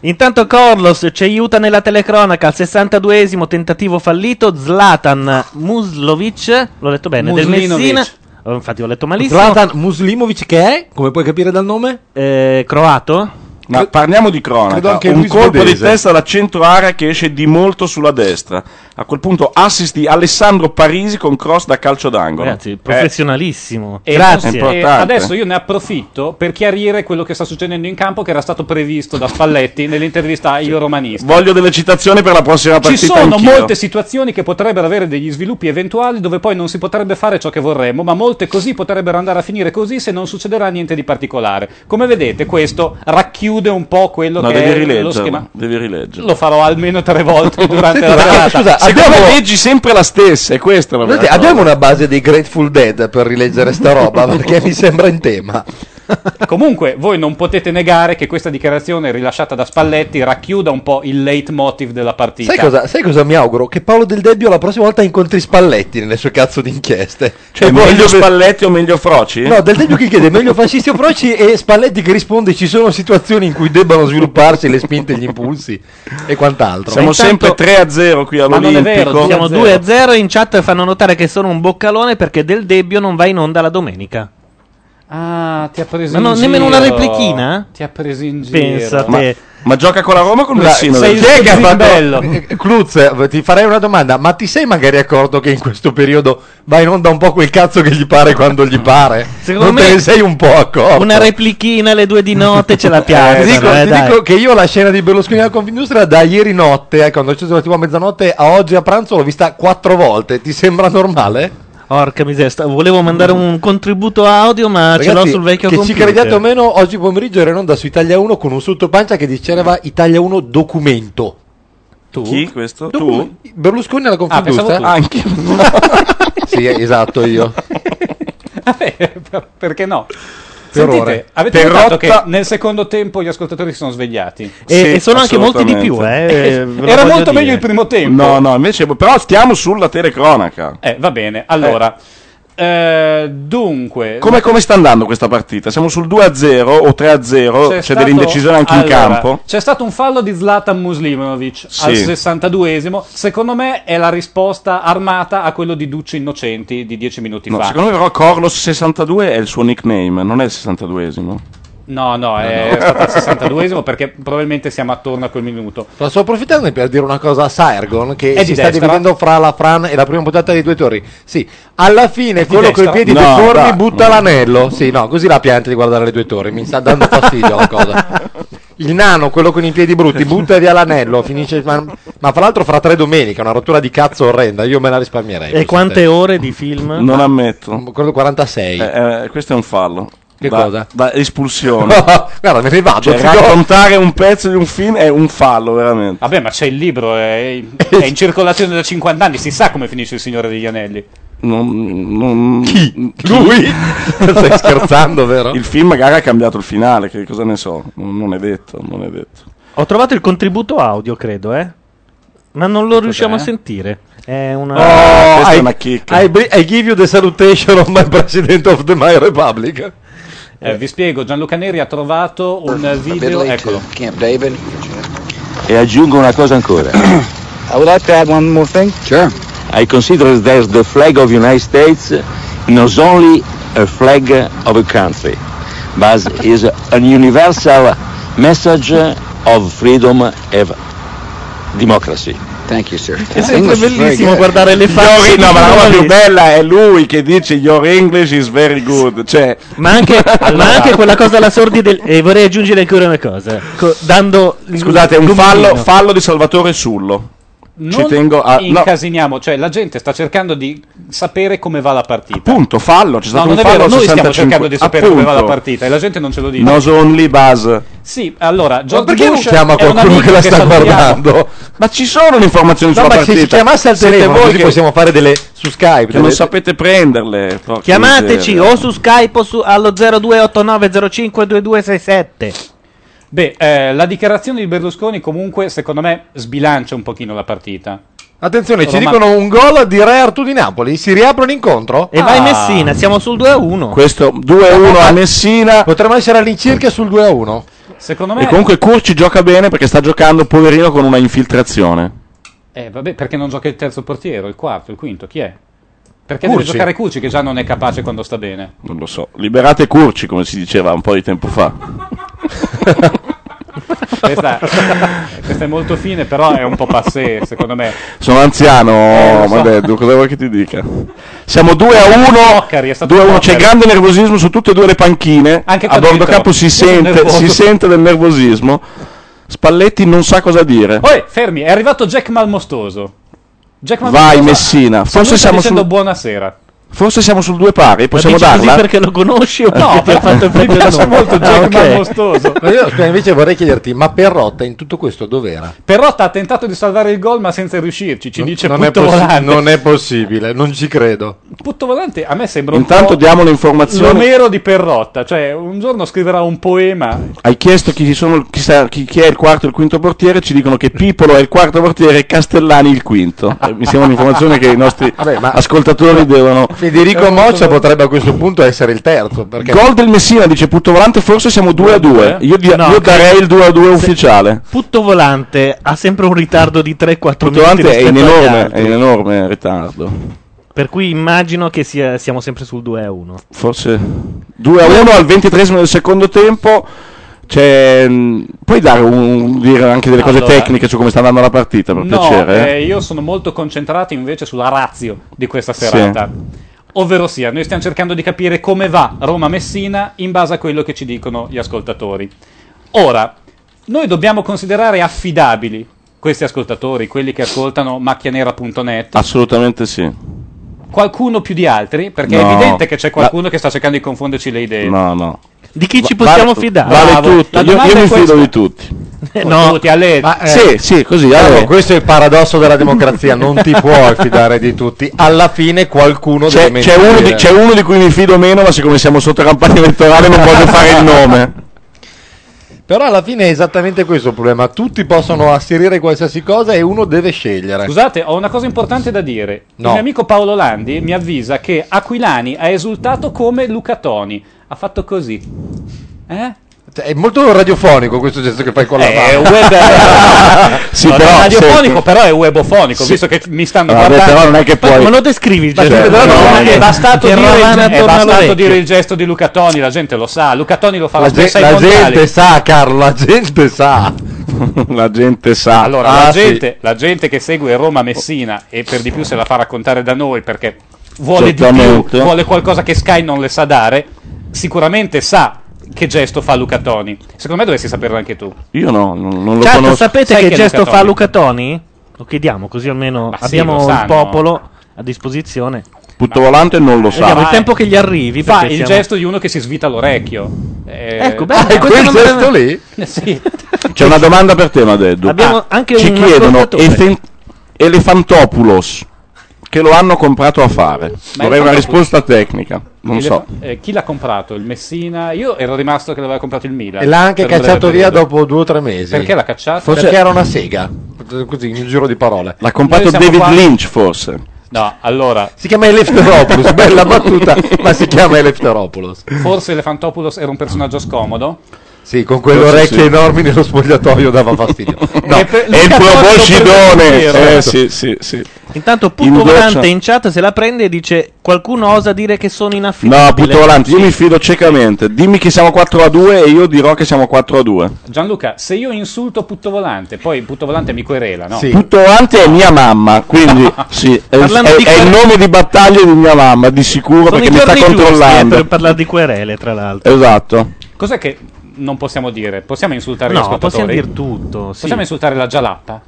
[SPEAKER 1] Intanto Corlos ci aiuta nella telecronaca al 62esimo tentativo fallito. Zlatan Muslovic, l'ho letto bene, del
[SPEAKER 3] Muslinovic.
[SPEAKER 1] Messina. Oh, infatti ho letto malissimo.
[SPEAKER 3] Zlatan Muslimovic che è? Come puoi capire dal nome?
[SPEAKER 4] Eh,
[SPEAKER 1] croato?
[SPEAKER 5] Ma parliamo di
[SPEAKER 3] Credo
[SPEAKER 5] cronaca.
[SPEAKER 3] anche
[SPEAKER 5] un
[SPEAKER 3] lui
[SPEAKER 5] colpo
[SPEAKER 3] svedese.
[SPEAKER 5] di testa da centro area che esce di molto sulla destra. A quel punto assist di Alessandro Parisi con cross da calcio d'angolo.
[SPEAKER 1] Ragazzi, professionalissimo.
[SPEAKER 5] Eh,
[SPEAKER 1] Grazie.
[SPEAKER 5] è
[SPEAKER 4] E
[SPEAKER 5] importante.
[SPEAKER 4] adesso io ne approfitto per chiarire quello che sta succedendo in campo che era stato previsto da Spalletti nell'intervista a Il Romanista.
[SPEAKER 5] Voglio delle citazioni per la prossima
[SPEAKER 4] Ci
[SPEAKER 5] partita.
[SPEAKER 4] sono
[SPEAKER 5] anch'io.
[SPEAKER 4] molte situazioni che potrebbero avere degli sviluppi eventuali dove poi non si potrebbe fare ciò che vorremmo, ma molte così potrebbero andare a finire così se non succederà niente di particolare. Come vedete, questo racchiude chiude un po' quello
[SPEAKER 5] No,
[SPEAKER 4] che
[SPEAKER 5] devi
[SPEAKER 4] è lo
[SPEAKER 5] rileggerlo.
[SPEAKER 4] schema.
[SPEAKER 5] Devi rileggerlo.
[SPEAKER 4] Lo farò almeno tre volte durante la
[SPEAKER 5] Senti,
[SPEAKER 3] eh,
[SPEAKER 5] ma-
[SPEAKER 4] serata.
[SPEAKER 5] scusa,
[SPEAKER 4] Secondo
[SPEAKER 5] abbiamo-
[SPEAKER 4] me-
[SPEAKER 5] leggi sempre la stessa, è questa la
[SPEAKER 3] Guardate,
[SPEAKER 5] vera
[SPEAKER 3] abbiamo una base dei Grateful Dead per rileggere sta roba perché mi sembra in tema.
[SPEAKER 4] Comunque, voi non potete negare che questa dichiarazione rilasciata da Spalletti racchiuda un po' il leitmotiv della partita.
[SPEAKER 3] Sai cosa, sai cosa mi auguro? Che Paolo Del Debbio la prossima volta incontri Spalletti nelle sue cazzo di inchieste.
[SPEAKER 5] Cioè,
[SPEAKER 3] E poi-
[SPEAKER 5] meglio Spalletti o meglio Froci?
[SPEAKER 3] No, Del Debbio che chiede meglio fascisti o proci e Spalletti che risponde ci sono situazioni in cui debbano svilupparsi le spinte, gli impulsi e quant'altro.
[SPEAKER 5] Siamo sempre 3 a 0 qui all'Olimpico.
[SPEAKER 1] Siamo 2 a 0 in chat fanno notare che sono un boccalone perché Del Debbio non va in onda la domenica.
[SPEAKER 4] Ah, ti ha preso
[SPEAKER 1] Ma
[SPEAKER 4] in
[SPEAKER 1] no,
[SPEAKER 4] giro.
[SPEAKER 1] nemmeno una replichina?
[SPEAKER 4] Ti ha preso in giro.
[SPEAKER 1] Pensa
[SPEAKER 4] Ma-
[SPEAKER 1] te.
[SPEAKER 5] Ma gioca con Eh, la Roma o con il
[SPEAKER 3] Ma
[SPEAKER 5] Messina?
[SPEAKER 3] sei
[SPEAKER 5] Del Debbio?
[SPEAKER 3] il
[SPEAKER 5] Chi è che ha fatto-
[SPEAKER 3] bello. Cluz, eh, ti farei una domanda, ma ti sei magari accorto che in questo periodo va in onda un po' quel cazzo che gli pare quando gli pare?
[SPEAKER 1] Secondo
[SPEAKER 3] non
[SPEAKER 1] me
[SPEAKER 3] te ne sei un po' accorto?
[SPEAKER 1] Una replichina alle due di notte ce la
[SPEAKER 3] Eh,
[SPEAKER 1] piazzano.
[SPEAKER 3] ti dico,
[SPEAKER 1] eh,
[SPEAKER 3] ti
[SPEAKER 1] dai.
[SPEAKER 3] dico che io la scena di Berlusconi alla Confindustria da ieri notte, eh, quando è sceso tipo a mezzanotte, a oggi a pranzo l'ho vista quattro volte. Ti sembra normale?
[SPEAKER 1] Porca miseria, sta- volevo mandare un contributo audio, ma ce l'ho
[SPEAKER 3] Ragazzi,
[SPEAKER 1] sul vecchio
[SPEAKER 3] che
[SPEAKER 1] computer.
[SPEAKER 3] ci crediate o meno, oggi pomeriggio era in onda su Italia 1 con un sottopancia che
[SPEAKER 1] Mm.
[SPEAKER 3] diceva Italia 1 documento. Tu?
[SPEAKER 5] Chi questo?
[SPEAKER 3] Docu- Berlusconi alla
[SPEAKER 5] Ah, pensavo tu.
[SPEAKER 3] Confindustria? Anche. sì, esatto, io.
[SPEAKER 4] Perché no?
[SPEAKER 3] Per
[SPEAKER 4] Sentite,
[SPEAKER 3] ore.
[SPEAKER 4] avete
[SPEAKER 3] Per
[SPEAKER 4] notato
[SPEAKER 3] rotta-
[SPEAKER 4] che nel secondo tempo gli ascoltatori si sono svegliati.
[SPEAKER 5] E- Sì, e sono anche molti di più, eh, ve lo
[SPEAKER 4] Era
[SPEAKER 5] voglio
[SPEAKER 4] molto
[SPEAKER 5] dire.
[SPEAKER 4] meglio il primo tempo.
[SPEAKER 5] No, no, invece però stiamo sulla telecronaca.
[SPEAKER 4] Eh, va bene. Allora, eh, dunque,
[SPEAKER 5] Come, come sta andando questa partita? Siamo sul 2 a 0 o 3 a 0? Oh, C'è,
[SPEAKER 4] stato-
[SPEAKER 5] dell'indecisione anche in
[SPEAKER 4] allora,
[SPEAKER 5] campo?
[SPEAKER 4] C'è stato un fallo di Zlatan Muslimovic al
[SPEAKER 5] Sì.
[SPEAKER 4] 62esimo. Secondo me è la risposta armata a quello di Duccio Innocenti di 10 minuti
[SPEAKER 5] No,
[SPEAKER 4] fa.
[SPEAKER 5] secondo me però Corlos 62 è il suo nickname, non è il 62esimo.
[SPEAKER 4] No, no, è
[SPEAKER 5] No, no.
[SPEAKER 4] stato al 62esimo perché probabilmente siamo attorno a quel minuto.
[SPEAKER 3] Posso approfittare per dire una cosa a Saergon che
[SPEAKER 4] È
[SPEAKER 3] si
[SPEAKER 4] di
[SPEAKER 3] sta
[SPEAKER 4] destra.
[SPEAKER 3] dividendo fra la Fran e la prima puntata dei due torri. Sì, alla fine
[SPEAKER 4] di
[SPEAKER 3] quello coi
[SPEAKER 4] destra.
[SPEAKER 3] piedi
[SPEAKER 4] No,
[SPEAKER 3] deformi
[SPEAKER 4] dai.
[SPEAKER 3] butta l'anello. Sì, no, così la pianta di guardare le due torri, mi sta dando fastidio la cosa. Il nano, quello con i piedi brutti, butta via l'anello, finisce ma, ma fra l'altro fra tre domeniche, una rottura di cazzo orrenda, io me la risparmierei.
[SPEAKER 1] E quante ore di film? Ah,
[SPEAKER 5] Non ammetto.
[SPEAKER 3] Quello 46.
[SPEAKER 5] Eh, eh, questo è un fallo.
[SPEAKER 3] Che
[SPEAKER 5] Da-
[SPEAKER 3] cosa?
[SPEAKER 5] Da espulsione.
[SPEAKER 3] Guarda, me ne vado.
[SPEAKER 5] Cioè,
[SPEAKER 3] figo.
[SPEAKER 5] raccontare un pezzo di un film è un fallo, veramente.
[SPEAKER 4] Vabbè, ma c'è il libro, è, è in circolazione da 50 anni, si sa come finisce il Signore degli Anelli.
[SPEAKER 5] Non, non- Chi?
[SPEAKER 4] Lui?
[SPEAKER 5] Stai
[SPEAKER 3] scherzando, vero?
[SPEAKER 5] Il film magari ha cambiato il finale, che cosa ne so? Non, non è detto, non è detto.
[SPEAKER 1] Ho trovato il contributo audio, credo, eh. Ma non lo riusciamo a sentire. È una.
[SPEAKER 3] Oh,
[SPEAKER 5] questa
[SPEAKER 3] I,
[SPEAKER 5] è una chicca.
[SPEAKER 3] I, bri- I give you the salutation of my president of the My Republic.
[SPEAKER 4] Eh, vi spiego, Gianluca Neri ha trovato un video, eccolo. Camp David.
[SPEAKER 13] E aggiungo una cosa ancora. I would like to add one more thing. Sure. I consider that the flag of United States not only a flag of a country, but is an universal message of freedom and democracy. Thank you, sir.
[SPEAKER 1] È sempre bellissimo guardare le facce.
[SPEAKER 5] Your-
[SPEAKER 1] di
[SPEAKER 5] no, ma la roba più
[SPEAKER 1] giornalisti.
[SPEAKER 5] bella è lui che dice Your English is very good. Cioè,
[SPEAKER 1] Ma anche, ma anche quella cosa alla sordi del. E vorrei aggiungere ancora una cosa. Co- dando. il-
[SPEAKER 5] Scusate, un
[SPEAKER 1] gommino.
[SPEAKER 5] fallo, fallo di Salvatore Sullo.
[SPEAKER 4] Non
[SPEAKER 5] Ci tengo a. No,
[SPEAKER 4] incasiniamo, cioè la gente sta cercando di sapere come va la partita.
[SPEAKER 5] appunto, fallo.
[SPEAKER 4] No,
[SPEAKER 5] C'è stato
[SPEAKER 4] non
[SPEAKER 5] un
[SPEAKER 4] è
[SPEAKER 5] fallo
[SPEAKER 4] vero,
[SPEAKER 5] al
[SPEAKER 4] noi stiamo
[SPEAKER 5] 65.
[SPEAKER 4] cercando di sapere come va la
[SPEAKER 5] Appunto.
[SPEAKER 4] partita e la gente non ce lo dice.
[SPEAKER 5] Nos only buzz.
[SPEAKER 4] Sì, allora, George
[SPEAKER 5] perché non
[SPEAKER 4] Bush
[SPEAKER 5] chiama
[SPEAKER 4] è un
[SPEAKER 5] qualcuno
[SPEAKER 4] amico
[SPEAKER 5] che la sta
[SPEAKER 4] salutiamo.
[SPEAKER 5] guardando? Ma ci sono le informazioni
[SPEAKER 3] No,
[SPEAKER 5] sulla
[SPEAKER 3] ma se
[SPEAKER 5] partita.
[SPEAKER 3] si chiamasse al
[SPEAKER 5] Siete
[SPEAKER 3] telefono,
[SPEAKER 5] voi
[SPEAKER 3] così
[SPEAKER 5] che-
[SPEAKER 3] possiamo fare delle su Skype.
[SPEAKER 5] che non sapete prenderle. porca
[SPEAKER 1] Chiamateci
[SPEAKER 5] miseria.
[SPEAKER 1] o su Skype o su, allo 0289052267.
[SPEAKER 4] Beh, eh, la dichiarazione di Berlusconi comunque, secondo me, sbilancia un pochino la partita.
[SPEAKER 3] Attenzione, ci
[SPEAKER 4] Roma-
[SPEAKER 3] dicono un gol di Re Artù di Napoli. Si riapre l'incontro?
[SPEAKER 4] E vai Messina,
[SPEAKER 1] siamo sul 2 a 1.
[SPEAKER 5] Questo 2-1 a Messina.
[SPEAKER 3] Potremmo essere all'incirca sul 2 a 1.
[SPEAKER 4] Secondo
[SPEAKER 5] E comunque Curci gioca bene perché sta giocando poverino con una infiltrazione.
[SPEAKER 4] Eh, vabbè, perché non gioca il terzo portiere, il quarto, il quinto, chi è? Perché deve
[SPEAKER 5] Curci.
[SPEAKER 4] giocare Cucci che già non è capace quando sta bene.
[SPEAKER 5] Non lo so. Liberate Curci, come si diceva un po' di tempo fa.
[SPEAKER 4] Questa, eh, questa è molto fine, però è un po' passé, secondo me.
[SPEAKER 5] Sono anziano,
[SPEAKER 4] Eh, lo so.
[SPEAKER 5] vabbè, du- cosa vuoi che ti dica? Siamo 2 a
[SPEAKER 4] Boccari, è
[SPEAKER 5] 1,
[SPEAKER 4] stato
[SPEAKER 5] 2 a 1. c'è
[SPEAKER 4] Boccari.
[SPEAKER 5] grande nervosismo su tutte e due le panchine.
[SPEAKER 4] Anche
[SPEAKER 5] a
[SPEAKER 4] qua
[SPEAKER 5] bordo
[SPEAKER 4] dentro.
[SPEAKER 5] campo si
[SPEAKER 4] Sono
[SPEAKER 5] sente,
[SPEAKER 4] nervoso.
[SPEAKER 5] si sente del nervosismo. Spalletti non sa cosa dire.
[SPEAKER 4] Poi, fermi, è arrivato Jack Malmostoso. Jack
[SPEAKER 5] Vai
[SPEAKER 4] Malmostoso-
[SPEAKER 5] Messina,
[SPEAKER 4] Saluta
[SPEAKER 5] forse siamo
[SPEAKER 4] dicendo
[SPEAKER 5] sul
[SPEAKER 4] buonasera.
[SPEAKER 5] Forse siamo sul due pari, possiamo
[SPEAKER 1] dici così
[SPEAKER 5] darla?
[SPEAKER 1] perché lo conosci o perché ti ha fatto il prendere il nome? Ah, ok.
[SPEAKER 3] Ma io
[SPEAKER 4] cioè,
[SPEAKER 3] scusa, invece vorrei chiederti, ma Perrotta in tutto questo dov'era?
[SPEAKER 4] Perrotta ha tentato di salvare il gol ma senza riuscirci, ci dice
[SPEAKER 3] non, è
[SPEAKER 4] Putto
[SPEAKER 3] possi-
[SPEAKER 4] Volante.
[SPEAKER 3] non è possibile, non ci credo.
[SPEAKER 4] Putto Volante a me sembra un
[SPEAKER 5] Intanto
[SPEAKER 4] po'
[SPEAKER 5] diamo le informazioni.
[SPEAKER 4] L'Omero di Perrotta, cioè un giorno scriverà un poema
[SPEAKER 5] Hai chiesto chi, sono- chi sta- chi- chi è il quarto e il quinto portiere, ci dicono che Pipolo è il quarto portiere e Castellani il quinto. Eh, Mi sembra un'informazione che i nostri ascoltatori devono...
[SPEAKER 3] Federico Moccia potrebbe a questo punto essere il terzo. Perché
[SPEAKER 5] Gol del Messina, dice Putto Volante, forse siamo 2 a 2. Io, di-
[SPEAKER 1] No, credo-
[SPEAKER 5] io darei il 2 a 2 ufficiale.
[SPEAKER 1] Putto volante ha sempre un ritardo di 3-4
[SPEAKER 5] Putto
[SPEAKER 1] minuti
[SPEAKER 5] Volante è in,
[SPEAKER 1] rispetto agli
[SPEAKER 5] enorme,
[SPEAKER 1] altri.
[SPEAKER 5] è in enorme ritardo.
[SPEAKER 1] Per cui immagino che sia- siamo sempre sul 2 a 1.
[SPEAKER 5] Forse 2 a 1 al ventitresimo del secondo tempo. C'è, mh, puoi dare un- dire anche delle cose
[SPEAKER 4] Allora-
[SPEAKER 5] tecniche su come sta andando la partita, per
[SPEAKER 4] No,
[SPEAKER 5] piacere? eh?
[SPEAKER 4] eh, io sono molto concentrato invece sulla razio di questa serata. Ovvero sia, noi stiamo cercando di capire come va Roma-Messina in base a quello che ci dicono gli ascoltatori. Ora, noi dobbiamo considerare affidabili questi ascoltatori, quelli che ascoltano macchianera.net,
[SPEAKER 5] Assolutamente sì.
[SPEAKER 4] qualcuno più di altri, perché è
[SPEAKER 5] No.
[SPEAKER 4] evidente che c'è qualcuno che sta cercando di confonderci le idee.
[SPEAKER 5] No, no.
[SPEAKER 1] Di chi ci
[SPEAKER 4] Va-
[SPEAKER 1] possiamo
[SPEAKER 4] vale-
[SPEAKER 1] fidare?
[SPEAKER 4] vale Bravo. tutto. La Io- domanda io mi è fido questa. di
[SPEAKER 5] tutti.
[SPEAKER 4] no. Tutti a lei.
[SPEAKER 3] Ma, eh,
[SPEAKER 5] Sì, sì, così,
[SPEAKER 3] Allora,
[SPEAKER 5] allora.
[SPEAKER 3] Eh, questo è il paradosso della democrazia, non ti puoi fidare di tutti. Alla fine qualcuno
[SPEAKER 5] C'è,
[SPEAKER 3] deve
[SPEAKER 5] c'è uno di,
[SPEAKER 3] mentire.
[SPEAKER 5] c'è uno di cui mi fido meno, ma siccome siamo sotto campagna elettorale non voglio fare il nome.
[SPEAKER 3] Però alla fine è esattamente questo il problema. Tutti possono asserire qualsiasi cosa e uno deve scegliere.
[SPEAKER 4] Scusate, ho una cosa importante da dire.
[SPEAKER 3] Eh. No.
[SPEAKER 4] Il mio amico Paolo Landi mi avvisa che Aquilani ha esultato come Luca Toni. Ha fatto così. Eh?
[SPEAKER 3] Cioè, È molto radiofonico questo gesto che fai con la
[SPEAKER 4] È
[SPEAKER 3] mano.
[SPEAKER 4] web
[SPEAKER 3] eh, Sì,
[SPEAKER 4] non
[SPEAKER 3] però,
[SPEAKER 4] è radiofonico,
[SPEAKER 3] senti.
[SPEAKER 4] però è webofonico,
[SPEAKER 3] Sì.
[SPEAKER 4] visto che mi stanno
[SPEAKER 5] Ah, Vabbè,
[SPEAKER 4] guardando.
[SPEAKER 5] però non è che
[SPEAKER 4] Ma-
[SPEAKER 5] puoi-
[SPEAKER 4] ma lo-
[SPEAKER 1] descrivi
[SPEAKER 4] ma scusa, però non è- è bastato, dire il,
[SPEAKER 1] Ravana
[SPEAKER 4] è
[SPEAKER 1] torna
[SPEAKER 4] bastato
[SPEAKER 1] all'orecchio.
[SPEAKER 4] dire il gesto di Luca Toni, la gente lo sa. Luca Toni lo fa la,
[SPEAKER 3] La, ge-
[SPEAKER 4] stessa ai
[SPEAKER 3] la
[SPEAKER 4] mondiali.
[SPEAKER 3] gente sa, Carlo, la gente sa.
[SPEAKER 5] la gente sa.
[SPEAKER 4] Allora,
[SPEAKER 3] Ah,
[SPEAKER 4] la,
[SPEAKER 3] sì.
[SPEAKER 4] gente, la gente che segue Roma Messina e per di più se la fa raccontare da noi perché vuole di più,
[SPEAKER 5] Certamente.
[SPEAKER 4] vuole qualcosa che Sky non le sa dare, sicuramente sa che gesto fa Luca Toni. Secondo me dovresti saperlo anche tu.
[SPEAKER 5] Io no, non, non lo
[SPEAKER 1] Chat,
[SPEAKER 5] conosco.
[SPEAKER 1] sapete
[SPEAKER 4] Sai
[SPEAKER 1] che,
[SPEAKER 4] chi è
[SPEAKER 1] gesto
[SPEAKER 4] Luca
[SPEAKER 1] fa
[SPEAKER 4] Toni?
[SPEAKER 1] Luca Toni? Lo chiediamo, così almeno
[SPEAKER 4] sì,
[SPEAKER 1] abbiamo
[SPEAKER 4] lo
[SPEAKER 1] il
[SPEAKER 4] sanno.
[SPEAKER 1] popolo a disposizione. Eh,
[SPEAKER 5] Putto volante non lo sa.
[SPEAKER 1] Vediamo il tempo che gli arrivi.
[SPEAKER 4] Fa
[SPEAKER 1] perché
[SPEAKER 4] il
[SPEAKER 1] siamo-
[SPEAKER 4] gesto di uno che si svita l'orecchio. Eh,
[SPEAKER 1] Ecco,
[SPEAKER 5] Ah,
[SPEAKER 1] bello, questo non me l'ave-
[SPEAKER 3] lì?
[SPEAKER 4] Sì.
[SPEAKER 5] C'è una domanda per te, Madeddu. Ah,
[SPEAKER 1] Abbiamo anche
[SPEAKER 5] Ci
[SPEAKER 1] un
[SPEAKER 5] chiedono
[SPEAKER 1] ascoltatore.
[SPEAKER 5] Elefen- Elefantopoulos che lo hanno comprato a fare.
[SPEAKER 4] Ma
[SPEAKER 5] Vorrei una
[SPEAKER 4] Elefantopoulos-
[SPEAKER 5] risposta tecnica. Non
[SPEAKER 4] Ele-
[SPEAKER 5] so.
[SPEAKER 4] eh, chi l'ha comprato? Il Messina? Io ero rimasto che l'aveva comprato il Milan.
[SPEAKER 3] E l'ha anche
[SPEAKER 4] per un
[SPEAKER 3] cacciato
[SPEAKER 4] breve
[SPEAKER 3] via
[SPEAKER 4] periodo.
[SPEAKER 3] dopo due o tre mesi.
[SPEAKER 4] Perché l'ha cacciato?
[SPEAKER 3] Forse
[SPEAKER 4] Perché-
[SPEAKER 3] era una sega. Così, in un giro di parole.
[SPEAKER 5] L'ha comprato
[SPEAKER 4] Noi siamo
[SPEAKER 5] David
[SPEAKER 4] qua-
[SPEAKER 5] Lynch, forse.
[SPEAKER 4] No, allora,
[SPEAKER 3] Si chiama Elefteropoulos, bella battuta, ma si chiama Elefteropoulos.
[SPEAKER 4] forse Elefantopoulos era un personaggio scomodo.
[SPEAKER 3] Sì, con quelle
[SPEAKER 4] Forse
[SPEAKER 3] orecchie
[SPEAKER 4] sì.
[SPEAKER 3] enormi nello spogliatoio dava fastidio. No.
[SPEAKER 4] E per-
[SPEAKER 5] È il
[SPEAKER 4] Luca Toni lo prende in giro.
[SPEAKER 5] proboscidone. Eh, sì, sì, sì.
[SPEAKER 1] Intanto
[SPEAKER 5] In
[SPEAKER 1] Putto
[SPEAKER 5] doccia.
[SPEAKER 1] Volante in chat se la prende e dice qualcuno osa dire che sono inaffidabile.
[SPEAKER 5] No, Putto volante, io mi fido ciecamente. Dimmi che siamo 4 a 2 e io dirò che siamo 4 a 2.
[SPEAKER 4] Gianluca, se io insulto Putto Volante, poi Putto Volante mi querela, no?
[SPEAKER 5] Putto volante è mia mamma, quindi sì, è,
[SPEAKER 4] Parlando
[SPEAKER 5] è-
[SPEAKER 4] di
[SPEAKER 5] è il
[SPEAKER 4] quel-
[SPEAKER 5] nome di battaglia di mia mamma, di sicuro,
[SPEAKER 1] Sono i
[SPEAKER 5] perché mi sta
[SPEAKER 1] giorni giusti, eh,
[SPEAKER 5] controllando.
[SPEAKER 1] per parlare di querele, tra l'altro.
[SPEAKER 5] Esatto.
[SPEAKER 4] Cos'è che non possiamo dire? Possiamo insultare
[SPEAKER 1] No,
[SPEAKER 4] gli ascoltatori?
[SPEAKER 1] possiamo dir tutto, sì.
[SPEAKER 4] Possiamo insultare la gialatta?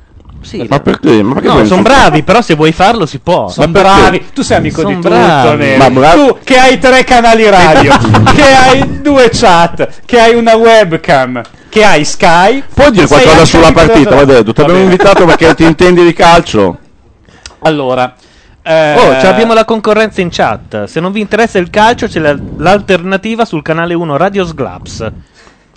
[SPEAKER 1] Sì.
[SPEAKER 5] Ma perché? Ma perché
[SPEAKER 1] No,
[SPEAKER 5] pensi-
[SPEAKER 1] sono bravi, però se vuoi farlo si può.
[SPEAKER 4] Sono bravi, tu sei amico di tutto, Neri. tu che hai tre canali radio,
[SPEAKER 5] Esatto.
[SPEAKER 4] che hai due chat, che hai una webcam, che hai Sky.
[SPEAKER 5] Puoi dire
[SPEAKER 4] sei
[SPEAKER 5] qualcosa
[SPEAKER 4] anche
[SPEAKER 5] sulla
[SPEAKER 4] amico
[SPEAKER 5] partita,
[SPEAKER 4] del-
[SPEAKER 5] Vadedo? Ti
[SPEAKER 4] Va
[SPEAKER 5] abbiamo
[SPEAKER 4] bene.
[SPEAKER 5] invitato perché ti intendi di calcio.
[SPEAKER 4] Allora,
[SPEAKER 1] Oh,
[SPEAKER 4] eh,
[SPEAKER 1] c'è- abbiamo la concorrenza in chat. Se non vi interessa il calcio, c'è la- l'alternativa sul canale 1 Radio Sglaps.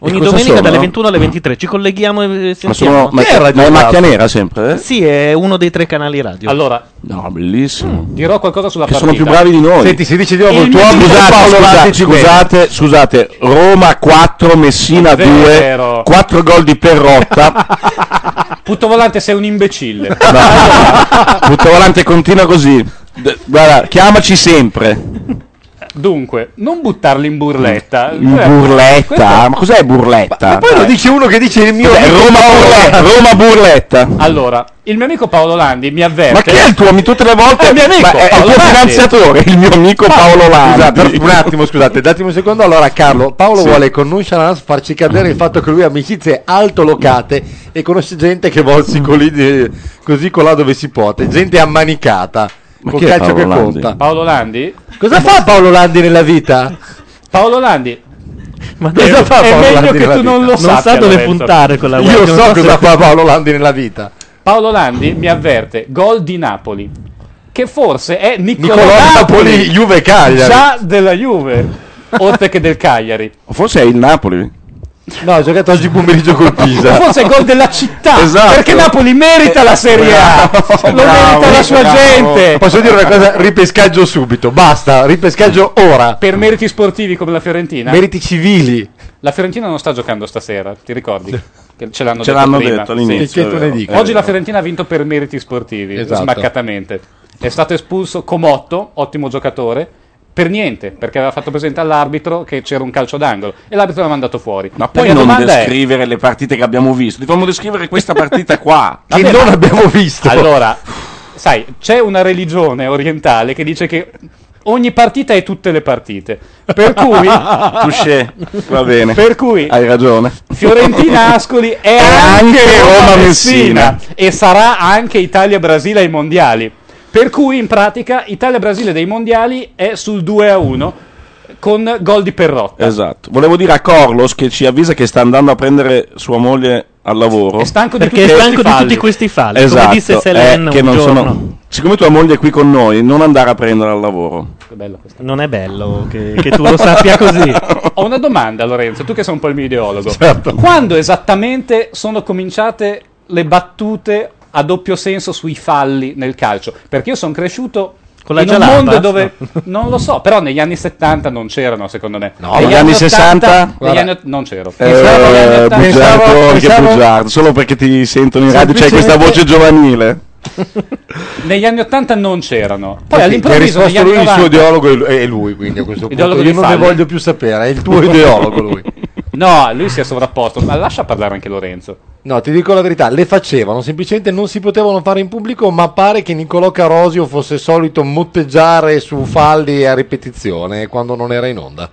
[SPEAKER 1] Ogni
[SPEAKER 5] cosa
[SPEAKER 1] domenica
[SPEAKER 5] sono?
[SPEAKER 1] dalle 21 alle 23 ci colleghiamo e
[SPEAKER 5] Ma,
[SPEAKER 1] sentiamo.
[SPEAKER 5] sono, ma, ma è macchia nera sempre? eh?
[SPEAKER 1] Sì, è uno dei tre canali radio.
[SPEAKER 4] Allora,
[SPEAKER 5] No, bellissimo.
[SPEAKER 4] dirò qualcosa sulla
[SPEAKER 5] Mm. Che
[SPEAKER 4] partita.
[SPEAKER 5] sono più bravi di noi.
[SPEAKER 3] Senti, si dice di nuovo
[SPEAKER 5] Il
[SPEAKER 3] il tuo
[SPEAKER 5] mio-
[SPEAKER 3] amico
[SPEAKER 5] scusate,
[SPEAKER 3] Paolo
[SPEAKER 5] scusate,
[SPEAKER 3] Lanti ci vede.
[SPEAKER 5] scusate, scusate, Roma 4, Messina
[SPEAKER 4] Vero.
[SPEAKER 5] 2, 4 gol di Perrotta.
[SPEAKER 4] Ah, Putto Volante sei un imbecille.
[SPEAKER 5] Putto volante continua così. D- guarda, chiamaci sempre.
[SPEAKER 4] Dunque, non buttarli in burletta.
[SPEAKER 5] In
[SPEAKER 4] Eh,
[SPEAKER 5] burletta.
[SPEAKER 4] questo-
[SPEAKER 5] Ma cos'è burletta? Cioè-
[SPEAKER 4] Ma- ma poi lo
[SPEAKER 3] dice uno che dice il mio
[SPEAKER 5] Cos'è?
[SPEAKER 4] amico
[SPEAKER 5] Roma,
[SPEAKER 4] Paolo
[SPEAKER 5] burletta.
[SPEAKER 4] Landi.
[SPEAKER 5] Roma burletta.
[SPEAKER 4] Allora, il mio amico Paolo Landi mi avverte.
[SPEAKER 5] Ma chi è il tuo amico? Tutte le volte
[SPEAKER 4] È il mio amico,
[SPEAKER 5] Ma è, è il
[SPEAKER 4] Paolo
[SPEAKER 5] tuo
[SPEAKER 4] Landi.
[SPEAKER 5] finanziatore, il mio amico Paolo Landi.
[SPEAKER 3] Scusate, un attimo, scusate, datemi un secondo. Allora, Carlo, Paolo
[SPEAKER 5] Sì.
[SPEAKER 3] vuole con nonchalance farci cadere il fatto che lui ha amicizie altolocate e conosce gente che volsi così colà dove si può, gente ammanicata.
[SPEAKER 5] Ma
[SPEAKER 3] col
[SPEAKER 5] chi è
[SPEAKER 3] calcio
[SPEAKER 5] Paolo
[SPEAKER 3] che
[SPEAKER 5] Landi?
[SPEAKER 3] conta.
[SPEAKER 4] Paolo Landi?
[SPEAKER 3] Cosa fa Paolo Landi nella vita?
[SPEAKER 4] Paolo Landi.
[SPEAKER 3] Ma
[SPEAKER 4] è-
[SPEAKER 3] cosa fa
[SPEAKER 4] è
[SPEAKER 3] Paolo
[SPEAKER 4] meglio
[SPEAKER 3] Landi
[SPEAKER 4] che
[SPEAKER 3] nella
[SPEAKER 4] tu
[SPEAKER 3] vita?
[SPEAKER 4] non lo sappia, Lorenzo.
[SPEAKER 3] Io so cosa fa Paolo Landi nella vita.
[SPEAKER 4] Paolo Landi mi avverte, gol di Napoli, che forse è Nicolò,
[SPEAKER 3] Nicolò
[SPEAKER 4] Napoli,
[SPEAKER 3] Napoli, Juve Cagliari.
[SPEAKER 4] già della Juve, oltre che del Cagliari.
[SPEAKER 5] Forse è il Napoli.
[SPEAKER 3] No, ho giocato oggi pomeriggio col Pisa.
[SPEAKER 5] Esatto.
[SPEAKER 4] Forse è gol della città,
[SPEAKER 3] Esatto.
[SPEAKER 4] perché Napoli merita
[SPEAKER 5] Eh,
[SPEAKER 4] la Serie A, lo merita la sua gente.
[SPEAKER 3] Posso dire una cosa? Ripescaggio subito. Basta, ripescaggio ora.
[SPEAKER 4] Per meriti sportivi come la Fiorentina.
[SPEAKER 3] Meriti civili.
[SPEAKER 4] La Fiorentina non sta giocando stasera, ti ricordi? Che ce l'hanno
[SPEAKER 5] Ce
[SPEAKER 4] detto,
[SPEAKER 5] l'hanno
[SPEAKER 4] prima.
[SPEAKER 5] detto all'inizio,
[SPEAKER 4] Sì.
[SPEAKER 5] è vero. È
[SPEAKER 4] Oggi
[SPEAKER 5] vero.
[SPEAKER 4] la Fiorentina ha vinto per meriti sportivi,
[SPEAKER 5] Esatto.
[SPEAKER 4] smaccatamente. È stato espulso Comotto, ottimo giocatore, per niente, perché aveva fatto presente all'arbitro che c'era un calcio d'angolo e l'arbitro l'ha mandato fuori.
[SPEAKER 5] Ma
[SPEAKER 4] La
[SPEAKER 5] poi
[SPEAKER 4] mia
[SPEAKER 5] non
[SPEAKER 4] domanda è-
[SPEAKER 5] descrivere le partite che abbiamo visto, dobbiamo descrivere questa partita qua.
[SPEAKER 4] Che Vabbè, non ma-
[SPEAKER 3] abbiamo visto.
[SPEAKER 4] Allora, sai, c'è una religione orientale che dice che ogni partita è tutte le partite. Per cui
[SPEAKER 5] Touché, va bene.
[SPEAKER 4] Per cui
[SPEAKER 5] Hai ragione.
[SPEAKER 4] Fiorentina Ascoli è anche Roma Messina e sarà anche Italia Brasile ai mondiali. Per cui in pratica Italia Brasile dei mondiali è sul 2 a 1 con gol di Perrotta.
[SPEAKER 5] Esatto. Volevo dire a Corlos che ci avvisa che sta andando a prendere sua moglie al lavoro. È
[SPEAKER 4] stanco
[SPEAKER 1] di Perché tutti è stanco questi di falli. tutti questi falli, come
[SPEAKER 5] Esatto.
[SPEAKER 1] disse
[SPEAKER 5] eh,
[SPEAKER 1] Selen
[SPEAKER 5] che
[SPEAKER 1] un
[SPEAKER 5] non
[SPEAKER 1] giorno.
[SPEAKER 5] sono- Siccome tua moglie è qui con noi, non andare a prendere al lavoro.
[SPEAKER 1] Non è bello che, che tu lo sappia così.
[SPEAKER 4] Ho una domanda, Lorenzo, tu che sei un po' il mio ideologo.
[SPEAKER 1] Certo.
[SPEAKER 4] Quando esattamente sono cominciate le battute a doppio senso sui falli nel calcio? Perché io sono cresciuto
[SPEAKER 1] Con la
[SPEAKER 4] in un
[SPEAKER 1] Gialabba?
[SPEAKER 4] mondo dove non lo so, però negli anni 70 non c'erano, secondo me. No,
[SPEAKER 5] negli anni 60?
[SPEAKER 4] negli
[SPEAKER 5] Guarda.
[SPEAKER 4] anni, non c'ero.
[SPEAKER 5] Eh, bugiardo, che bugiardo, Solo perché ti sento in radio c'è questa
[SPEAKER 4] Semplicemente-
[SPEAKER 5] voce giovanile.
[SPEAKER 4] Negli anni 80 non c'erano. Poi
[SPEAKER 3] Infatti,
[SPEAKER 4] all'improvviso
[SPEAKER 3] mi ha
[SPEAKER 4] negli anni
[SPEAKER 3] risposto lui, il suo
[SPEAKER 4] 90
[SPEAKER 3] ideologo è lu- è lui, quindi a questo punto.
[SPEAKER 4] Ideologo
[SPEAKER 3] Io
[SPEAKER 4] dei
[SPEAKER 3] non ne
[SPEAKER 4] falli.
[SPEAKER 3] voglio più sapere, è il tuo ideologo lui.
[SPEAKER 4] No, lui si è sovrapposto, ma lascia parlare anche Lorenzo.
[SPEAKER 3] No, ti dico la verità, le facevano, semplicemente non si potevano fare in pubblico, ma pare che Niccolò Carosio fosse solito motteggiare su falli a ripetizione quando non era in onda.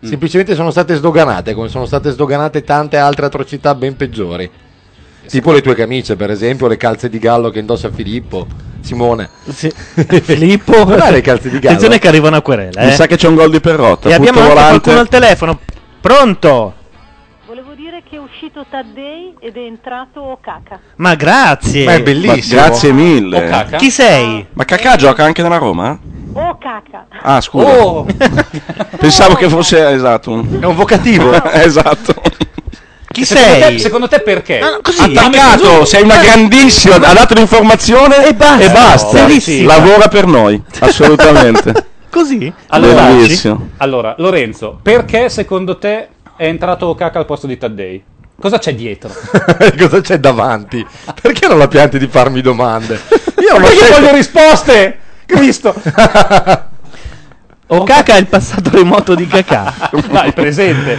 [SPEAKER 3] Semplicemente sono state sdoganate, come sono state sdoganate tante altre atrocità ben peggiori. Tipo le tue camicie, per esempio, le calze di gallo che indossa Filippo, Simone.
[SPEAKER 1] Filippo,
[SPEAKER 3] Guarda le calze di gallo.
[SPEAKER 1] Attenzione che arriva una querela.
[SPEAKER 5] Mi
[SPEAKER 1] eh.
[SPEAKER 5] sa che c'è un gol di Perrotta.
[SPEAKER 1] E abbiamo
[SPEAKER 5] punto
[SPEAKER 1] anche
[SPEAKER 5] volante.
[SPEAKER 1] qualcuno al telefono. Pronto?
[SPEAKER 14] Volevo dire che è uscito Taddei ed è entrato Caca.
[SPEAKER 1] Ma grazie.
[SPEAKER 5] Ma è bellissimo. Ma grazie mille. Oh, Cacca.
[SPEAKER 1] Chi sei?
[SPEAKER 5] Ma Cacà gioca anche nella Roma?
[SPEAKER 14] Oh Caca!
[SPEAKER 5] Ah, scusa.
[SPEAKER 1] Oh.
[SPEAKER 5] Pensavo che fosse esatto. È
[SPEAKER 3] un vocativo.
[SPEAKER 5] esatto.
[SPEAKER 1] Chi
[SPEAKER 4] secondo Te, secondo te perché?
[SPEAKER 5] Ah, Attaccato, sei una grandissima,
[SPEAKER 3] Eh.
[SPEAKER 5] ha dato l'informazione e basta.
[SPEAKER 4] Bellissima.
[SPEAKER 5] Lavora per noi, assolutamente.
[SPEAKER 1] Così?
[SPEAKER 4] Allora,
[SPEAKER 5] Bellissimo.
[SPEAKER 4] allora, Lorenzo, perché secondo te è entrato Okaka al posto di Taddei? Cosa c'è dietro?
[SPEAKER 3] Cosa c'è davanti? Perché non la pianti di farmi domande? Io
[SPEAKER 4] Perché voglio risposte! Cristo!
[SPEAKER 1] O Caca è il passato remoto di Caca.
[SPEAKER 3] Ah,
[SPEAKER 4] No, il presente.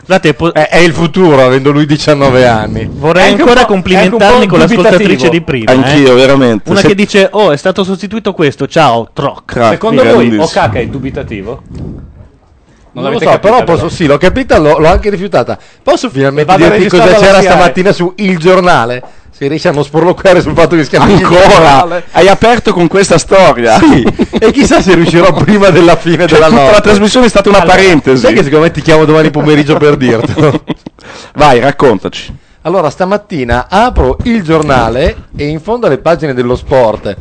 [SPEAKER 1] Scusate, po-
[SPEAKER 3] È, è il futuro, avendo lui 19 anni.
[SPEAKER 1] Vorrei ancora complimentarmi con l'ascoltatrice di prima. eh.
[SPEAKER 5] Anch'io, veramente.
[SPEAKER 1] Una
[SPEAKER 5] Se-
[SPEAKER 1] che dice, oh, è stato sostituito questo, ciao, troc.
[SPEAKER 4] Secondo voi Okaka è dubitativo?
[SPEAKER 3] Non, lo
[SPEAKER 4] l'avete
[SPEAKER 3] so,
[SPEAKER 4] capita,
[SPEAKER 3] però posso, sì, l'ho capita, l'ho, l'ho anche rifiutata. Posso finalmente
[SPEAKER 4] Vado a
[SPEAKER 3] dirti cosa
[SPEAKER 4] registrarla alla
[SPEAKER 3] c'era
[SPEAKER 4] SIAE.
[SPEAKER 3] stamattina su Il Giornale? Se riesci a non sporlocare sul fatto che si chiama Il
[SPEAKER 5] Ancora?
[SPEAKER 3] Giornale.
[SPEAKER 5] Hai aperto con questa storia?
[SPEAKER 3] Sì, e chissà se riuscirò prima della
[SPEAKER 5] Cioè,
[SPEAKER 3] fine della
[SPEAKER 5] tutta
[SPEAKER 3] notte.
[SPEAKER 5] la trasmissione è stata una parentesi.
[SPEAKER 3] Sai che secondo me ti chiamo domani pomeriggio per dirtelo.
[SPEAKER 5] Vai, raccontaci.
[SPEAKER 3] Allora, stamattina apro il giornale e in fondo alle pagine dello sport,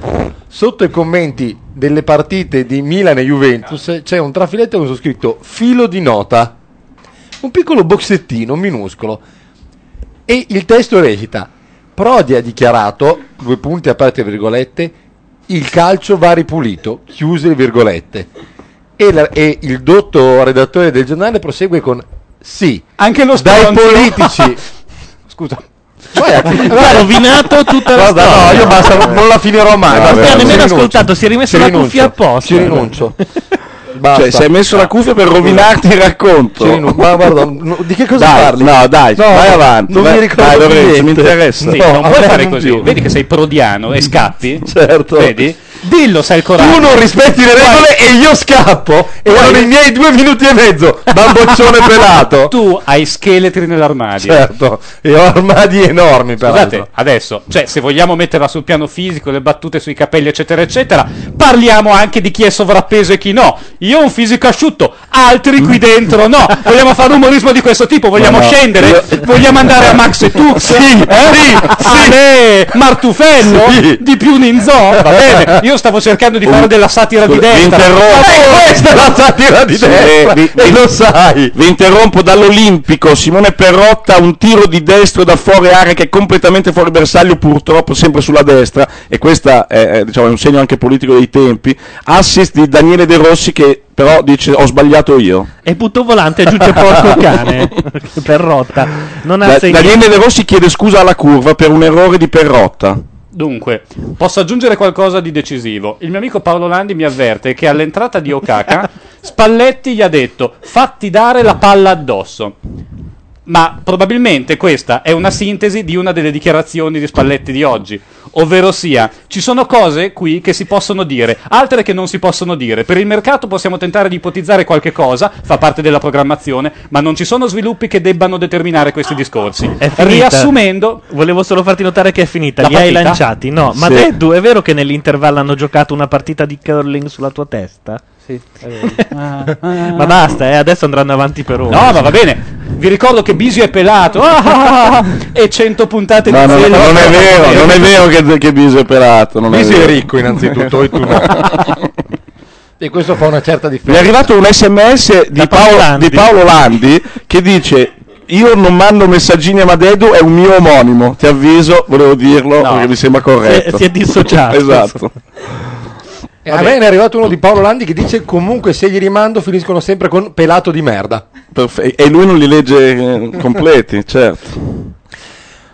[SPEAKER 3] sotto i commenti delle partite di Milan e Juventus, c'è un trafiletto con su scritto filo di nota. Un piccolo boxettino minuscolo. E il testo recita: Prodi ha dichiarato, due punti aperte virgolette, il calcio va ripulito, chiuse le virgolette. E, la- e il dotto redattore del giornale prosegue con: Sì,
[SPEAKER 4] anche lo
[SPEAKER 3] dai
[SPEAKER 1] stronzo."
[SPEAKER 3] politici.
[SPEAKER 4] Scusa.
[SPEAKER 1] Ha rovinato tutta la
[SPEAKER 3] Guarda,
[SPEAKER 1] storia.
[SPEAKER 3] No, io basta, non la finirò mai.
[SPEAKER 1] Non ti
[SPEAKER 3] basta,
[SPEAKER 1] ha
[SPEAKER 3] ci
[SPEAKER 1] nemmeno
[SPEAKER 3] rinuncio.
[SPEAKER 1] ascoltato, si è rimesso
[SPEAKER 3] Ci
[SPEAKER 1] la
[SPEAKER 3] rinuncio.
[SPEAKER 1] cuffia apposta.
[SPEAKER 3] Ci rinuncio. Basta.
[SPEAKER 5] Cioè, si è messo la cuffia per rovinarti il racconto.
[SPEAKER 3] Ci rinuncio. Ma guarda, no, di che cosa
[SPEAKER 5] Dai,
[SPEAKER 3] parli?
[SPEAKER 5] no, dai, vai avanti,
[SPEAKER 3] Non
[SPEAKER 5] vai-
[SPEAKER 3] mi ricordo
[SPEAKER 5] dai, Lorenzo,
[SPEAKER 3] niente.
[SPEAKER 5] mi interessa.
[SPEAKER 4] Sì,
[SPEAKER 3] No,
[SPEAKER 4] non puoi
[SPEAKER 3] avanti.
[SPEAKER 4] fare così. Vedi che sei prodiano e scappi.
[SPEAKER 3] Certo.
[SPEAKER 4] Vedi? Dillo, sai il coraggio.
[SPEAKER 3] Tu non rispetti le regole e io scappo. E
[SPEAKER 4] Guai.
[SPEAKER 3] ho i miei due minuti e mezzo. Bamboccione pelato.
[SPEAKER 4] Tu hai scheletri nell'armadio.
[SPEAKER 3] Certo, e ho armadi enormi, peraltro.
[SPEAKER 4] Scusate, adesso, cioè, se vogliamo metterla sul piano fisico, le battute sui capelli, eccetera, eccetera, parliamo anche di chi è sovrappeso e chi no. Io ho un fisico asciutto, altri
[SPEAKER 3] Mm.
[SPEAKER 4] qui dentro no. Vogliamo fare umorismo di questo tipo? Vogliamo
[SPEAKER 5] Ma no,
[SPEAKER 4] scendere?
[SPEAKER 5] io-
[SPEAKER 4] Vogliamo andare a Max e Tux?
[SPEAKER 5] Sì, sì,
[SPEAKER 4] Ale, Martufello?
[SPEAKER 5] Sì.
[SPEAKER 4] Di più Ninzò? Va bene, io stavo cercando di fare della satira di
[SPEAKER 5] Scusa, vi
[SPEAKER 4] destra.
[SPEAKER 5] interrompo.
[SPEAKER 4] Ma questa è la satira di
[SPEAKER 5] Sì,
[SPEAKER 4] destra.
[SPEAKER 5] eh, vi- vi- Vi interrompo dall'Olimpico. Simone Perrotta, un tiro di destro da fuori area che è completamente fuori bersaglio, purtroppo sempre sulla destra. E questo è, eh, diciamo, è un segno anche politico dei tempi. Assist di Daniele De Rossi che però dice ho sbagliato io.
[SPEAKER 1] E butto volante aggiunge porco cane. per rotta. Non ha
[SPEAKER 5] Da-
[SPEAKER 1] segnato.
[SPEAKER 5] Daniele De Rossi chiede scusa alla curva per un errore di Perrotta.
[SPEAKER 4] Dunque, posso aggiungere qualcosa di decisivo. Il mio amico Paolo Landi mi avverte che all'entrata di Okaka Spalletti gli ha detto fatti dare la palla addosso. Ma probabilmente questa è una sintesi di una delle dichiarazioni di Spalletti di oggi. Ovvero sia, ci sono cose qui che si possono dire, altre che non si possono dire. Per il mercato possiamo tentare di ipotizzare qualche cosa, fa parte della programmazione, ma non ci sono sviluppi che debbano determinare questi discorsi.
[SPEAKER 1] È finita.
[SPEAKER 4] Riassumendo...
[SPEAKER 1] Volevo solo farti notare che è finita.
[SPEAKER 4] La
[SPEAKER 1] Li hai
[SPEAKER 4] partita?
[SPEAKER 1] lanciati? No, ma
[SPEAKER 4] Sì.
[SPEAKER 1] Deddu, è vero che nell'intervallo hanno giocato una partita di curling sulla tua testa? Sì, ma basta, eh, adesso andranno avanti per ora.
[SPEAKER 4] No, ma va bene. Vi ricordo che Bisio è pelato ah, ah, ah, e 100 puntate
[SPEAKER 5] No,
[SPEAKER 4] di
[SPEAKER 5] no, no,
[SPEAKER 4] zelo.
[SPEAKER 5] non è vero, non è vero che, che Bisio è pelato. Non
[SPEAKER 3] Bisio è
[SPEAKER 5] vero.
[SPEAKER 3] ricco, innanzitutto, e tu no. E questo fa una certa
[SPEAKER 5] Mi è
[SPEAKER 3] differenza.
[SPEAKER 5] arrivato un sms di Paolo, di Paolo Landi che dice io non mando messaggini a Madedo, è un mio omonimo, ti avviso, volevo dirlo perché mi sembra corretto.
[SPEAKER 3] Si è- si è dissociato.
[SPEAKER 5] esatto.
[SPEAKER 3] Eh, a me ne è arrivato uno di Paolo Landi che dice comunque se gli rimando finiscono sempre con pelato di merda.
[SPEAKER 5] Perfe- eh, e lui non li legge eh, completi, certo.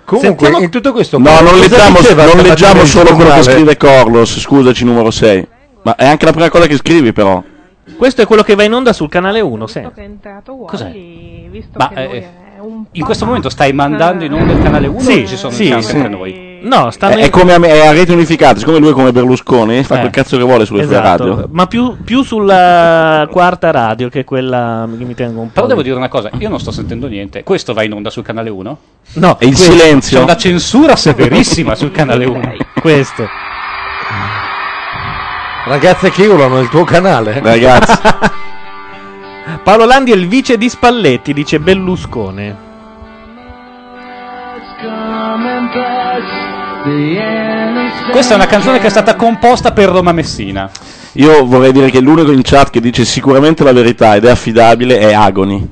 [SPEAKER 3] Comunque, in tutto questo...
[SPEAKER 5] No, non
[SPEAKER 3] cosa
[SPEAKER 5] leggiamo,
[SPEAKER 3] diceva
[SPEAKER 5] non
[SPEAKER 3] stamattina
[SPEAKER 5] leggiamo
[SPEAKER 3] il
[SPEAKER 5] solo quello che
[SPEAKER 3] giornale?
[SPEAKER 5] scrive Corlos, scusaci numero 6. Ma è anche la prima cosa che scrivi però.
[SPEAKER 1] Questo è quello che va in onda sul canale 1, sì.
[SPEAKER 4] Ma eh, in questo momento stai mandando in onda il canale 1
[SPEAKER 1] Sì,
[SPEAKER 4] o ci sono
[SPEAKER 1] sì,
[SPEAKER 4] diciamo,
[SPEAKER 1] sì.
[SPEAKER 4] sempre noi?
[SPEAKER 1] No, stanno
[SPEAKER 5] È, è come a, me- è a rete unificata, siccome lui è come Berlusconi,
[SPEAKER 3] Eh.
[SPEAKER 5] fa quel cazzo che vuole sulle
[SPEAKER 1] Esatto,
[SPEAKER 5] sue radio.
[SPEAKER 1] ma più, più sulla quarta radio che quella che mi tengo un po'.
[SPEAKER 4] Però devo
[SPEAKER 1] di-
[SPEAKER 4] dire una cosa, io non sto sentendo niente. Questo va in onda sul canale 1?
[SPEAKER 1] No,
[SPEAKER 5] E il
[SPEAKER 1] questo-
[SPEAKER 5] silenzio?
[SPEAKER 4] C'è una censura severissima sul canale 1.
[SPEAKER 1] Questo.
[SPEAKER 3] Ragazze che urlano il tuo canale.
[SPEAKER 5] Ragazzi.
[SPEAKER 1] Paolo Landi è il vice di Spalletti, dice Belluscone.
[SPEAKER 4] Questa è una canzone che è stata composta per Roma Messina.
[SPEAKER 5] Io vorrei dire che l'unico in chat che dice sicuramente la verità ed è affidabile è Agoni,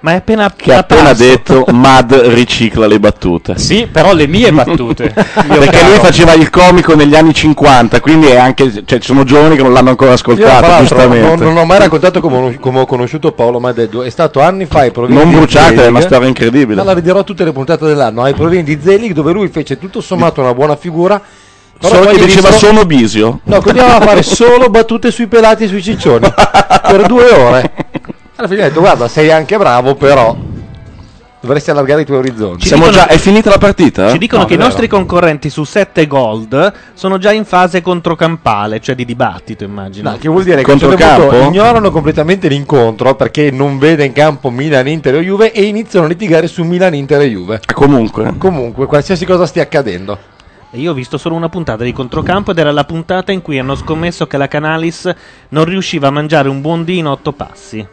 [SPEAKER 1] Ma è appena
[SPEAKER 5] che ha appena detto Mad ricicla le battute.
[SPEAKER 4] Sì, però le mie battute.
[SPEAKER 5] Perché lui faceva il comico negli anni 50, quindi è anche, cioè, ci sono giovani che non l'hanno ancora
[SPEAKER 3] Io, tra
[SPEAKER 5] ascoltato,
[SPEAKER 3] l'altro, non,
[SPEAKER 5] giustamente.
[SPEAKER 3] non ho mai raccontato come, ho- come ho conosciuto Paolo Madeddu. È stato anni fa ai provini
[SPEAKER 5] Non
[SPEAKER 3] di
[SPEAKER 5] bruciate,
[SPEAKER 3] Zelig.
[SPEAKER 5] è una storia incredibile.
[SPEAKER 3] Ma la ridirò tutte le puntate dell'anno. Ai provini di Zelig, dove lui fece tutto sommato una buona figura. però
[SPEAKER 5] Solo
[SPEAKER 3] poi
[SPEAKER 5] che
[SPEAKER 3] gli
[SPEAKER 5] diceva
[SPEAKER 3] dissero-
[SPEAKER 5] sono Bisio.
[SPEAKER 3] No, continuava a fare solo battute sui pelati e sui ciccioni per due ore. Alla fine ho detto, guarda, sei anche bravo, però dovresti allargare i tuoi orizzonti.
[SPEAKER 5] Siamo già, è finita la
[SPEAKER 4] Eh?
[SPEAKER 5] partita?
[SPEAKER 1] Ci dicono
[SPEAKER 3] No,
[SPEAKER 1] che i
[SPEAKER 3] vero.
[SPEAKER 1] nostri concorrenti su 7 gold sono già in fase controcampale, cioè di dibattito, immagino.
[SPEAKER 3] No, che vuol dire che a un certo punto ignorano completamente l'incontro perché non vede in campo Milan, Inter o Juve e iniziano a litigare su Milan, Inter e Juve.
[SPEAKER 5] Ah, Comunque.
[SPEAKER 3] Comunque, qualsiasi cosa stia accadendo.
[SPEAKER 1] E Io ho visto solo una puntata di controcampo ed era la puntata in cui hanno scommesso che la Canalis non riusciva a mangiare un buondino in otto passi.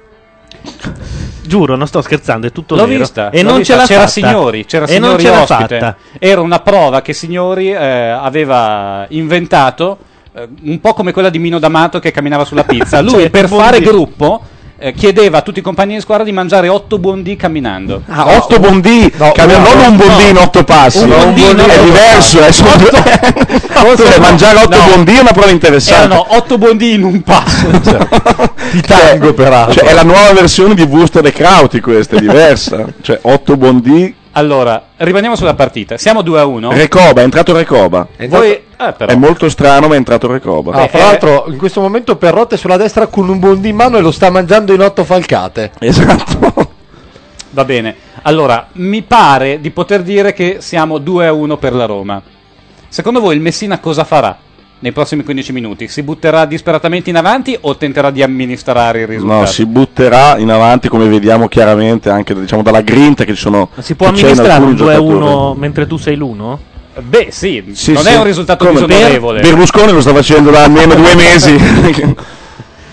[SPEAKER 1] Giuro, non sto scherzando, è tutto
[SPEAKER 4] L'ho
[SPEAKER 1] vero.
[SPEAKER 4] vista,
[SPEAKER 1] e
[SPEAKER 4] l'ho
[SPEAKER 1] non
[SPEAKER 4] vista,
[SPEAKER 1] ce l'ha
[SPEAKER 4] c'era
[SPEAKER 1] fatta.
[SPEAKER 4] Signori, c'era
[SPEAKER 1] e
[SPEAKER 4] Signori
[SPEAKER 1] non ce l'ha
[SPEAKER 4] ospite.
[SPEAKER 1] fatta.
[SPEAKER 4] Era una prova che Signori eh, aveva inventato, eh, un po' come quella di Mino D'Amato che camminava sulla pizza. Lui
[SPEAKER 1] Cioè,
[SPEAKER 4] per
[SPEAKER 1] buon
[SPEAKER 4] fare
[SPEAKER 1] dì.
[SPEAKER 4] gruppo eh, chiedeva a tutti i compagni di squadra di mangiare 8 buondì camminando. Eh,
[SPEAKER 5] Ah, 8 bondì, non un bondino, 8 passi.
[SPEAKER 4] Un bondino,
[SPEAKER 5] è
[SPEAKER 4] otto
[SPEAKER 5] diverso, eh, sono due- Cioè, mangiare 8 bondì è una prova interessante.
[SPEAKER 4] Erano 8 buondì in un passo.
[SPEAKER 5] Tango,
[SPEAKER 3] peraltro.
[SPEAKER 5] Cioè, è la nuova versione di Wuster e Krauti questa, è diversa. cioè, 8 bondì.
[SPEAKER 4] Allora, rimaniamo sulla partita. Siamo 2 a 1.
[SPEAKER 5] Recoba, è entrato Recoba.
[SPEAKER 4] Voi- eh, però.
[SPEAKER 5] È molto strano, ma è entrato Recoba.
[SPEAKER 3] Ah, fra l'altro, in questo momento Perrotta è sulla destra con un buon di mano e lo sta mangiando in otto falcate.
[SPEAKER 5] Esatto.
[SPEAKER 4] Va bene. Allora, mi pare di poter dire che siamo 2 a 1 per la Roma. Secondo voi il Messina cosa farà? nei prossimi 15 minuti? Si butterà disperatamente in avanti o tenterà di amministrare il risultato?
[SPEAKER 5] eh, No, si butterà in avanti come vediamo chiaramente anche diciamo, dalla grinta che ci sono.
[SPEAKER 1] Ma si può
[SPEAKER 5] che c'è in
[SPEAKER 1] amministrare un
[SPEAKER 5] alcuni
[SPEAKER 1] 2-1
[SPEAKER 5] giocatori.
[SPEAKER 1] mentre tu sei l'1?
[SPEAKER 4] Eh, Beh, sì,
[SPEAKER 5] Sì,
[SPEAKER 4] non
[SPEAKER 5] sì.
[SPEAKER 4] è un risultato
[SPEAKER 5] Come?
[SPEAKER 4] disonorevole.
[SPEAKER 5] Berlusconi lo sta facendo da almeno due mesi.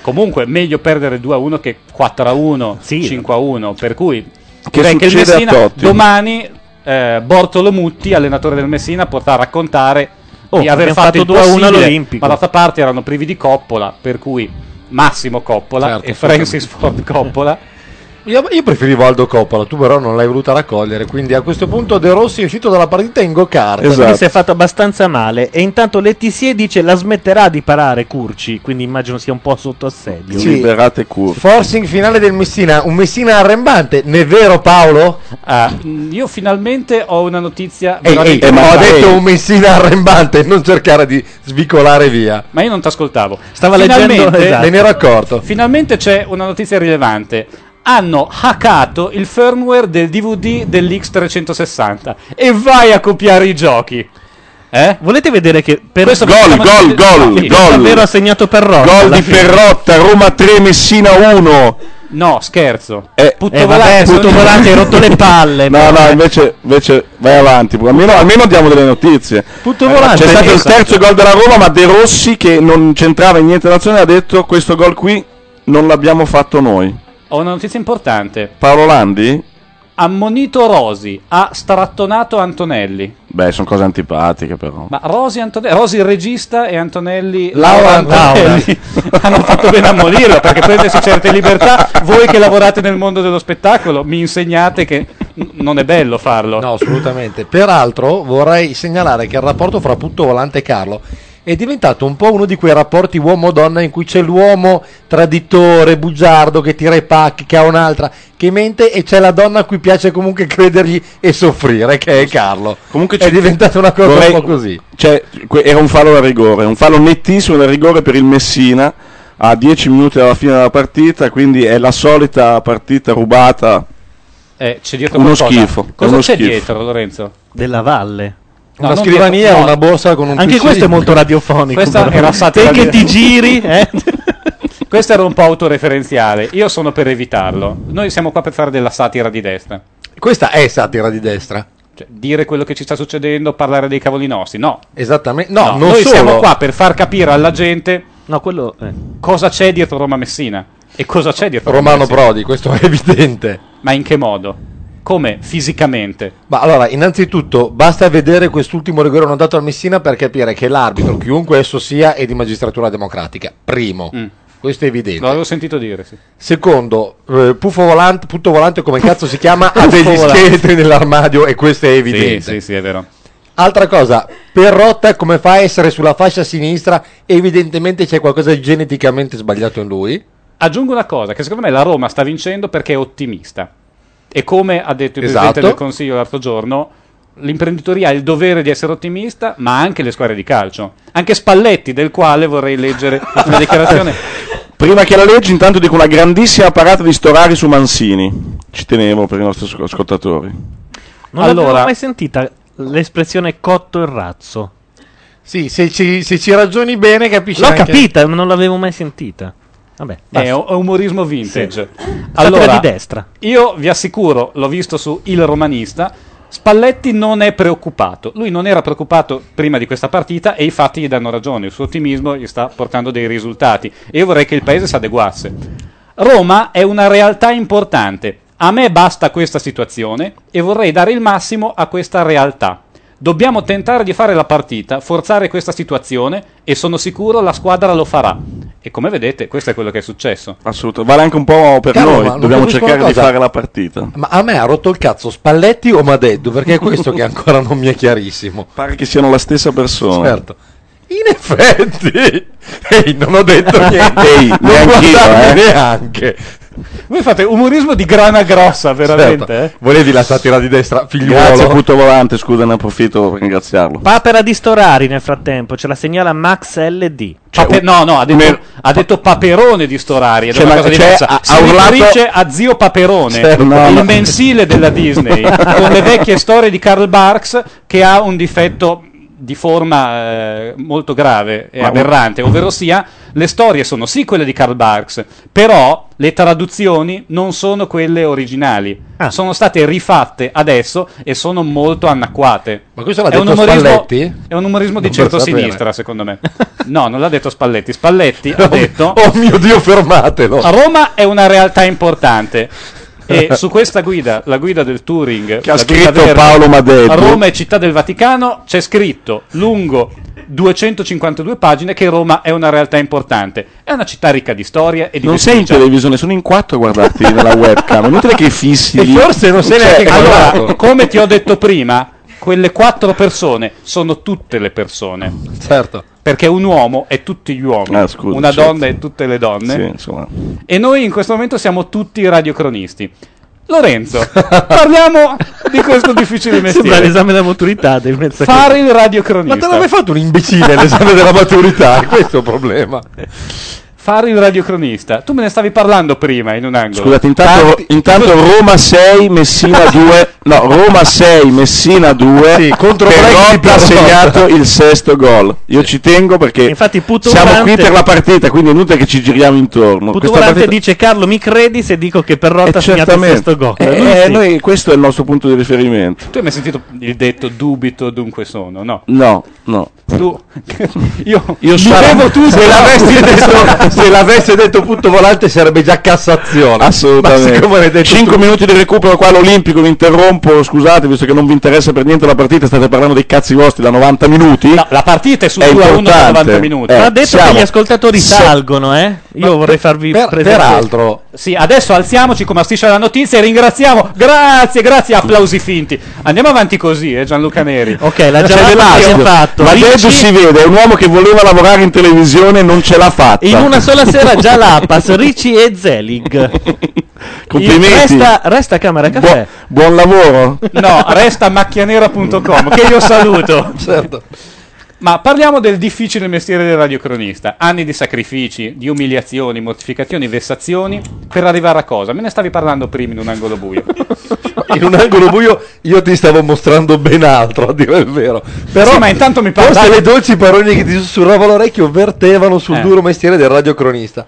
[SPEAKER 4] Comunque, meglio perdere 2 a 1 che 4 a 1, 5 a 1. Per cui,
[SPEAKER 5] Che
[SPEAKER 4] direi che il
[SPEAKER 5] succede a
[SPEAKER 4] Messina
[SPEAKER 5] Totti?
[SPEAKER 4] domani, eh, Bortolo Mutti, allenatore del Messina, potrà raccontare
[SPEAKER 1] Oh,
[SPEAKER 4] di aver
[SPEAKER 1] abbiamo fatto
[SPEAKER 4] fatto, il
[SPEAKER 1] 2 a 1
[SPEAKER 4] possibile,
[SPEAKER 1] all'Olimpico.
[SPEAKER 4] Ma d'altra parte erano privi di Coppola, per cui Massimo Coppola
[SPEAKER 1] Certo,
[SPEAKER 4] e Francis Ford Coppola.
[SPEAKER 3] Io, io preferivo Aldo Coppola, tu però non l'hai voluta raccogliere, quindi a questo punto De Rossi è uscito dalla partita in go-kart.
[SPEAKER 1] Quindi si è fatto abbastanza male. E intanto l'ETC dice la smetterà di parare Curci. Quindi immagino sia un po' sotto assedio.
[SPEAKER 3] Sì. Liberate
[SPEAKER 5] Curci.
[SPEAKER 3] Forcing finale del Messina, un Messina arrembante, ne è vero Paolo?
[SPEAKER 4] Mm, Io finalmente ho una notizia.
[SPEAKER 3] Ehi, ehi,
[SPEAKER 4] veramente-
[SPEAKER 3] ho detto un Messina arrembante, non cercare di svicolare via.
[SPEAKER 4] Ma io non ti ascoltavo.
[SPEAKER 3] Stava leggendo, esatto. Me ne ero accorto.
[SPEAKER 4] Finalmente c'è una notizia rilevante. Hanno hackato il firmware del DVD dell'X360 e vai a copiare i giochi. Eh?
[SPEAKER 1] Volete vedere che per
[SPEAKER 5] Gol, gol, gol, gol.
[SPEAKER 1] Davvero assegnato per Rotta.
[SPEAKER 5] Gol di Perrotta, Roma 3, Messina 1.
[SPEAKER 4] No, scherzo.
[SPEAKER 1] eh, vabbè, Putto Volante, hai rotto le palle,
[SPEAKER 5] No,
[SPEAKER 1] però,
[SPEAKER 5] no,
[SPEAKER 1] eh.
[SPEAKER 5] invece, invece vai avanti. Almeno, almeno diamo delle notizie. Eh,
[SPEAKER 1] Putto Volante,
[SPEAKER 5] C'è stato il
[SPEAKER 1] esatto.
[SPEAKER 5] terzo gol della Roma, ma De Rossi, che non c'entrava in niente l'azione, ha detto questo gol qui non l'abbiamo fatto noi.
[SPEAKER 4] Ho una notizia importante.
[SPEAKER 5] Paolo Landi?
[SPEAKER 4] Ammonito Rosi, ha strattonato Antonelli.
[SPEAKER 5] Beh, sono cose antipatiche però.
[SPEAKER 4] Ma Rosi, Antone- Rosi il regista e Antonelli
[SPEAKER 5] Laura
[SPEAKER 4] Antonelli hanno fatto bene a morire perché prendersi certe libertà. Voi che lavorate nel mondo dello spettacolo mi insegnate che n- non è bello farlo. No,
[SPEAKER 3] assolutamente. Peraltro vorrei segnalare che il rapporto fra Putto Volante e Carlo è diventato un po' uno di quei rapporti uomo-donna in cui c'è l'uomo traditore, bugiardo, che tira i pacchi, che ha un'altra, che mente e c'è la donna a cui piace comunque credergli e soffrire, che è Carlo.
[SPEAKER 5] Comunque
[SPEAKER 3] è
[SPEAKER 5] ci-
[SPEAKER 3] diventata
[SPEAKER 1] Ecco,
[SPEAKER 3] una cosa
[SPEAKER 5] vorrei-
[SPEAKER 3] un po' così.
[SPEAKER 5] Cioè, que- era un fallo da rigore, un fallo nettissimo da rigore per il Messina a 10 minuti dalla fine della partita, quindi è la solita partita rubata.
[SPEAKER 4] Eh, c'è dietro
[SPEAKER 5] Uno
[SPEAKER 4] qualcosa.
[SPEAKER 5] schifo,
[SPEAKER 4] Cosa
[SPEAKER 5] uno
[SPEAKER 4] c'è
[SPEAKER 5] schifo.
[SPEAKER 4] dietro, Lorenzo?
[SPEAKER 1] Della Valle.
[SPEAKER 4] No, Una non scrivania, dietro- no. una borsa con un
[SPEAKER 1] Anche
[SPEAKER 4] PC.
[SPEAKER 1] questo è molto radiofonico.
[SPEAKER 4] Questa
[SPEAKER 1] però.
[SPEAKER 4] era satira
[SPEAKER 1] Te che
[SPEAKER 4] di-
[SPEAKER 1] ti giri, eh?
[SPEAKER 4] Questo era un po' autoreferenziale. Io sono per evitarlo. Noi siamo qua per fare della satira di destra.
[SPEAKER 3] Questa è satira di destra.
[SPEAKER 4] Cioè, dire quello che ci sta succedendo, parlare dei cavoli nostri. No.
[SPEAKER 3] Esattamente. No, non
[SPEAKER 4] noi
[SPEAKER 3] solo.
[SPEAKER 4] siamo qua per far capire alla gente
[SPEAKER 1] no, quello, eh.
[SPEAKER 4] cosa c'è dietro Roma Messina e cosa c'è dietro Roma
[SPEAKER 3] Romano
[SPEAKER 4] Messina.
[SPEAKER 3] Prodi, questo è evidente.
[SPEAKER 4] Ma in che modo? Come? Fisicamente.
[SPEAKER 3] Ma allora, innanzitutto, basta vedere quest'ultimo rigore non dato al Messina per capire che l'arbitro, chiunque esso sia, è di magistratura democratica. Primo. Questo è evidente.
[SPEAKER 4] Mm. L'avevo sentito dire, sì.
[SPEAKER 3] Secondo, eh, Puffo Volante, Putto Volante, come cazzo si chiama, ha
[SPEAKER 4] Puffo
[SPEAKER 3] degli
[SPEAKER 4] Volante.
[SPEAKER 3] scheletri nell'armadio e questo è evidente.
[SPEAKER 4] Sì, sì, sì, è vero.
[SPEAKER 3] Altra cosa, Perrotta come fa a essere sulla fascia sinistra? Evidentemente c'è qualcosa di geneticamente sbagliato in lui.
[SPEAKER 4] Aggiungo una cosa, che secondo me la Roma sta vincendo perché è ottimista. E come ha detto il Presidente
[SPEAKER 3] Esatto.
[SPEAKER 4] del Consiglio l'altro giorno, l'imprenditoria ha il dovere di essere ottimista, ma anche le squadre di calcio. Anche Spalletti, del quale vorrei leggere una dichiarazione.
[SPEAKER 5] Prima che la legge, intanto dico una grandissima parata di Storari su Mansini. Ci tenevo per i nostri asco- ascoltatori.
[SPEAKER 1] Non
[SPEAKER 5] Allora-
[SPEAKER 1] l'avevo mai sentita l'espressione cotto il razzo.
[SPEAKER 3] Sì, se ci, se ci ragioni bene capisci
[SPEAKER 1] L'ho
[SPEAKER 3] anche-
[SPEAKER 1] capita, ma non l'avevo mai sentita. Vabbè,
[SPEAKER 4] È
[SPEAKER 1] basta.
[SPEAKER 4] un- è umorismo vintage.
[SPEAKER 1] Satira di destra.
[SPEAKER 4] io vi assicuro, l'ho visto su Il Romanista, Spalletti non è preoccupato. Lui non era preoccupato prima di questa partita e i fatti gli danno ragione. Il suo ottimismo gli sta portando dei risultati. E io vorrei che il paese si adeguasse. Roma è una realtà importante. A me basta questa situazione e vorrei dare il massimo a questa realtà. Dobbiamo tentare di fare la partita, forzare questa situazione e sono sicuro la squadra lo farà. E come vedete, questo è quello che è successo.
[SPEAKER 5] Assolutamente. Vale anche un po' per
[SPEAKER 3] Cavolo, ma
[SPEAKER 5] noi,
[SPEAKER 3] non
[SPEAKER 5] dobbiamo
[SPEAKER 3] capisco una
[SPEAKER 5] cercare di
[SPEAKER 3] cosa.
[SPEAKER 5] fare la partita.
[SPEAKER 3] Ma a me ha rotto il cazzo Spalletti o Madeddu? Perché è questo che ancora non mi è chiarissimo.
[SPEAKER 5] Pare che siano la stessa persona.
[SPEAKER 3] Certo. In effetti, ehi, non ho detto niente.
[SPEAKER 5] Ehi,
[SPEAKER 3] non
[SPEAKER 5] neanch'io,
[SPEAKER 3] guardarmi
[SPEAKER 5] eh.
[SPEAKER 3] neanche.
[SPEAKER 4] Voi fate umorismo di grana grossa,
[SPEAKER 5] Certo.
[SPEAKER 4] veramente. eh?
[SPEAKER 3] Volevi la satira di destra, figliuolo.
[SPEAKER 5] Grazie, Puto Volante, scusa, ne approfitto per ringraziarlo.
[SPEAKER 1] Papera di Storari nel frattempo, ce la segnala Max LD.
[SPEAKER 4] Pape- Cioè, no, no, ha detto, ha detto paperone di Storari. Ed
[SPEAKER 1] Cioè,
[SPEAKER 4] è una
[SPEAKER 1] ma-
[SPEAKER 4] cosa
[SPEAKER 1] cioè,
[SPEAKER 4] diversa.
[SPEAKER 1] ha-
[SPEAKER 4] Si
[SPEAKER 1] ha urlato-
[SPEAKER 4] riferisce a zio Paperone,
[SPEAKER 1] Cioè, no,
[SPEAKER 4] il
[SPEAKER 1] no.
[SPEAKER 4] mensile della Disney, con le vecchie storie di Karl Barks che ha un difetto di forma eh, molto grave e
[SPEAKER 15] Ma-
[SPEAKER 4] aberrante, ovvero sia le storie sono sì quelle di Karl Barks, però le traduzioni non sono quelle originali,
[SPEAKER 3] Ah.
[SPEAKER 4] sono state rifatte adesso e sono molto anacquate.
[SPEAKER 3] Ma questo l'ha
[SPEAKER 4] È un
[SPEAKER 3] detto
[SPEAKER 4] umorismo-
[SPEAKER 3] Spalletti?
[SPEAKER 4] È un umorismo di certo
[SPEAKER 3] Non lo sapevo.
[SPEAKER 4] centrosinistra, secondo me. No, non l'ha detto Spalletti. Spalletti ha detto...
[SPEAKER 3] Oh mio Dio, fermatelo!
[SPEAKER 4] A Roma è una realtà importante. E su questa guida, la guida del Turing,
[SPEAKER 5] Che ha
[SPEAKER 4] la guida
[SPEAKER 5] scritto
[SPEAKER 4] verde,
[SPEAKER 5] Paolo Madeddu.
[SPEAKER 4] A Roma è città del Vaticano, c'è scritto lungo 252 pagine che Roma è una realtà importante. È una città ricca di storia e di
[SPEAKER 5] Non sei in
[SPEAKER 4] vestigia.
[SPEAKER 5] televisione, sono in quattro a guardarti nella webcam. Inutile che fissi lì. Cioè,
[SPEAKER 4] Allora, come ti ho detto prima, quelle quattro persone sono tutte le persone.
[SPEAKER 3] Certo.
[SPEAKER 4] Perché un uomo è tutti gli uomini,
[SPEAKER 5] Ah, scusa,
[SPEAKER 4] una
[SPEAKER 5] certo.
[SPEAKER 4] donna è tutte le donne.
[SPEAKER 5] Sì, insomma.
[SPEAKER 4] E noi in questo momento siamo tutti radiocronisti. Lorenzo, parliamo di questo difficile
[SPEAKER 1] Sembra
[SPEAKER 4] mestiere.
[SPEAKER 1] l'esame della maturità del mezzacchino.
[SPEAKER 4] Fare il radiocronista.
[SPEAKER 1] Ma te l'ha mai fatto un
[SPEAKER 3] imbecille l'esame della maturità? Questo è il problema.
[SPEAKER 4] Fare il radiocronista. Tu me ne stavi parlando prima in un angolo.
[SPEAKER 5] Scusate, intanto, intanto Roma 6, Messina 2. No, Roma 6, Messina 2.
[SPEAKER 3] Sì, contro Brexit
[SPEAKER 5] Perotta ha
[SPEAKER 3] Perotta.
[SPEAKER 5] segnato il sesto gol. Io ci tengo perché siamo qui
[SPEAKER 1] Volante-
[SPEAKER 5] per la partita, quindi è inutile che ci giriamo intorno. Questa
[SPEAKER 1] Putuvolante
[SPEAKER 5] partita-
[SPEAKER 1] dice Carlo, mi credi se dico che Perrotta ha segnato il
[SPEAKER 5] certamente.
[SPEAKER 1] sesto gol?
[SPEAKER 5] Eh,
[SPEAKER 1] Lui
[SPEAKER 5] eh,
[SPEAKER 1] sì.
[SPEAKER 5] noi- questo è il nostro punto di riferimento.
[SPEAKER 4] Tu hai mai sentito il detto dubito dunque sono? No.
[SPEAKER 5] No, no.
[SPEAKER 4] Tu, io,
[SPEAKER 5] Io
[SPEAKER 4] Dicevo tu
[SPEAKER 3] se,
[SPEAKER 4] sei-
[SPEAKER 3] l'avessi detto, se l'avesse detto punto volante sarebbe già Cassazione. Ma siccome l'hai
[SPEAKER 5] Assolutamente.
[SPEAKER 3] detto
[SPEAKER 5] 5
[SPEAKER 3] tu-
[SPEAKER 5] minuti di recupero qua all'Olimpico, vi interrompo, scusate, visto che non vi interessa per niente la partita, state parlando dei cazzi vostri da 90 minuti. Eh,
[SPEAKER 4] la partita è su
[SPEAKER 1] 2 a 1 da 90
[SPEAKER 4] minuti.
[SPEAKER 1] Ma ha detto che gli ascoltatori
[SPEAKER 5] se-
[SPEAKER 1] salgono, eh? Io vorrei farvi presente-
[SPEAKER 4] Sì, adesso alziamoci come astiscia la notizia e ringraziamo. Grazie, grazie, applausi finti. Andiamo avanti così, eh, Gianluca Neri. Cioè,
[SPEAKER 1] Ok, la
[SPEAKER 5] Cioè, Ma adesso si vede, è un uomo che voleva lavorare in televisione e non ce l'ha fatta.
[SPEAKER 1] In una sola sera già l'appas, Ricci e Zelig.
[SPEAKER 5] Complimenti.
[SPEAKER 1] Resta, resta Camera Caffè.
[SPEAKER 5] Buon lavoro.
[SPEAKER 4] No, resta macchianera.com che io saluto.
[SPEAKER 3] Certo.
[SPEAKER 4] Ma parliamo del difficile mestiere del radiocronista. Anni di sacrifici, di umiliazioni, mortificazioni, vessazioni per arrivare a cosa? Me ne stavi parlando prima in un angolo buio.
[SPEAKER 3] in un angolo buio io ti stavo mostrando ben altro, a dire il vero. Però
[SPEAKER 4] Sì, ma intanto mi
[SPEAKER 3] forse
[SPEAKER 4] parlavi-
[SPEAKER 3] le dolci parole che ti sussurravano all'orecchio vertevano sul
[SPEAKER 4] Eh.
[SPEAKER 3] duro mestiere del radiocronista.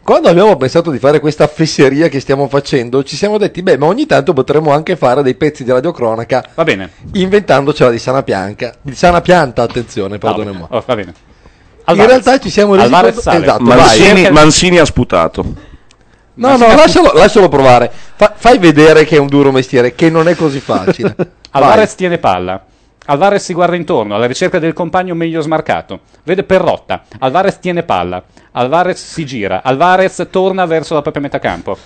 [SPEAKER 3] Quando abbiamo pensato di fare questa fesseria che stiamo facendo, ci siamo detti, beh, ma ogni tanto potremmo anche fare dei pezzi di radiocronaca
[SPEAKER 4] Va bene.
[SPEAKER 3] inventandocela di sana pianca. Di sana pianta, attenzione, perdonami.
[SPEAKER 4] Oh, va bene.
[SPEAKER 3] In
[SPEAKER 5] Alvarez.
[SPEAKER 3] realtà ci siamo resi
[SPEAKER 5] Alvarez
[SPEAKER 3] conto-
[SPEAKER 5] sale.
[SPEAKER 3] Esatto,
[SPEAKER 5] Mancini,
[SPEAKER 3] vai.
[SPEAKER 5] Mancini ha sputato.
[SPEAKER 3] No, no, lascialo, lascialo provare. Fa- fai vedere che è un duro mestiere, che non è così facile.
[SPEAKER 4] Alvarez tiene palla. Alvarez si guarda intorno alla ricerca del compagno meglio smarcato. Vede Perrotta. Alvarez tiene palla. Alvarez si gira. Alvarez torna verso la propria metà campo.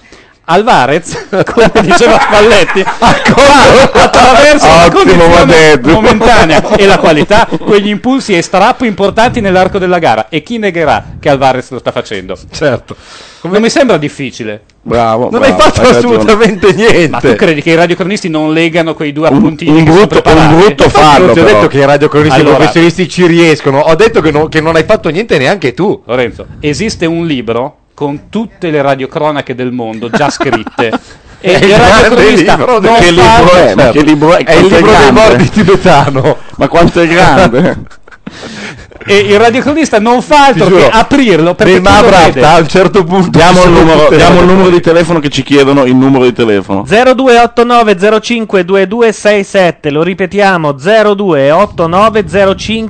[SPEAKER 4] Alvarez, come diceva Spalletti, va attraverso la
[SPEAKER 5] Ottimo,
[SPEAKER 4] condizione
[SPEAKER 5] Madeddu.
[SPEAKER 4] momentanea e la qualità, quegli impulsi e strappi importanti nell'arco della gara. E chi negherà che Alvarez lo sta facendo?
[SPEAKER 3] Certo.
[SPEAKER 4] Non mi sembra difficile.
[SPEAKER 5] Bravo.
[SPEAKER 4] Non hai fatto assolutamente
[SPEAKER 3] niente.
[SPEAKER 4] Ma tu credi che i radiocronisti non legano quei due appuntini? che
[SPEAKER 5] un
[SPEAKER 4] sono
[SPEAKER 5] brutto- un
[SPEAKER 4] preparati?
[SPEAKER 5] brutto
[SPEAKER 3] Io ti ho detto che i radiocronisti
[SPEAKER 4] Allora,
[SPEAKER 3] professionisti ci riescono. Ho detto che, non- che non hai fatto niente neanche tu.
[SPEAKER 4] Lorenzo, esiste un libro con tutte le radiocronache del mondo già scritte. e
[SPEAKER 5] È
[SPEAKER 4] il
[SPEAKER 5] il
[SPEAKER 4] radiocronista
[SPEAKER 5] grande libro
[SPEAKER 4] non
[SPEAKER 5] del- che
[SPEAKER 4] fa-
[SPEAKER 5] libro è? Ma che libro è?
[SPEAKER 4] È il
[SPEAKER 5] Quanto è
[SPEAKER 4] libro dei
[SPEAKER 5] grande?
[SPEAKER 4] morti
[SPEAKER 3] tibetano.
[SPEAKER 5] Ma quanto è grande.
[SPEAKER 4] E il radiocronista non fa altro
[SPEAKER 5] Ti
[SPEAKER 4] che
[SPEAKER 5] giuro,
[SPEAKER 4] aprirlo perché tu lo vede.
[SPEAKER 3] certo punto
[SPEAKER 5] diamo il,
[SPEAKER 4] sono
[SPEAKER 5] numero,
[SPEAKER 4] tutte-
[SPEAKER 5] diamo il numero di telefono che ci chiedono il numero di telefono
[SPEAKER 1] 0289052267, lo ripetiamo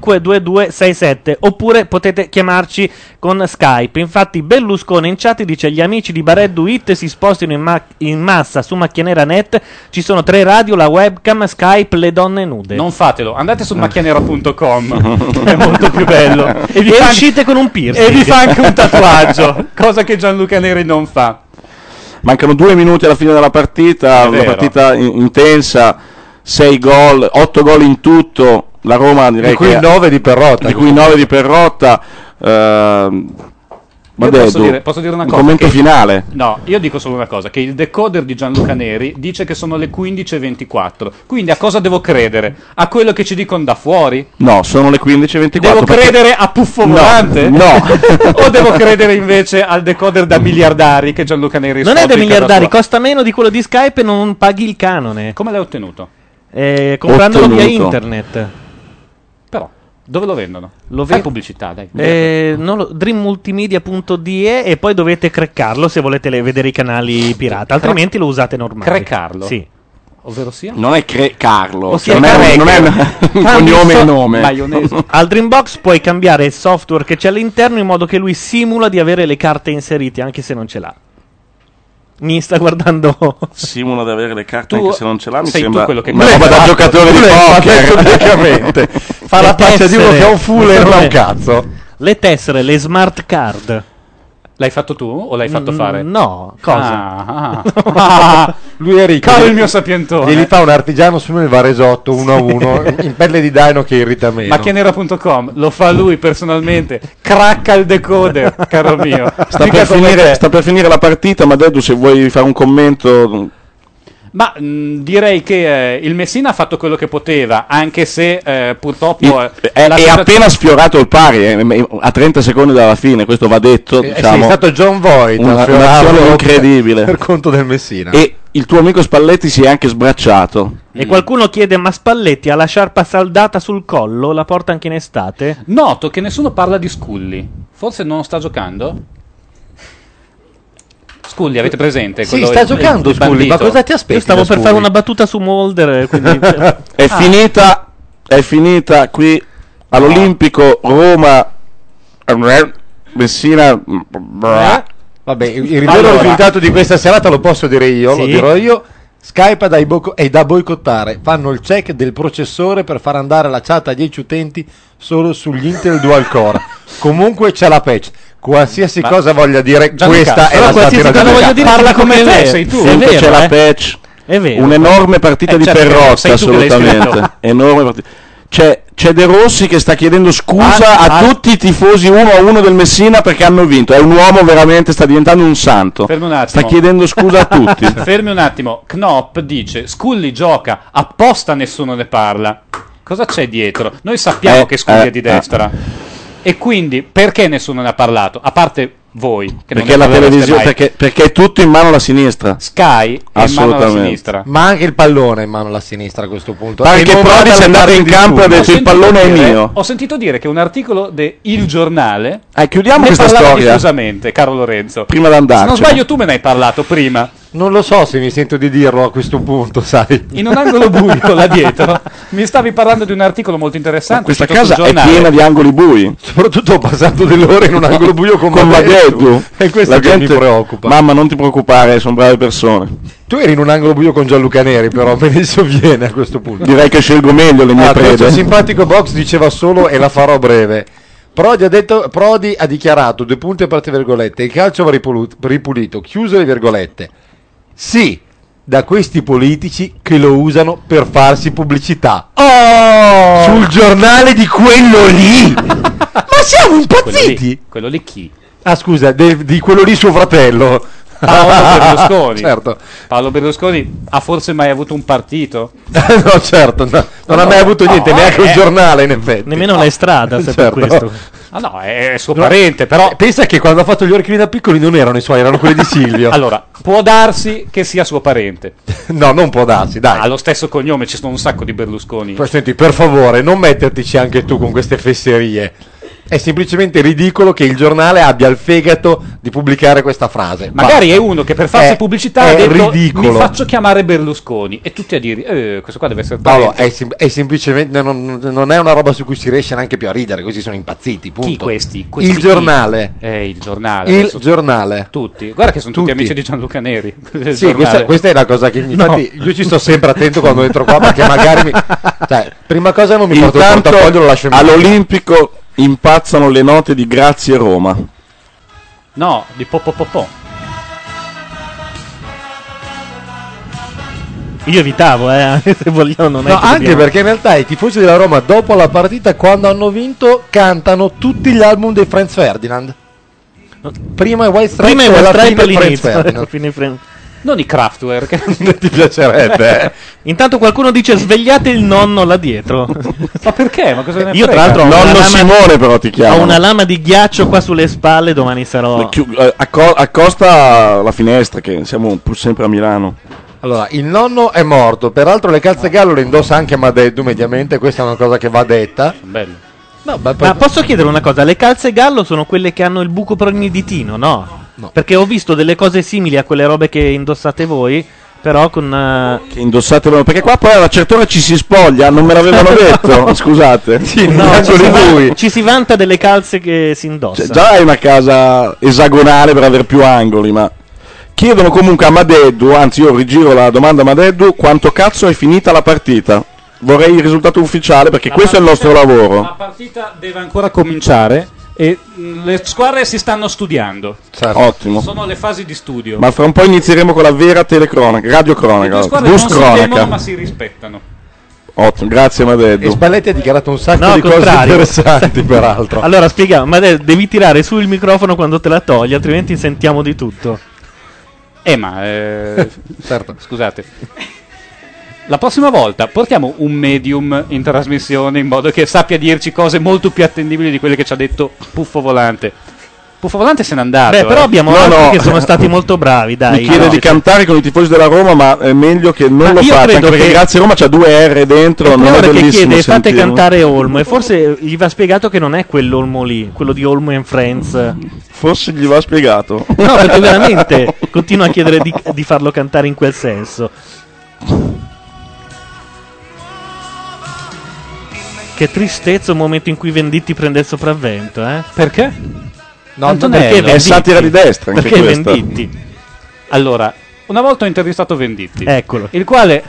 [SPEAKER 1] 0289052267 oppure potete chiamarci con Skype. Infatti Berlusconi in chat dice gli amici di Bareddu Hit si spostino in, ma- in massa su Macchianera Net, ci sono tre radio, la webcam, Skype, le donne nude.
[SPEAKER 4] Non fatelo, andate su macchianera.com, è molto più bello.
[SPEAKER 1] E
[SPEAKER 4] fa-
[SPEAKER 1] uscite con un piercing.
[SPEAKER 4] E vi fa anche un tatuaggio, cosa che Gianluca Neri non fa.
[SPEAKER 5] Mancano due minuti alla fine della partita,
[SPEAKER 4] È
[SPEAKER 5] una
[SPEAKER 4] vero.
[SPEAKER 5] partita in- intensa, 6 gol, 8 gol in tutto, la Roma direi
[SPEAKER 3] Di cui
[SPEAKER 5] che
[SPEAKER 3] 9 di Perrotta.
[SPEAKER 5] di cui 9 di Perrotta. ehm,
[SPEAKER 4] Io
[SPEAKER 5] vabbè,
[SPEAKER 4] posso,
[SPEAKER 5] du-
[SPEAKER 4] dire, posso dire una
[SPEAKER 5] un
[SPEAKER 4] cosa?
[SPEAKER 5] commento
[SPEAKER 4] che-
[SPEAKER 5] finale.
[SPEAKER 4] No, io dico solo una cosa: che il decoder di Gianluca Neri dice che sono le 15.24. Quindi a cosa devo credere? A quello che ci dicono da fuori?
[SPEAKER 5] No, sono le 15.24.
[SPEAKER 4] Devo
[SPEAKER 5] perché-
[SPEAKER 4] credere a Puffo
[SPEAKER 5] No,
[SPEAKER 4] Volante?
[SPEAKER 5] no.
[SPEAKER 4] o devo credere invece al decoder da miliardari che Gianluca Neri
[SPEAKER 1] Non è
[SPEAKER 4] sfabbrica
[SPEAKER 1] da miliardari,
[SPEAKER 4] da sua?
[SPEAKER 1] costa meno di quello di Skype e non paghi il canone.
[SPEAKER 4] Come l'hai ottenuto?
[SPEAKER 1] Eh, comprandolo via
[SPEAKER 4] Ottenuto.
[SPEAKER 1] internet.
[SPEAKER 4] Però. Dove lo vendono?
[SPEAKER 1] Lo
[SPEAKER 4] Fai
[SPEAKER 1] ve-
[SPEAKER 4] pubblicità, dai.
[SPEAKER 1] Eh, non lo- dreammultimedia.de e poi dovete creccarlo se volete le- vedere i canali pirata, altrimenti lo usate normale.
[SPEAKER 4] Creccarlo?
[SPEAKER 1] Sì.
[SPEAKER 4] Ovvero sia?
[SPEAKER 5] Non è cre- Carlo,
[SPEAKER 1] Ossia,
[SPEAKER 5] Oh, non, è,
[SPEAKER 1] Carlo-
[SPEAKER 5] non è
[SPEAKER 1] Cambi
[SPEAKER 5] un cognome e
[SPEAKER 1] ecco, so-
[SPEAKER 5] nome.
[SPEAKER 1] Al Dreambox puoi cambiare il software che c'è all'interno in modo che lui simula di avere le carte inserite anche se non ce l'ha. Mi sta guardando.
[SPEAKER 15] Simula di avere le carte
[SPEAKER 1] Tu-
[SPEAKER 15] anche Ah, se non ce l'ha, mi
[SPEAKER 1] sei tu
[SPEAKER 15] sembra
[SPEAKER 1] quello che-
[SPEAKER 15] una roba da giocatore di poker.
[SPEAKER 1] Fa la
[SPEAKER 15] faccia di uno che ha un full e non ha un
[SPEAKER 3] cazzo.
[SPEAKER 1] Le tessere, le smart card.
[SPEAKER 4] L'hai fatto tu o l'hai fatto
[SPEAKER 1] Mm,
[SPEAKER 4] fare?
[SPEAKER 1] no, cosa?
[SPEAKER 4] Ah, ah. Ah, lui è ricco. Caro il mio sapientone.
[SPEAKER 3] Glieli fa un artigiano su il Varesotto uno a uno in pelle di dino che irrita meno.
[SPEAKER 4] Ma eh Macchianera.com lo fa lui personalmente. Cracca il decoder, caro mio.
[SPEAKER 5] Sta
[SPEAKER 4] Mica
[SPEAKER 5] per,
[SPEAKER 4] come
[SPEAKER 5] finire,
[SPEAKER 4] te.
[SPEAKER 5] sta per finire la partita, ma Dedu, se vuoi fare un commento,
[SPEAKER 4] Ma mh, direi che eh, il Messina ha fatto quello che poteva, anche se eh, purtroppo eh,
[SPEAKER 5] è,
[SPEAKER 4] la
[SPEAKER 5] è
[SPEAKER 4] sensazione-
[SPEAKER 5] appena sfiorato il pari, eh, a 30 secondi dalla fine, questo va detto.
[SPEAKER 3] Eh,
[SPEAKER 5] diciamo,
[SPEAKER 3] sì, è stato John Voight
[SPEAKER 5] una-
[SPEAKER 3] a sfiorarlo
[SPEAKER 5] un'azione incredibile.
[SPEAKER 3] per conto del Messina.
[SPEAKER 5] E il tuo amico Spalletti si è anche sbracciato.
[SPEAKER 1] E qualcuno chiede: Ma Spalletti ha la sciarpa saldata sul collo? La porta anche in estate?
[SPEAKER 4] Noto che nessuno parla di Scully. Forse non sta giocando? Scully, avete presente?
[SPEAKER 1] Sì,
[SPEAKER 4] Quello-
[SPEAKER 1] sta
[SPEAKER 4] il-
[SPEAKER 1] giocando
[SPEAKER 4] il
[SPEAKER 1] Scully, ma
[SPEAKER 4] bandito?
[SPEAKER 1] cosa ti aspetti Io stavo da per Scully? fare una battuta su Mulder. quindi-
[SPEAKER 5] è
[SPEAKER 1] Ah.
[SPEAKER 5] finita, è finita qui all'Olimpico Roma. eh, Messina. mm, eh,
[SPEAKER 3] Vabbè, il ritorno
[SPEAKER 5] Allora.
[SPEAKER 3] risultato di questa serata lo posso dire io, lo
[SPEAKER 5] Sì.
[SPEAKER 3] dirò io. Skype è da, ibo- è da boicottare. Fanno il check del processore per far andare la chat a 10 utenti solo sugli Intel Dual Core. Comunque c'è la patch. Qualsiasi
[SPEAKER 5] Ma-
[SPEAKER 3] cosa voglia dire,
[SPEAKER 5] Gianluca,
[SPEAKER 3] questa è
[SPEAKER 5] però
[SPEAKER 3] la
[SPEAKER 5] qualsiasi
[SPEAKER 3] satira
[SPEAKER 5] cosa
[SPEAKER 3] di-
[SPEAKER 5] voglia dire
[SPEAKER 3] Parla
[SPEAKER 5] tu
[SPEAKER 3] come
[SPEAKER 5] che
[SPEAKER 3] te,
[SPEAKER 5] sei,
[SPEAKER 3] sei
[SPEAKER 5] tu.
[SPEAKER 3] tu.
[SPEAKER 5] Sempre c'è la patch.
[SPEAKER 1] È vero.
[SPEAKER 5] Un'enorme partita
[SPEAKER 1] Eh,
[SPEAKER 5] di
[SPEAKER 1] certo,
[SPEAKER 5] Perrotta,
[SPEAKER 1] sei tu che l'hai scritto.
[SPEAKER 5] assolutamente. Enorme partita. C'è, c'è De Rossi che sta chiedendo
[SPEAKER 4] Ah,
[SPEAKER 5] scusa a
[SPEAKER 4] ah.
[SPEAKER 5] tutti i tifosi uno a uno del Messina perché hanno vinto. È un uomo veramente, sta diventando un santo.
[SPEAKER 4] Fermi un attimo.
[SPEAKER 5] Sta chiedendo scusa a tutti.
[SPEAKER 4] Fermi un attimo. Knop dice: Scully gioca, apposta nessuno ne parla. Cosa c'è dietro? Noi sappiamo
[SPEAKER 5] Eh,
[SPEAKER 4] che Scully
[SPEAKER 5] eh,
[SPEAKER 4] è di destra. E quindi perché nessuno ne ha parlato? A parte voi. Che non
[SPEAKER 5] perché
[SPEAKER 4] ne
[SPEAKER 5] la
[SPEAKER 4] parlereste
[SPEAKER 5] televisione,
[SPEAKER 4] mai.
[SPEAKER 5] perché, perché è tutto in mano alla sinistra.
[SPEAKER 4] Sky è in mano alla sinistra.
[SPEAKER 3] Ma anche il pallone è in mano alla sinistra a questo punto.
[SPEAKER 5] Pare
[SPEAKER 3] E
[SPEAKER 5] che
[SPEAKER 3] non
[SPEAKER 5] Prodi
[SPEAKER 3] vada
[SPEAKER 5] sia
[SPEAKER 3] a
[SPEAKER 5] andato
[SPEAKER 3] lamentare
[SPEAKER 5] in
[SPEAKER 3] di
[SPEAKER 5] campo e ha
[SPEAKER 3] nessuno.
[SPEAKER 5] detto,
[SPEAKER 4] Ho
[SPEAKER 5] "Il
[SPEAKER 4] sentito
[SPEAKER 5] pallone è
[SPEAKER 4] dire-
[SPEAKER 5] mio".
[SPEAKER 4] Ho sentito dire che un articolo de Il Giornale.
[SPEAKER 5] Eh, chiudiamo
[SPEAKER 4] ne
[SPEAKER 5] questa
[SPEAKER 4] parlava
[SPEAKER 5] storia.
[SPEAKER 4] diffusamente, caro Lorenzo.
[SPEAKER 5] Prima di
[SPEAKER 4] Se non
[SPEAKER 5] andarcene.
[SPEAKER 4] sbaglio, tu me ne hai parlato prima.
[SPEAKER 3] Non lo so se mi sento di dirlo a questo punto, sai.
[SPEAKER 4] In un angolo buio là dietro mi stavi parlando di un articolo molto interessante.
[SPEAKER 5] Questa
[SPEAKER 4] uscito sul
[SPEAKER 5] casa è
[SPEAKER 4] giornale.
[SPEAKER 5] piena di angoli bui.
[SPEAKER 3] Soprattutto ho passato delle ore in un angolo buio con Madeddu.
[SPEAKER 5] Madeddu.
[SPEAKER 3] È questo
[SPEAKER 5] La
[SPEAKER 3] che mi preoccupa.
[SPEAKER 5] Mamma, non ti preoccupare, sono brave persone.
[SPEAKER 3] Tu eri in un angolo buio con Gianluca Neri, però me ne sovviene a questo punto.
[SPEAKER 5] Direi che scelgo meglio le mie
[SPEAKER 3] Ah, questo
[SPEAKER 5] prede.
[SPEAKER 3] simpatico box diceva solo e la farò breve. Prodi ha, detto- Prodi ha dichiarato, due punti a parte virgolette, il calcio va ripolu- ripulito, chiuse le virgolette. Sì, da questi politici che lo usano per farsi pubblicità.
[SPEAKER 4] Oh!
[SPEAKER 3] Sul giornale di quello lì! Ma siamo
[SPEAKER 4] Quello
[SPEAKER 3] impazziti!
[SPEAKER 4] lì, quello lì chi?
[SPEAKER 3] Ah scusa, de- di quello lì suo fratello.
[SPEAKER 4] Paolo Berlusconi.
[SPEAKER 3] certo.
[SPEAKER 4] Paolo Berlusconi ha forse mai avuto un partito?
[SPEAKER 3] no, certo, no. non ha mai avuto niente,
[SPEAKER 4] No,
[SPEAKER 3] neanche un
[SPEAKER 4] eh.
[SPEAKER 3] giornale in effetti. Certo.
[SPEAKER 1] Nemmeno la strada, se per questo.
[SPEAKER 4] Ah no, è suo
[SPEAKER 3] No,
[SPEAKER 4] parente, però
[SPEAKER 3] Pensa che quando ha fatto gli orecchini da piccoli non erano i suoi, erano quelli di Silvio.
[SPEAKER 4] allora, può darsi che sia suo parente.
[SPEAKER 3] no, non può darsi, dai.
[SPEAKER 4] Ha lo stesso cognome, ci sono un sacco di Berlusconi.
[SPEAKER 3] Poi, senti, per favore, non mettertici anche tu con queste fesserie. È semplicemente ridicolo che il giornale abbia il fegato di pubblicare questa frase.
[SPEAKER 4] Magari
[SPEAKER 3] Basta.
[SPEAKER 4] è uno che per farsi
[SPEAKER 3] È-
[SPEAKER 4] pubblicità
[SPEAKER 3] è
[SPEAKER 4] ha detto
[SPEAKER 3] ridicolo.
[SPEAKER 4] mi faccio chiamare Berlusconi e tutti a dire "Eh, questo qua deve essere
[SPEAKER 3] Paolo,
[SPEAKER 4] parente.
[SPEAKER 3] è, sem- è semplicemente non, non è una roba su cui si riesce neanche più a ridere, così sono impazziti. Punto.
[SPEAKER 4] Chi questi? Questi
[SPEAKER 3] il
[SPEAKER 4] chi?
[SPEAKER 3] giornale.
[SPEAKER 4] Eh, il giornale.
[SPEAKER 3] Il
[SPEAKER 4] adesso-
[SPEAKER 3] giornale.
[SPEAKER 4] Tutti. Guarda che sono tutti,
[SPEAKER 3] Tutti.
[SPEAKER 4] amici di Gianluca Neri. Il
[SPEAKER 3] Sì, questa,
[SPEAKER 4] giornale.
[SPEAKER 3] questa è la cosa che infatti io ci sto sempre attento quando entro qua perché magari mi, cioè, prima cosa non mi porto il
[SPEAKER 5] Intanto
[SPEAKER 3] portafoglio lo lascio in macchina.
[SPEAKER 5] all'Olimpico impazzano le note di Grazie Roma.
[SPEAKER 3] Eh,
[SPEAKER 4] No, di Popopopò.
[SPEAKER 1] Io evitavo, eh, anche se vogliamo non è
[SPEAKER 3] No,
[SPEAKER 1] che
[SPEAKER 3] anche
[SPEAKER 1] dobbiamo-
[SPEAKER 3] perché in realtà i tifosi della Roma dopo la partita quando hanno vinto cantano tutti gli album dei Franz Ferdinand. Prima i White Stripes
[SPEAKER 1] prima
[SPEAKER 3] e
[SPEAKER 1] i White
[SPEAKER 3] alla fine
[SPEAKER 1] Stripe
[SPEAKER 3] i Franz Ferdinand.
[SPEAKER 1] all'inizio.
[SPEAKER 4] Non i Kraftwerk.
[SPEAKER 3] Ti piacerebbe. eh?
[SPEAKER 1] Intanto qualcuno dice svegliate il nonno là dietro.
[SPEAKER 4] Ma perché? Ma cosa ne
[SPEAKER 1] Io
[SPEAKER 4] frega?
[SPEAKER 1] tra l'altro ho una
[SPEAKER 5] Nonno
[SPEAKER 1] lama-
[SPEAKER 5] Simone, però, ti
[SPEAKER 1] Ho
[SPEAKER 5] chiamano.
[SPEAKER 1] una lama di ghiaccio qua sulle spalle, domani sarò
[SPEAKER 5] Chi- eh, acco- accosta la finestra, che siamo pur sempre a Milano.
[SPEAKER 3] Allora, il nonno è morto, peraltro le calze gallo le indossa anche Madeddu mediamente, questa è una cosa che va detta.
[SPEAKER 4] Bello.
[SPEAKER 1] Ma posso chiedere una cosa? Le calze gallo sono quelle che hanno il buco per ogni ditino, no? Perché ho visto delle cose simili a quelle robe che indossate voi, però con... eh,
[SPEAKER 5] Che indossatelo perché qua poi alla certa ora ci si spoglia, non me l'avevano detto, scusate.
[SPEAKER 1] no, ci,
[SPEAKER 5] Eccoli
[SPEAKER 1] si va-
[SPEAKER 5] lui.
[SPEAKER 1] ci si vanta delle calze che si indossa.
[SPEAKER 5] Cioè, già
[SPEAKER 4] Esatto.
[SPEAKER 5] hai una casa esagonale per avere più angoli, ma chiedono comunque a Madeddu, anzi io rigiro la domanda a Madeddu, quanto cazzo è finita la partita? Vorrei il risultato ufficiale perché questo è il nostro lavoro.
[SPEAKER 4] La partita deve ancora cominciare e mh, le squadre si stanno studiando.
[SPEAKER 3] Certo.
[SPEAKER 5] Ottimo.
[SPEAKER 4] Sono le fasi di studio.
[SPEAKER 5] Ma fra un po' inizieremo con la vera telecronaca,
[SPEAKER 4] le
[SPEAKER 5] radiocronaca,
[SPEAKER 4] squadre non
[SPEAKER 5] bus
[SPEAKER 4] si temono ma
[SPEAKER 5] cronaca.
[SPEAKER 4] si rispettano.
[SPEAKER 5] Ottimo, grazie Madeddu.
[SPEAKER 3] E Spalletti ha dichiarato un sacco
[SPEAKER 1] No,
[SPEAKER 3] di
[SPEAKER 1] al
[SPEAKER 3] cose
[SPEAKER 1] contrario.
[SPEAKER 3] interessanti, peraltro.
[SPEAKER 1] Allora, spieghiamo, ma de- devi tirare su il microfono quando te la togli, altrimenti sentiamo di tutto.
[SPEAKER 4] Eh ma... eh, Scusate. La prossima volta portiamo un medium in trasmissione in modo che sappia dirci cose molto più attendibili di quelle che ci ha detto Puffo Volante. Puffo Volante se n'è
[SPEAKER 3] Ah,
[SPEAKER 4] andato.
[SPEAKER 1] Beh, però
[SPEAKER 4] eh.
[SPEAKER 1] abbiamo altri che sono stati molto bravi, dai.
[SPEAKER 5] Mi chiede
[SPEAKER 1] no?
[SPEAKER 5] di cantare con i tifosi della Roma, ma è meglio che non
[SPEAKER 1] Ma
[SPEAKER 5] lo
[SPEAKER 1] io
[SPEAKER 5] faccia,
[SPEAKER 1] credo
[SPEAKER 5] anche perché
[SPEAKER 1] che-
[SPEAKER 5] grazie Roma c'ha due R dentro,
[SPEAKER 1] Il
[SPEAKER 5] non è
[SPEAKER 1] signore che
[SPEAKER 5] bellissimo
[SPEAKER 1] chiede fate
[SPEAKER 5] sentirlo.
[SPEAKER 1] cantare Olmo e forse gli va spiegato che non è quell'Olmo lì, quello di Olmo and Friends. No,
[SPEAKER 5] Forse gli va spiegato.
[SPEAKER 1] perché veramente continua a chiedere di, di farlo cantare in quel senso. Che tristezza un momento in cui Venditti prende il sopravvento, eh? Perché?
[SPEAKER 4] No,
[SPEAKER 1] Antonello,
[SPEAKER 4] Antonello.
[SPEAKER 1] Venditti? Perché Venditti?
[SPEAKER 4] Venditti? Allora, una volta ho intervistato Venditti.
[SPEAKER 1] Eccolo.
[SPEAKER 4] Il quale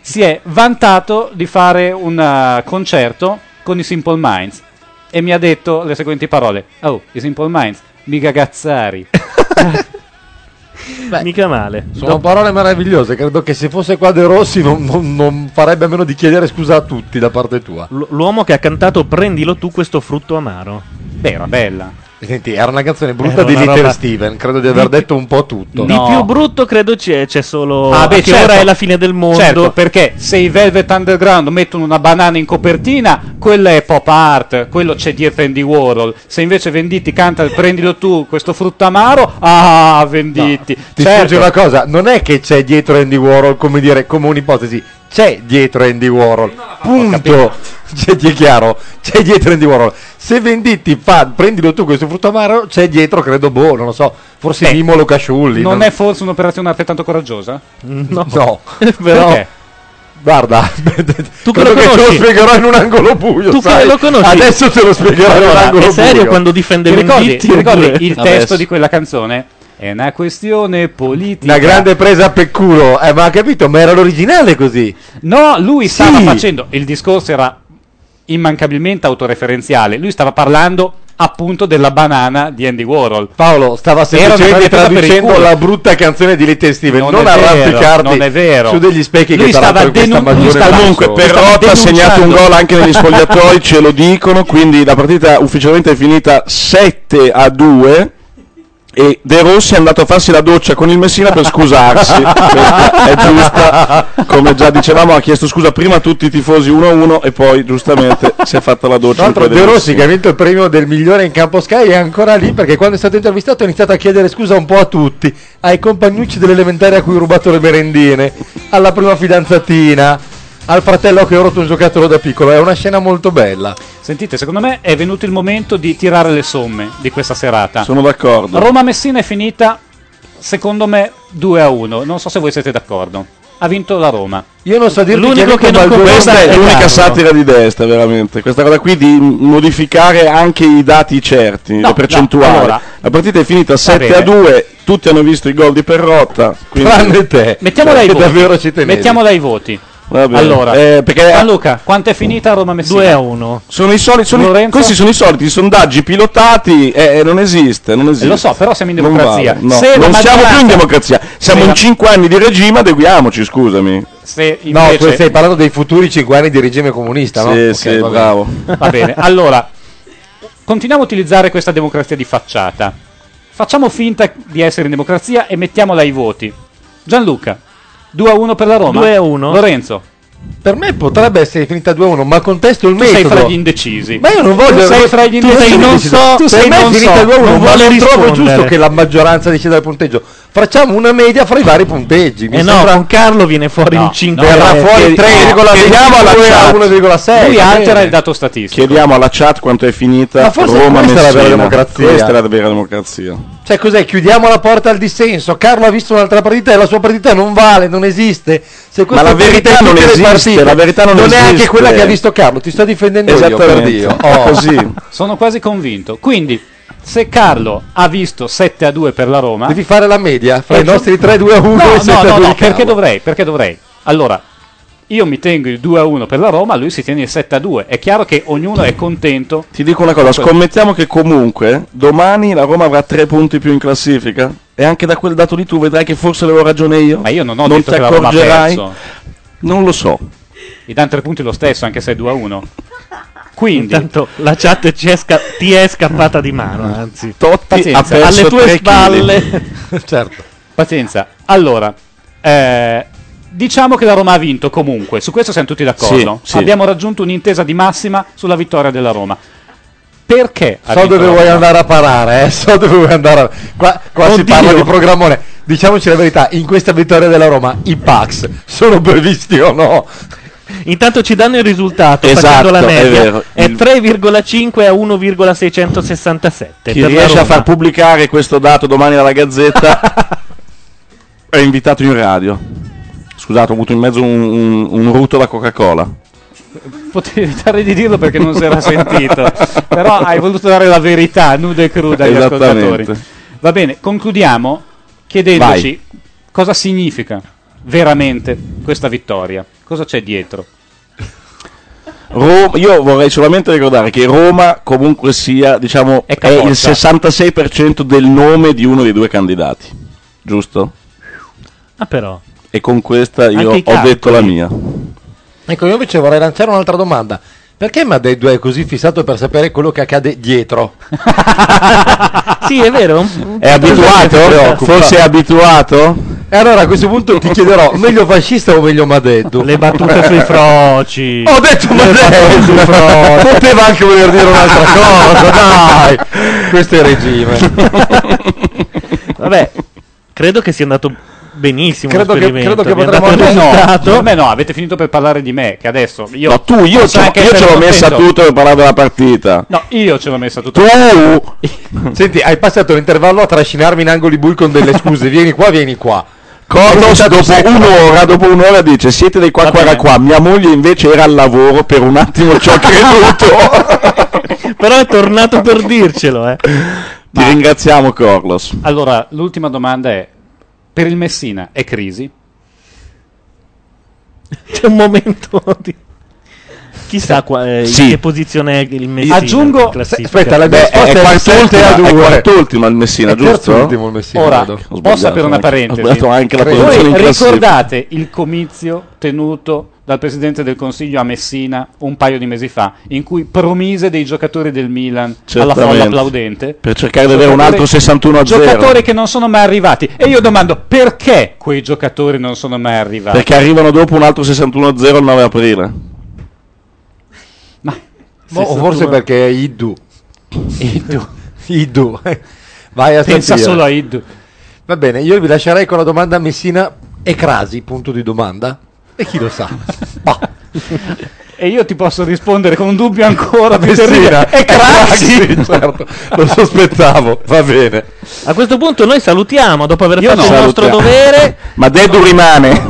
[SPEAKER 4] si è vantato di fare un eh, concerto con i Simple Minds e mi ha detto le seguenti parole. Oh, i Simple Minds, mica cazzari.
[SPEAKER 1] Mica male.
[SPEAKER 3] Sono parole meravigliose, credo che se fosse qua De Rossi non, non- non farebbe a meno di chiedere scusa a tutti da parte tua.
[SPEAKER 1] L- l'uomo che ha cantato Prendilo tu questo frutto amaro.
[SPEAKER 4] Beh, era bella.
[SPEAKER 3] Senti, era una canzone brutta
[SPEAKER 1] Era
[SPEAKER 3] di
[SPEAKER 1] una
[SPEAKER 3] Little
[SPEAKER 1] roba-
[SPEAKER 3] Steven, credo di aver detto un po' tutto.
[SPEAKER 1] Di più brutto credo c'è, c'è solo...
[SPEAKER 4] Ah, beh,
[SPEAKER 1] a che
[SPEAKER 4] certo.
[SPEAKER 1] ora è la fine del mondo.
[SPEAKER 4] Certo, perché se i Velvet Underground mettono una banana in copertina, quella è pop art, quello c'è dietro Andy Warhol. Se invece Venditti canta prendilo tu questo frutto amaro, ah, Venditti.
[SPEAKER 3] Ti
[SPEAKER 4] Certo.
[SPEAKER 3] sfugge una cosa, non è che c'è dietro Andy Warhol, come dire, come un'ipotesi, c'è dietro Andy Warhol, punto, Cioè, ti è chiaro, c'è dietro Andy Warhol. Se Venditti fa, prendilo tu questo frutto amaro, c'è dietro, credo, boh, non lo so, forse
[SPEAKER 4] Beh,
[SPEAKER 3] Mimolo Casciulli.
[SPEAKER 4] Non è forse un'operazione altrettanto coraggiosa?
[SPEAKER 1] No.
[SPEAKER 3] No,
[SPEAKER 4] Però-
[SPEAKER 3] Perché? Guarda,
[SPEAKER 1] Tu
[SPEAKER 3] credo che te lo spiegherò in un angolo buio.
[SPEAKER 1] Tu
[SPEAKER 3] sai.
[SPEAKER 1] che lo conosci?
[SPEAKER 3] Adesso te lo spiegherò in un
[SPEAKER 4] Allora,
[SPEAKER 3] angolo
[SPEAKER 4] è
[SPEAKER 3] buio.
[SPEAKER 4] serio
[SPEAKER 1] quando difende
[SPEAKER 4] Ti ricordi,
[SPEAKER 1] Venditti
[SPEAKER 4] ti ricordi
[SPEAKER 1] oppure-
[SPEAKER 4] il
[SPEAKER 1] Vabbè,
[SPEAKER 4] testo
[SPEAKER 1] s-
[SPEAKER 4] di quella canzone? È una questione politica.
[SPEAKER 3] Una grande presa a pecculo. Eh, ma ha capito, ma era l'originale così.
[SPEAKER 4] No, lui
[SPEAKER 3] Sì.
[SPEAKER 4] stava facendo. Il discorso era immancabilmente autoreferenziale. Lui stava parlando appunto della banana di Andy Warhol.
[SPEAKER 3] Paolo stava semplicemente traducendo la brutta canzone di Little Steven. Non,
[SPEAKER 4] Non è vero,
[SPEAKER 3] arrampicarti
[SPEAKER 4] non è vero.
[SPEAKER 3] su degli specchi
[SPEAKER 4] Lui
[SPEAKER 3] che tra
[SPEAKER 4] stava
[SPEAKER 3] l'altro in questa
[SPEAKER 4] denun- lui
[SPEAKER 3] maggiore
[SPEAKER 4] stava-
[SPEAKER 5] Comunque Perrotta ha segnato un gol anche negli spogliatoi, ce lo dicono, quindi la partita ufficialmente è finita 7 a 2 e De Rossi è andato a farsi la doccia con il Messina per scusarsi. Questa è giusta, come già dicevamo, ha chiesto scusa prima a tutti i tifosi 1-1 e poi giustamente si è fatta la
[SPEAKER 3] Tra
[SPEAKER 5] doccia.
[SPEAKER 3] l'altro De Rossi che ha vinto il premio del migliore in campo Sky è ancora lì perché quando è stato intervistato ha iniziato a chiedere scusa un po' a tutti, ai compagnucci dell'elementare a cui ho rubato le merendine, alla prima fidanzatina, al fratello che ho rotto un giocattolo da piccolo, è una scena molto bella.
[SPEAKER 4] Sentite, secondo me è venuto il momento di tirare le somme di questa serata.
[SPEAKER 5] Sono d'accordo.
[SPEAKER 4] Roma-Messina è finita, secondo me, 2 a 1. Non so se voi siete d'accordo. Ha vinto la Roma.
[SPEAKER 3] Io non so dirti
[SPEAKER 4] L'unico
[SPEAKER 3] chi ha vinto
[SPEAKER 4] che non
[SPEAKER 3] Baldoria.
[SPEAKER 4] conversa
[SPEAKER 5] Questa è l'unica satira di destra, veramente. Questa cosa qui di modificare anche i dati certi,
[SPEAKER 4] No,
[SPEAKER 5] le percentuali.
[SPEAKER 4] no, allora.
[SPEAKER 5] la partita è finita 7
[SPEAKER 4] bene.
[SPEAKER 5] a 2, tutti hanno visto i gol di Perrotta. Quindi...
[SPEAKER 4] Tranne
[SPEAKER 3] te.
[SPEAKER 4] Mettiamola ai voti. Mettiamola ai voti.
[SPEAKER 5] Va bene.
[SPEAKER 4] Allora,
[SPEAKER 5] Eh, perché-
[SPEAKER 4] Gianluca, quanto è finita Roma-Messina?
[SPEAKER 1] 2 a 1.
[SPEAKER 5] Sono i soliti, sono i-
[SPEAKER 4] Lorenzo?
[SPEAKER 5] questi sono i soliti sondaggi pilotati e non esiste, non esiste.
[SPEAKER 4] Eh, lo so, però siamo in
[SPEAKER 5] Non
[SPEAKER 4] democrazia.
[SPEAKER 5] vale, no.
[SPEAKER 4] Se la
[SPEAKER 5] non siamo
[SPEAKER 4] maggioranza-
[SPEAKER 5] più in democrazia, siamo
[SPEAKER 4] Se la-
[SPEAKER 5] in 5 anni di regime, adeguiamoci, scusami.
[SPEAKER 4] Se
[SPEAKER 3] No, tu
[SPEAKER 4] invece-
[SPEAKER 3] stai parlando dei futuri 5 anni di regime comunista, no?
[SPEAKER 5] Sì,
[SPEAKER 3] Ok,
[SPEAKER 5] sì,
[SPEAKER 3] va bene.
[SPEAKER 5] bravo.
[SPEAKER 4] Va bene, allora continuiamo a utilizzare questa democrazia di facciata. Facciamo finta di essere in democrazia e mettiamola ai voti. Gianluca, 2 a 1 per la Roma.
[SPEAKER 1] 2 a 1.
[SPEAKER 4] Lorenzo,
[SPEAKER 3] Per me potrebbe essere finita 2-1, ma contesto il
[SPEAKER 4] Tu sei
[SPEAKER 3] metodo.
[SPEAKER 4] fra gli indecisi.
[SPEAKER 3] Ma io non
[SPEAKER 4] Tu
[SPEAKER 3] voglio
[SPEAKER 4] sei-
[SPEAKER 3] fra gli
[SPEAKER 4] tu sei
[SPEAKER 3] indecisi.
[SPEAKER 4] non so-
[SPEAKER 3] per
[SPEAKER 4] tu sei
[SPEAKER 3] me è
[SPEAKER 4] non
[SPEAKER 3] finita
[SPEAKER 4] so,
[SPEAKER 3] 2-1,
[SPEAKER 4] non
[SPEAKER 3] ma
[SPEAKER 4] vuole
[SPEAKER 3] non trovo
[SPEAKER 4] rispondere.
[SPEAKER 3] giusto che la maggioranza decida il punteggio. Facciamo una media fra i vari punteggi. Mi
[SPEAKER 1] Eh no,
[SPEAKER 3] sembra
[SPEAKER 1] con Carlo viene fuori un 5
[SPEAKER 3] verrà fuori 3,2 a 1,6.
[SPEAKER 4] Lui altera
[SPEAKER 3] altera
[SPEAKER 4] il dato statistico.
[SPEAKER 5] Chiediamo alla chat quanto è finita
[SPEAKER 3] Ma forse
[SPEAKER 5] Roma
[SPEAKER 3] questa è la vera
[SPEAKER 5] Messina.
[SPEAKER 3] democrazia.
[SPEAKER 5] Questa è la vera democrazia.
[SPEAKER 3] Cioè, cos'è? Chiudiamo la porta al dissenso. Carlo ha visto un'altra partita e la sua partita non vale, non esiste. Se questa
[SPEAKER 5] Ma la
[SPEAKER 3] è
[SPEAKER 5] verità
[SPEAKER 3] di
[SPEAKER 5] non
[SPEAKER 3] tutte le
[SPEAKER 5] esiste,
[SPEAKER 3] partite,
[SPEAKER 5] la verità non
[SPEAKER 3] è anche
[SPEAKER 5] esiste.
[SPEAKER 3] quella che ha visto Carlo, ti sto difendendo io. per
[SPEAKER 4] Esattamente.
[SPEAKER 3] Dio.
[SPEAKER 4] È
[SPEAKER 3] Oh.
[SPEAKER 4] così. Sono quasi convinto. Quindi, se Carlo ha visto 7 a 2 per la Roma,
[SPEAKER 3] Devi fare la media fra i nostri 3, 2 a 1
[SPEAKER 4] No,
[SPEAKER 3] e 7
[SPEAKER 4] no,
[SPEAKER 3] a
[SPEAKER 4] no,
[SPEAKER 3] 2
[SPEAKER 4] no,
[SPEAKER 3] di
[SPEAKER 4] perché
[SPEAKER 3] Carlo.
[SPEAKER 4] dovrei? Perché dovrei? Allora, io mi tengo il 2 a 1 per la Roma, lui si tiene il 7 a 2. È chiaro che ognuno è contento.
[SPEAKER 5] Ti dico una cosa, scommettiamo che comunque domani la Roma avrà tre punti più in classifica e anche da quel dato lì tu vedrai che forse avevo ragione io.
[SPEAKER 4] Ma io non ho detto
[SPEAKER 5] ti
[SPEAKER 4] che la Roma ha
[SPEAKER 5] accorgerai.
[SPEAKER 4] perso.
[SPEAKER 5] Non lo so.
[SPEAKER 4] Gli danno tre punti lo stesso, anche se è 2 a 1. Quindi,
[SPEAKER 1] Intanto la chat ci è sca- ti è scappata di mano, anzi.
[SPEAKER 4] Pazienza.
[SPEAKER 1] alle tue spalle.
[SPEAKER 3] certo.
[SPEAKER 4] Pazienza. Allora, eh, diciamo che la Roma ha vinto comunque, su questo siamo tutti d'accordo.
[SPEAKER 5] Sì, sì.
[SPEAKER 4] Abbiamo raggiunto un'intesa di massima sulla vittoria della Roma. Perché? ha
[SPEAKER 3] So
[SPEAKER 4] vinto
[SPEAKER 3] dove
[SPEAKER 4] la
[SPEAKER 3] vuoi
[SPEAKER 4] Roma?
[SPEAKER 3] andare a parare, eh, so dove vuoi andare a... Qua, qua si
[SPEAKER 4] Oddio.
[SPEAKER 3] parla di programmone. Diciamoci la verità, in questa vittoria della Roma i Pax sono previsti o no?
[SPEAKER 1] Intanto ci danno il risultato
[SPEAKER 3] Esatto,
[SPEAKER 1] facendo la
[SPEAKER 3] è
[SPEAKER 1] media.
[SPEAKER 3] vero.
[SPEAKER 1] È, 3,5 a 1,667.
[SPEAKER 5] Chi
[SPEAKER 1] per la
[SPEAKER 5] riesce a
[SPEAKER 1] Roma.
[SPEAKER 5] far pubblicare questo dato domani alla Gazzetta è invitato in radio. Scusate, ho avuto in mezzo un, un, un ruto da Coca-Cola.
[SPEAKER 4] Potevi evitare di dirlo perché non si era sentito. Però hai voluto dare la verità nuda e cruda agli
[SPEAKER 5] Esattamente.
[SPEAKER 4] ascoltatori. Va bene, concludiamo chiedendoci cosa significa veramente questa vittoria. Cosa c'è dietro?
[SPEAKER 5] Ro- io vorrei solamente ricordare che Roma comunque sia, diciamo, è, il 66% del nome di uno dei due candidati, giusto?
[SPEAKER 1] Ah, però.
[SPEAKER 5] E con questa io
[SPEAKER 3] Anche i
[SPEAKER 5] ho detto
[SPEAKER 3] calcoli.
[SPEAKER 5] la mia.
[SPEAKER 3] Ecco, io invece vorrei lanciare un'altra domanda. Perché Madeddu è così fissato per sapere quello che accade dietro?
[SPEAKER 1] sì, è vero.
[SPEAKER 5] È abituato? Forse è abituato?
[SPEAKER 3] E allora a questo punto ti chiederò, meglio fascista o meglio Madeddu? Le
[SPEAKER 1] battute sui froci.
[SPEAKER 3] Ho detto Madeddu! Poteva anche voler dire un'altra cosa, dai! Questo è il regime.
[SPEAKER 1] Vabbè, credo che sia andato benissimo.
[SPEAKER 4] Credo che-
[SPEAKER 1] l'esperimento.
[SPEAKER 4] credo che
[SPEAKER 1] Mi è
[SPEAKER 4] potremmo
[SPEAKER 1] dato il
[SPEAKER 4] andare-
[SPEAKER 1] risultato.
[SPEAKER 4] Secondo me no, avete finito per parlare di me, che adesso io...
[SPEAKER 5] No, tu, io,
[SPEAKER 4] non so
[SPEAKER 5] ce,
[SPEAKER 4] anche
[SPEAKER 5] io ce
[SPEAKER 4] essere
[SPEAKER 5] l'ho messa
[SPEAKER 4] contento.
[SPEAKER 5] tutta per parlare della partita.
[SPEAKER 4] No, io ce l'ho messa tutta.
[SPEAKER 3] Senti, hai passato l'intervallo a trascinarmi in angoli bui con delle scuse, vieni qua, vieni qua.
[SPEAKER 5] Cornos dopo un'ora, dopo un'ora dice siete dei qua qua qua, mia moglie invece era al lavoro, per un attimo ci ho creduto.
[SPEAKER 1] Però è tornato per dircelo, eh.
[SPEAKER 5] Ti ringraziamo Corlos.
[SPEAKER 4] Allora, l'ultima domanda è, per il Messina è crisi?
[SPEAKER 1] C'è un momento di... Chissà qua, eh,
[SPEAKER 5] Sì.
[SPEAKER 1] in che posizione è il Messina
[SPEAKER 4] Aggiungo-
[SPEAKER 1] in classifica.
[SPEAKER 5] Beh, è, è quart'ultima- è quart'ultimo il Messina,
[SPEAKER 1] È
[SPEAKER 5] giusto?
[SPEAKER 1] terzultimo il Messina,
[SPEAKER 4] Ora,
[SPEAKER 1] credo.
[SPEAKER 5] Ho
[SPEAKER 4] posso
[SPEAKER 5] sbagliato
[SPEAKER 4] aprire una
[SPEAKER 5] anche-
[SPEAKER 4] parentesi?
[SPEAKER 5] Ho sbagliato anche la posizione
[SPEAKER 4] Voi
[SPEAKER 5] in classifica.
[SPEAKER 4] ricordate il comizio tenuto dal Presidente del Consiglio a Messina un paio di mesi fa, in cui promise dei giocatori del Milan alla folla
[SPEAKER 5] Certamente.
[SPEAKER 4] applaudente?
[SPEAKER 5] Per cercare di avere un altro 61 a 0.
[SPEAKER 4] Giocatori che non sono mai arrivati. E io domando, perché quei giocatori non sono mai arrivati?
[SPEAKER 5] Perché arrivano dopo un altro 61 a 0 il 9 aprile.
[SPEAKER 3] Mo- o forse perché è Iddu.
[SPEAKER 4] Iddu.
[SPEAKER 3] Vai a
[SPEAKER 4] Pensa
[SPEAKER 3] sentire.
[SPEAKER 4] solo a Iddu.
[SPEAKER 3] Va bene, io vi lascerei con la domanda a Messina e Crasi, punto di domanda. E chi lo sa? Boh.
[SPEAKER 4] E io ti posso rispondere con un dubbio ancora più
[SPEAKER 3] Messina.
[SPEAKER 4] terribile. E Craxi!
[SPEAKER 3] certo, lo sospettavo. Va bene.
[SPEAKER 1] A questo punto noi salutiamo dopo aver
[SPEAKER 5] Io
[SPEAKER 1] fatto
[SPEAKER 5] no.
[SPEAKER 1] il nostro
[SPEAKER 5] Salutiamo.
[SPEAKER 1] dovere.
[SPEAKER 5] Ma Dedu rimane.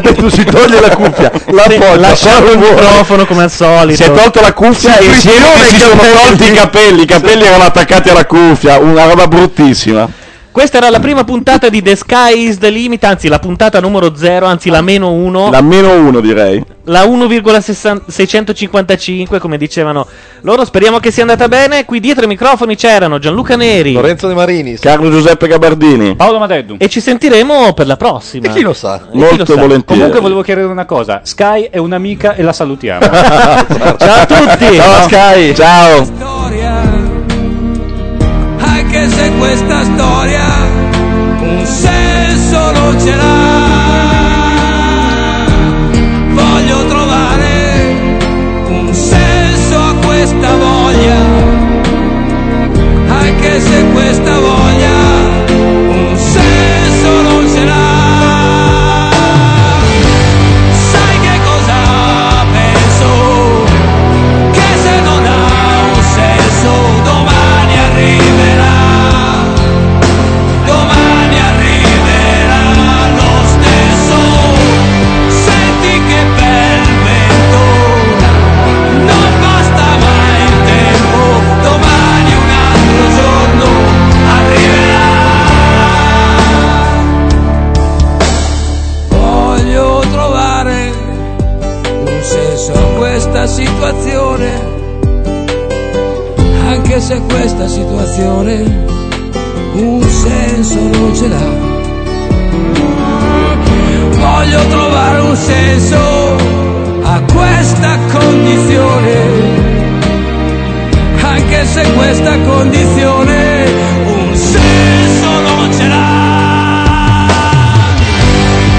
[SPEAKER 3] Dedu si toglie la cuffia, la
[SPEAKER 5] appoggia,
[SPEAKER 1] lascia
[SPEAKER 5] fa
[SPEAKER 1] il
[SPEAKER 5] rumore.
[SPEAKER 1] microfono come al solito.
[SPEAKER 5] Si è tolto la cuffia e si,
[SPEAKER 1] frizione
[SPEAKER 5] si
[SPEAKER 1] i
[SPEAKER 5] sono tolti i capelli. I capelli erano attaccati alla cuffia, una roba bruttissima.
[SPEAKER 1] Questa era la prima puntata di The Sky is the Limit, anzi la puntata numero 0, anzi la meno 1.
[SPEAKER 5] Da meno uno direi.
[SPEAKER 1] La 1,655, come dicevano loro, speriamo che sia andata bene. Qui dietro i microfoni c'erano Gianluca Neri,
[SPEAKER 3] Lorenzo De Marini,
[SPEAKER 5] Carlo Giuseppe Gabardini,
[SPEAKER 4] Paolo Madeddu.
[SPEAKER 1] E ci sentiremo per la prossima.
[SPEAKER 4] E chi lo sa?
[SPEAKER 1] E chi
[SPEAKER 5] Molto
[SPEAKER 1] lo sa?
[SPEAKER 5] volentieri.
[SPEAKER 4] Comunque volevo chiedere una cosa, Sky è un'amica e la salutiamo.
[SPEAKER 5] Ciao
[SPEAKER 4] a tutti!
[SPEAKER 5] Ciao Sky. Ciao.
[SPEAKER 9] Anche se questa storia un senso non ce l'ha. Voglio trovare
[SPEAKER 16] so questa situazione, anche se questa situazione un senso non ce l'ha. Voglio trovare un senso a questa condizione, anche se questa condizione un senso non ce l'ha.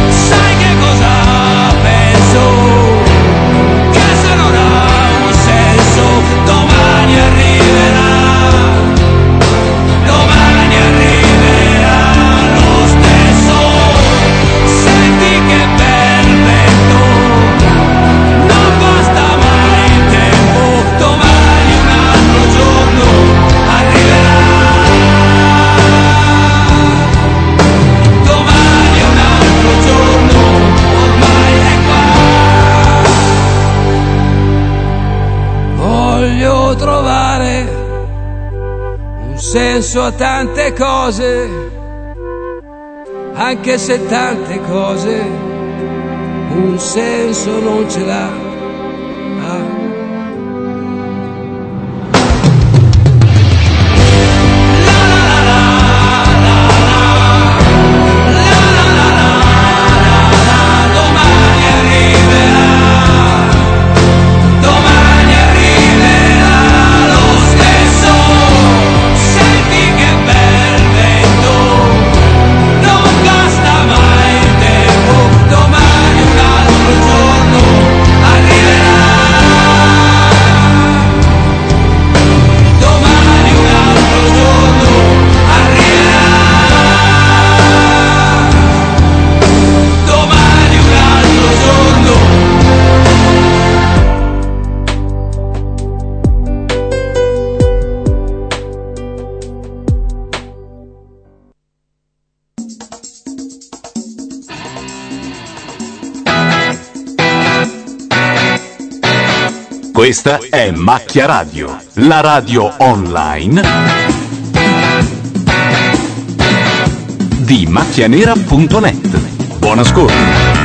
[SPEAKER 16] Sai che cosa penso? Che se non ha un senso domani arriverà. Domani arriverà lo stesso, senti che bel vento, non basta mai il tempo, domani un altro giorno arriverà, domani un altro giorno ormai è qua. Voglio trovare un senso a tante cose, anche se tante cose un senso non ce l'ha. Ah, Lo stesso, senti che bel vento, non basta mai il tempo, domani un altro giorno arriverà, domani un altro giorno arriverà, domani un altro giorno.
[SPEAKER 17] Questa è Macchia Radio, la radio online di macchianera.net. Buon ascolto.